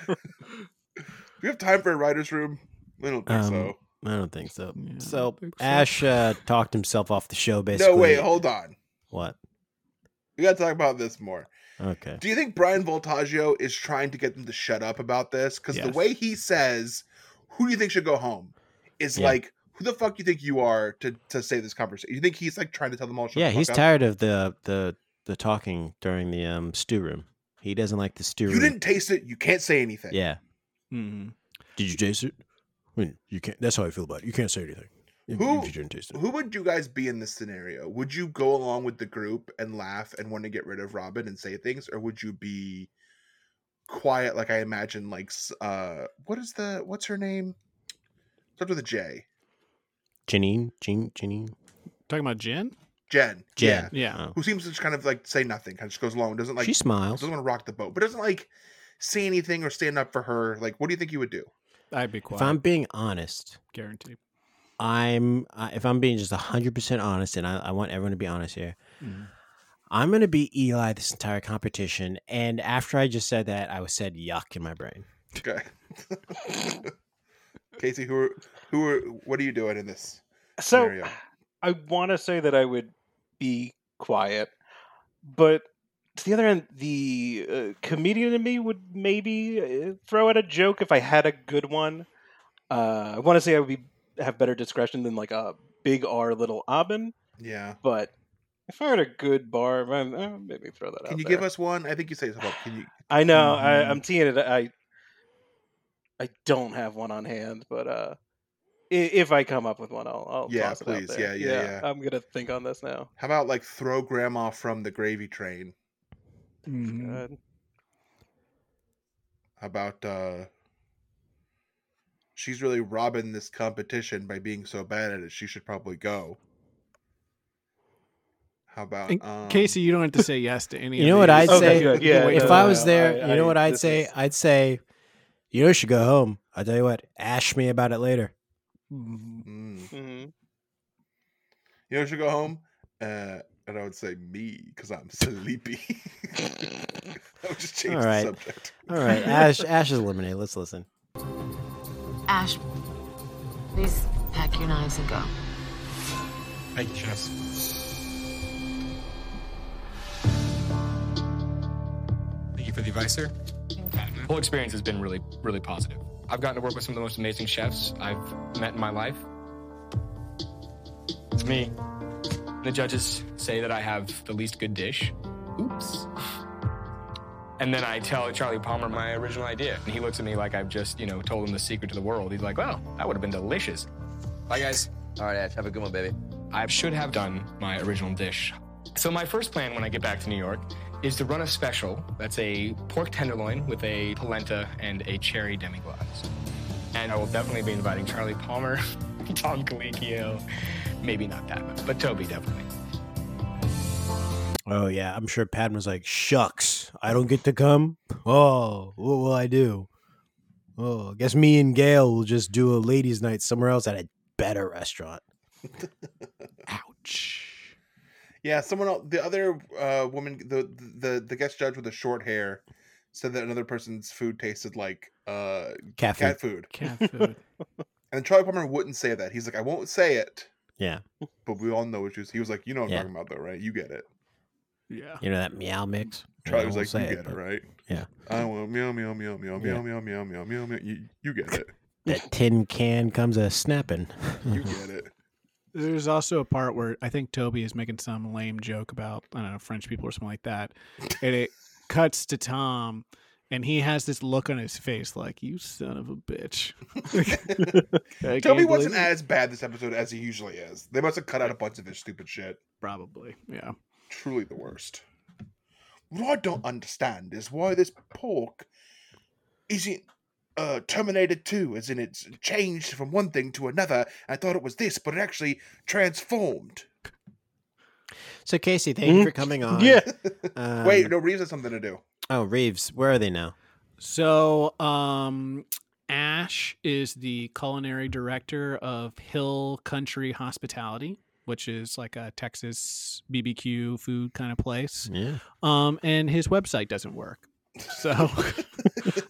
Speaker 4: [laughs] we have time for a writer's room? I don't think
Speaker 2: Um,
Speaker 4: so.
Speaker 2: I don't think so.
Speaker 3: Yeah, I
Speaker 2: so
Speaker 3: don't think so.
Speaker 2: Ash uh, talked himself off the show, basically.
Speaker 4: No, wait, hold on.
Speaker 2: What?
Speaker 4: We gotta talk about this more.
Speaker 2: Okay.
Speaker 4: Do you think Brian Voltaggio is trying to get them to shut up about this? Because the
Speaker 3: Yes.
Speaker 4: way he says, "Who do you think should go home?" is
Speaker 2: Yeah.
Speaker 4: like, "Who the fuck you think you are to to say this conversation?" You think he's like trying to tell them all? Shut
Speaker 2: yeah,
Speaker 4: the
Speaker 2: he's
Speaker 4: fuck up?
Speaker 2: tired of the the the talking during the um stew room. He doesn't like the stew
Speaker 4: You
Speaker 2: room.
Speaker 4: didn't taste it. You can't say anything.
Speaker 2: yeah.
Speaker 3: Mhm.
Speaker 2: Did you taste it? I mean, you can't. That's how I feel about it. You can't say anything if,
Speaker 4: Who-
Speaker 2: didn't taste
Speaker 4: Who would you guys be in this scenario? Would you go along with the group and laugh and want to get rid of Robin and say things, or would you be quiet like I imagine? Like, s- uh, what is the what's her name? Starts with a J.
Speaker 2: Janine, Jean, Janine,
Speaker 3: Talking about Jen?
Speaker 4: Jen.
Speaker 2: Jen.
Speaker 4: Yeah.
Speaker 3: Yeah.
Speaker 2: Oh.
Speaker 4: Who seems to just kind of like say nothing, kind of just goes along, doesn't like
Speaker 2: she smiles.
Speaker 4: doesn't want to rock the boat, but doesn't like say anything or stand up for her. Like, what do you think you would do?
Speaker 3: I'd be
Speaker 2: If
Speaker 3: quiet.
Speaker 2: I'm being honest,
Speaker 3: guaranteed.
Speaker 2: I'm uh, if I'm being just hundred percent honest, and I, I want everyone to be honest here.
Speaker 3: Mhm.
Speaker 2: I'm gonna be Eli this entire competition, and after I just said that, I was said yuck in my brain.
Speaker 4: Okay. [laughs] Casey, who are who are what are you doing in this?
Speaker 5: So
Speaker 4: scenario.
Speaker 5: I want to say that I would be quiet, but to the other end, the uh, comedian in me would maybe uh, throw out a joke if I had a good one. Uh, I want to say I would be have better discretion than like a big R little Abin,
Speaker 4: Yeah.
Speaker 5: but if I had a good bar, man, uh, maybe throw that out.
Speaker 4: Can you
Speaker 5: there.
Speaker 4: give us one? I think you say yourself up. Can you
Speaker 5: I know.
Speaker 3: Mhm.
Speaker 5: I, I'm teeing it. I I don't have one on hand, but uh, i- if I come up with one, I'll, I'll
Speaker 4: Yeah,
Speaker 5: toss it out
Speaker 4: please.
Speaker 5: there.
Speaker 4: Yeah, yeah, yeah.
Speaker 5: I'm gonna think on this now.
Speaker 4: how about like throw grandma from the gravy train?
Speaker 2: Uh,
Speaker 3: Mhm.
Speaker 5: [laughs] God.
Speaker 4: How about uh she's really robbing this competition by being so bad at it. She should probably go. How about
Speaker 3: And
Speaker 4: um,
Speaker 3: Casey, you don't have to say yes to any.
Speaker 2: You
Speaker 3: of
Speaker 2: know what I'd
Speaker 3: these.
Speaker 5: Okay,
Speaker 2: say?
Speaker 5: good, yeah,
Speaker 2: if
Speaker 5: no,
Speaker 2: I
Speaker 5: no,
Speaker 2: was
Speaker 5: no,
Speaker 2: there,
Speaker 5: I-
Speaker 2: you know
Speaker 5: I-
Speaker 2: what I'd
Speaker 5: this
Speaker 2: say?
Speaker 5: is-
Speaker 2: I'd say, you know, you should go home. I'll tell you what, ash me about it [laughs] later.
Speaker 3: Mhm.
Speaker 4: mm,
Speaker 5: Mhm.
Speaker 4: you know, she should go home. Uh, and I would say me because I'm sleepy. I would just change
Speaker 2: All right.
Speaker 4: the subject.
Speaker 2: All right, Ash, Ash is eliminated. Let's listen.
Speaker 11: Ash, please pack your knives and go.
Speaker 9: I just.
Speaker 12: Andy Weiser. The whole experience has been really, really positive. I've gotten to work with some of the most amazing chefs I've met in my life. It's me. The judges say that I have the least good dish. Oops. And then I tell Charlie Palmer my original idea. And he looks at me like I've just, you know, told him the secret to the world. He's like, well, that would have been delicious. Bye, guys. All right, Ash. Have a good one, baby. I should have done my original dish. So, my first plan when I get back to New York is to run a special that's a pork tenderloin with a polenta and a cherry demi-glace. And I will definitely be inviting Charlie Palmer, [laughs] Tom Colicchio, maybe not that much, but Toby definitely.
Speaker 2: Oh yeah, I'm sure Padma's like, shucks, I don't get to come. Oh, what will I do? Oh, I guess me and Gail will just do a ladies' night somewhere else at a better restaurant.
Speaker 4: Yeah, someone else, the other uh, woman, the, the the guest judge with the short hair, said that another person's food tasted like uh,
Speaker 2: Cat
Speaker 4: food.
Speaker 2: food.
Speaker 3: Cat food.
Speaker 4: and Charlie Palmer wouldn't say that. He's like, I won't say it,
Speaker 2: Yeah,
Speaker 4: but we all know what you. He was like, you know what I'm
Speaker 2: Yeah.
Speaker 4: talking about, though, right? You get it.
Speaker 3: Yeah.
Speaker 2: you know that meow mix.
Speaker 4: Charlie
Speaker 2: I
Speaker 4: was
Speaker 2: won't
Speaker 4: like, you
Speaker 2: say
Speaker 4: get it,
Speaker 2: but
Speaker 4: right?
Speaker 2: Yeah,
Speaker 4: I want meow meow meow meow meow
Speaker 2: Yeah.
Speaker 4: meow meow meow meow meow. You, you get it.
Speaker 2: that tin can comes a snapping.
Speaker 4: You get it.
Speaker 3: There's also a part where I think Toby is making some lame joke about I don't know French people or something like that, and it cuts to Tom, and he has this look on his face like "you son of a bitch." [laughs] I can't
Speaker 4: Toby
Speaker 3: believe
Speaker 4: wasn't
Speaker 3: it.
Speaker 4: as bad this episode as he usually is. They must have cut out a bunch of his stupid shit.
Speaker 3: Probably, yeah.
Speaker 4: Truly the worst. What I don't understand is why this pork isn't uh, terminated too, as in it's changed from one thing to another. I thought it was this, but it actually transformed.
Speaker 2: [laughs] So Casey, thank you for coming on. Um,
Speaker 4: Mm-hmm. Wait, no, Reeves has something to do.
Speaker 2: Oh, Reeves, where are they now?
Speaker 3: So, um, Ash is the culinary director of Hill Country Hospitality, which is like a Texas BBQ food kind of place.
Speaker 2: Yeah.
Speaker 3: Um, and his website doesn't work.
Speaker 5: [laughs]
Speaker 3: So,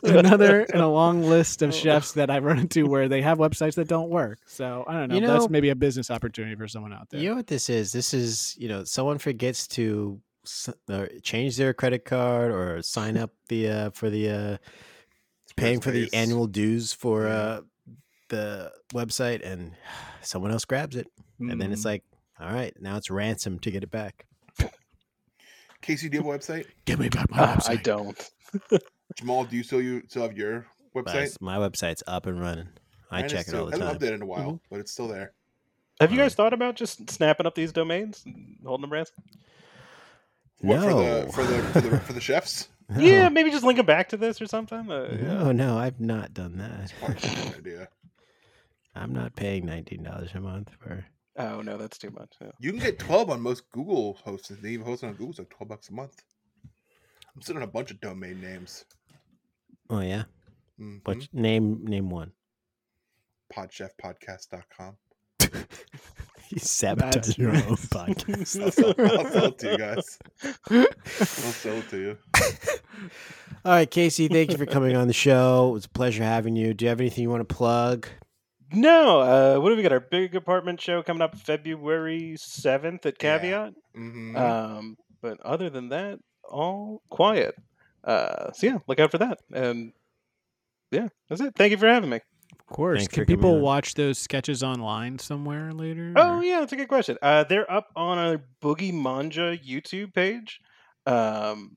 Speaker 3: another in a long list
Speaker 5: Oh.
Speaker 3: of chefs that I've run into where they have websites that don't work. So, I don't know.
Speaker 2: You know-
Speaker 3: that's maybe a business opportunity for someone out there.
Speaker 2: You know what this is? This is you know someone forgets to s- or change their credit card or sign up the uh, for the uh, paying for the
Speaker 4: Squarespace.
Speaker 2: annual dues for uh, the website, and [sighs] someone else grabs it, and then it's
Speaker 3: Mhm.
Speaker 2: like, all right, now it's ransom to get it back.
Speaker 4: Casey, do you have a website?
Speaker 3: Give me back
Speaker 5: Ah, I don't.
Speaker 4: Jamal, do you still you still have your
Speaker 2: But
Speaker 4: website?
Speaker 2: it's- my website's up and running. I
Speaker 4: Mine is
Speaker 2: check it
Speaker 4: still-
Speaker 2: all the
Speaker 4: I haven't
Speaker 2: time. Mm-hmm.
Speaker 4: updated in a while, but it's still there.
Speaker 5: Have you guys thought about just snapping up these domains, and holding them [laughs] ransom?
Speaker 4: What
Speaker 2: No,
Speaker 4: for the for the for
Speaker 2: [laughs]
Speaker 4: the, for the chefs?
Speaker 5: Yeah, maybe just link them back to this or something. Uh,
Speaker 2: [laughs] no, no, I've not done that. [laughs]
Speaker 4: Good idea.
Speaker 2: I'm not paying nineteen dollars a month for.
Speaker 5: Oh no, that's too much. [laughs] yeah.
Speaker 4: You can get twelve on most Google hosts. They even host it on Google it's like twelve bucks a month. I'm sitting on a bunch of domain names.
Speaker 2: Oh yeah,
Speaker 4: Mhm.
Speaker 2: but name name one. [laughs]
Speaker 4: Podchefpodcast.com.
Speaker 2: You sabotage your own [laughs] podcast.
Speaker 4: I'll sell, I'll sell it to you guys. I'll sell it to you.
Speaker 2: All right, Casey, thank you for coming on the show. It was a pleasure having you. Do you have anything you want to plug?
Speaker 5: [laughs] No, uh, what do we got? Our big apartment show coming up February seventh at
Speaker 4: Yeah.
Speaker 5: Caveat.
Speaker 4: Mhm.
Speaker 2: Uh,
Speaker 5: Um, but other than that, all quiet. Uh, so yeah, look out for that. And yeah, that's it. Thank you for having me.
Speaker 3: Of course.
Speaker 2: Thanks
Speaker 3: Can
Speaker 2: for coming
Speaker 3: people
Speaker 2: on.
Speaker 3: watch those sketches online somewhere later?
Speaker 5: Oh
Speaker 3: or-
Speaker 5: yeah, that's a good question. Uh, they're up on our Boogie Manja YouTube page. Um,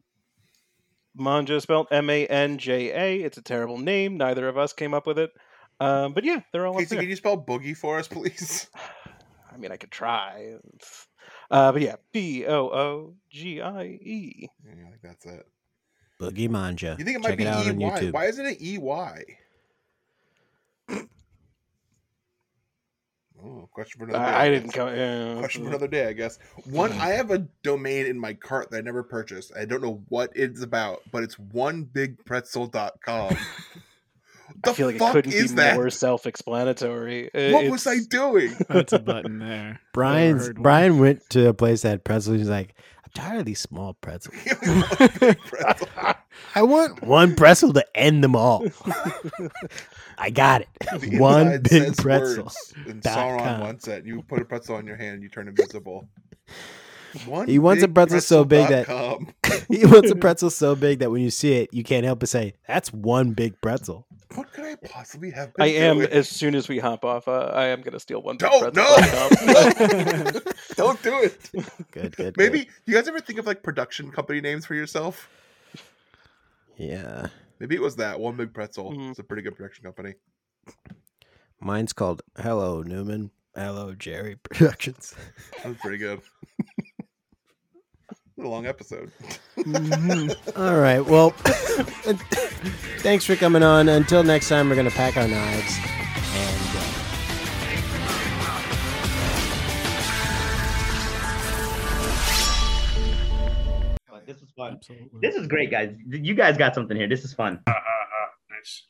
Speaker 5: Manja spelled M A N J A. It's a terrible name. Neither of us came up with it. Um, but yeah, they're all up
Speaker 4: Casey,
Speaker 5: there.
Speaker 4: can you spell boogie for us, [laughs] please?
Speaker 5: I mean, I could try. It's- Uh, but yeah, B O O G I E.
Speaker 4: Yeah, I think that's it.
Speaker 2: Boogie Manja.
Speaker 4: You think it
Speaker 2: Check
Speaker 4: might
Speaker 2: it out on
Speaker 4: be E EY?
Speaker 2: YouTube.
Speaker 4: Why isn't it
Speaker 5: [coughs]
Speaker 4: EY? Oh, question for another day.
Speaker 5: I I didn't
Speaker 4: guess.
Speaker 5: come. uh, yeah,
Speaker 4: Question
Speaker 2: Mm-hmm.
Speaker 5: that's-
Speaker 4: for another day, I guess. One, I have a domain in my cart that I never purchased. I don't know what it's about, but it's
Speaker 2: [laughs]
Speaker 4: onebigpretzel.com. the
Speaker 5: I feel like it
Speaker 4: fuck
Speaker 5: couldn't
Speaker 4: is
Speaker 5: be
Speaker 4: that?
Speaker 5: more self-explanatory. Uh,
Speaker 4: what was I
Speaker 5: it's-
Speaker 2: [laughs]
Speaker 4: doing?
Speaker 3: That's a button there.
Speaker 2: Brian's
Speaker 3: Heard one.
Speaker 2: Brian went to a place that had pretzels. He's like, I'm tired of these small pretzels.
Speaker 4: Pretzel.
Speaker 2: [laughs] I want one pretzel to end them
Speaker 4: [laughs]
Speaker 2: all. I got
Speaker 4: The
Speaker 2: it. [laughs] One
Speaker 4: inside
Speaker 2: big
Speaker 4: says
Speaker 2: pretzel.
Speaker 4: words, And
Speaker 2: dot
Speaker 4: Sauron
Speaker 2: com.
Speaker 4: once that you put a pretzel on your hand, you turn invisible. One
Speaker 2: he wants a
Speaker 4: big
Speaker 2: pretzel so big
Speaker 4: pretzel
Speaker 2: that [laughs] he wants a pretzel so big that when you see it, you can't help but say, "That's one big pretzel."
Speaker 4: What could I possibly have?
Speaker 5: I am
Speaker 4: doing?
Speaker 5: as soon as we hop off. Uh, I am gonna steal one.
Speaker 4: Don't no, [laughs] no. don't do
Speaker 2: [laughs]
Speaker 4: it.
Speaker 2: Good, good.
Speaker 4: Maybe you guys ever think of like production company names for yourself?
Speaker 2: Yeah,
Speaker 4: Maybe it was that one big pretzel. It's a pretty good production company.
Speaker 2: mine's called "Hello Newman, Hello Jerry Productions."
Speaker 4: That's pretty good. a long episode.
Speaker 2: All right. Well, [laughs] thanks for coming on. Until next time, we're gonna pack our knives and. Uh,
Speaker 13: This is fun. This is great, guys. You guys got something here. This is fun.
Speaker 14: Uh, uh, uh, nice.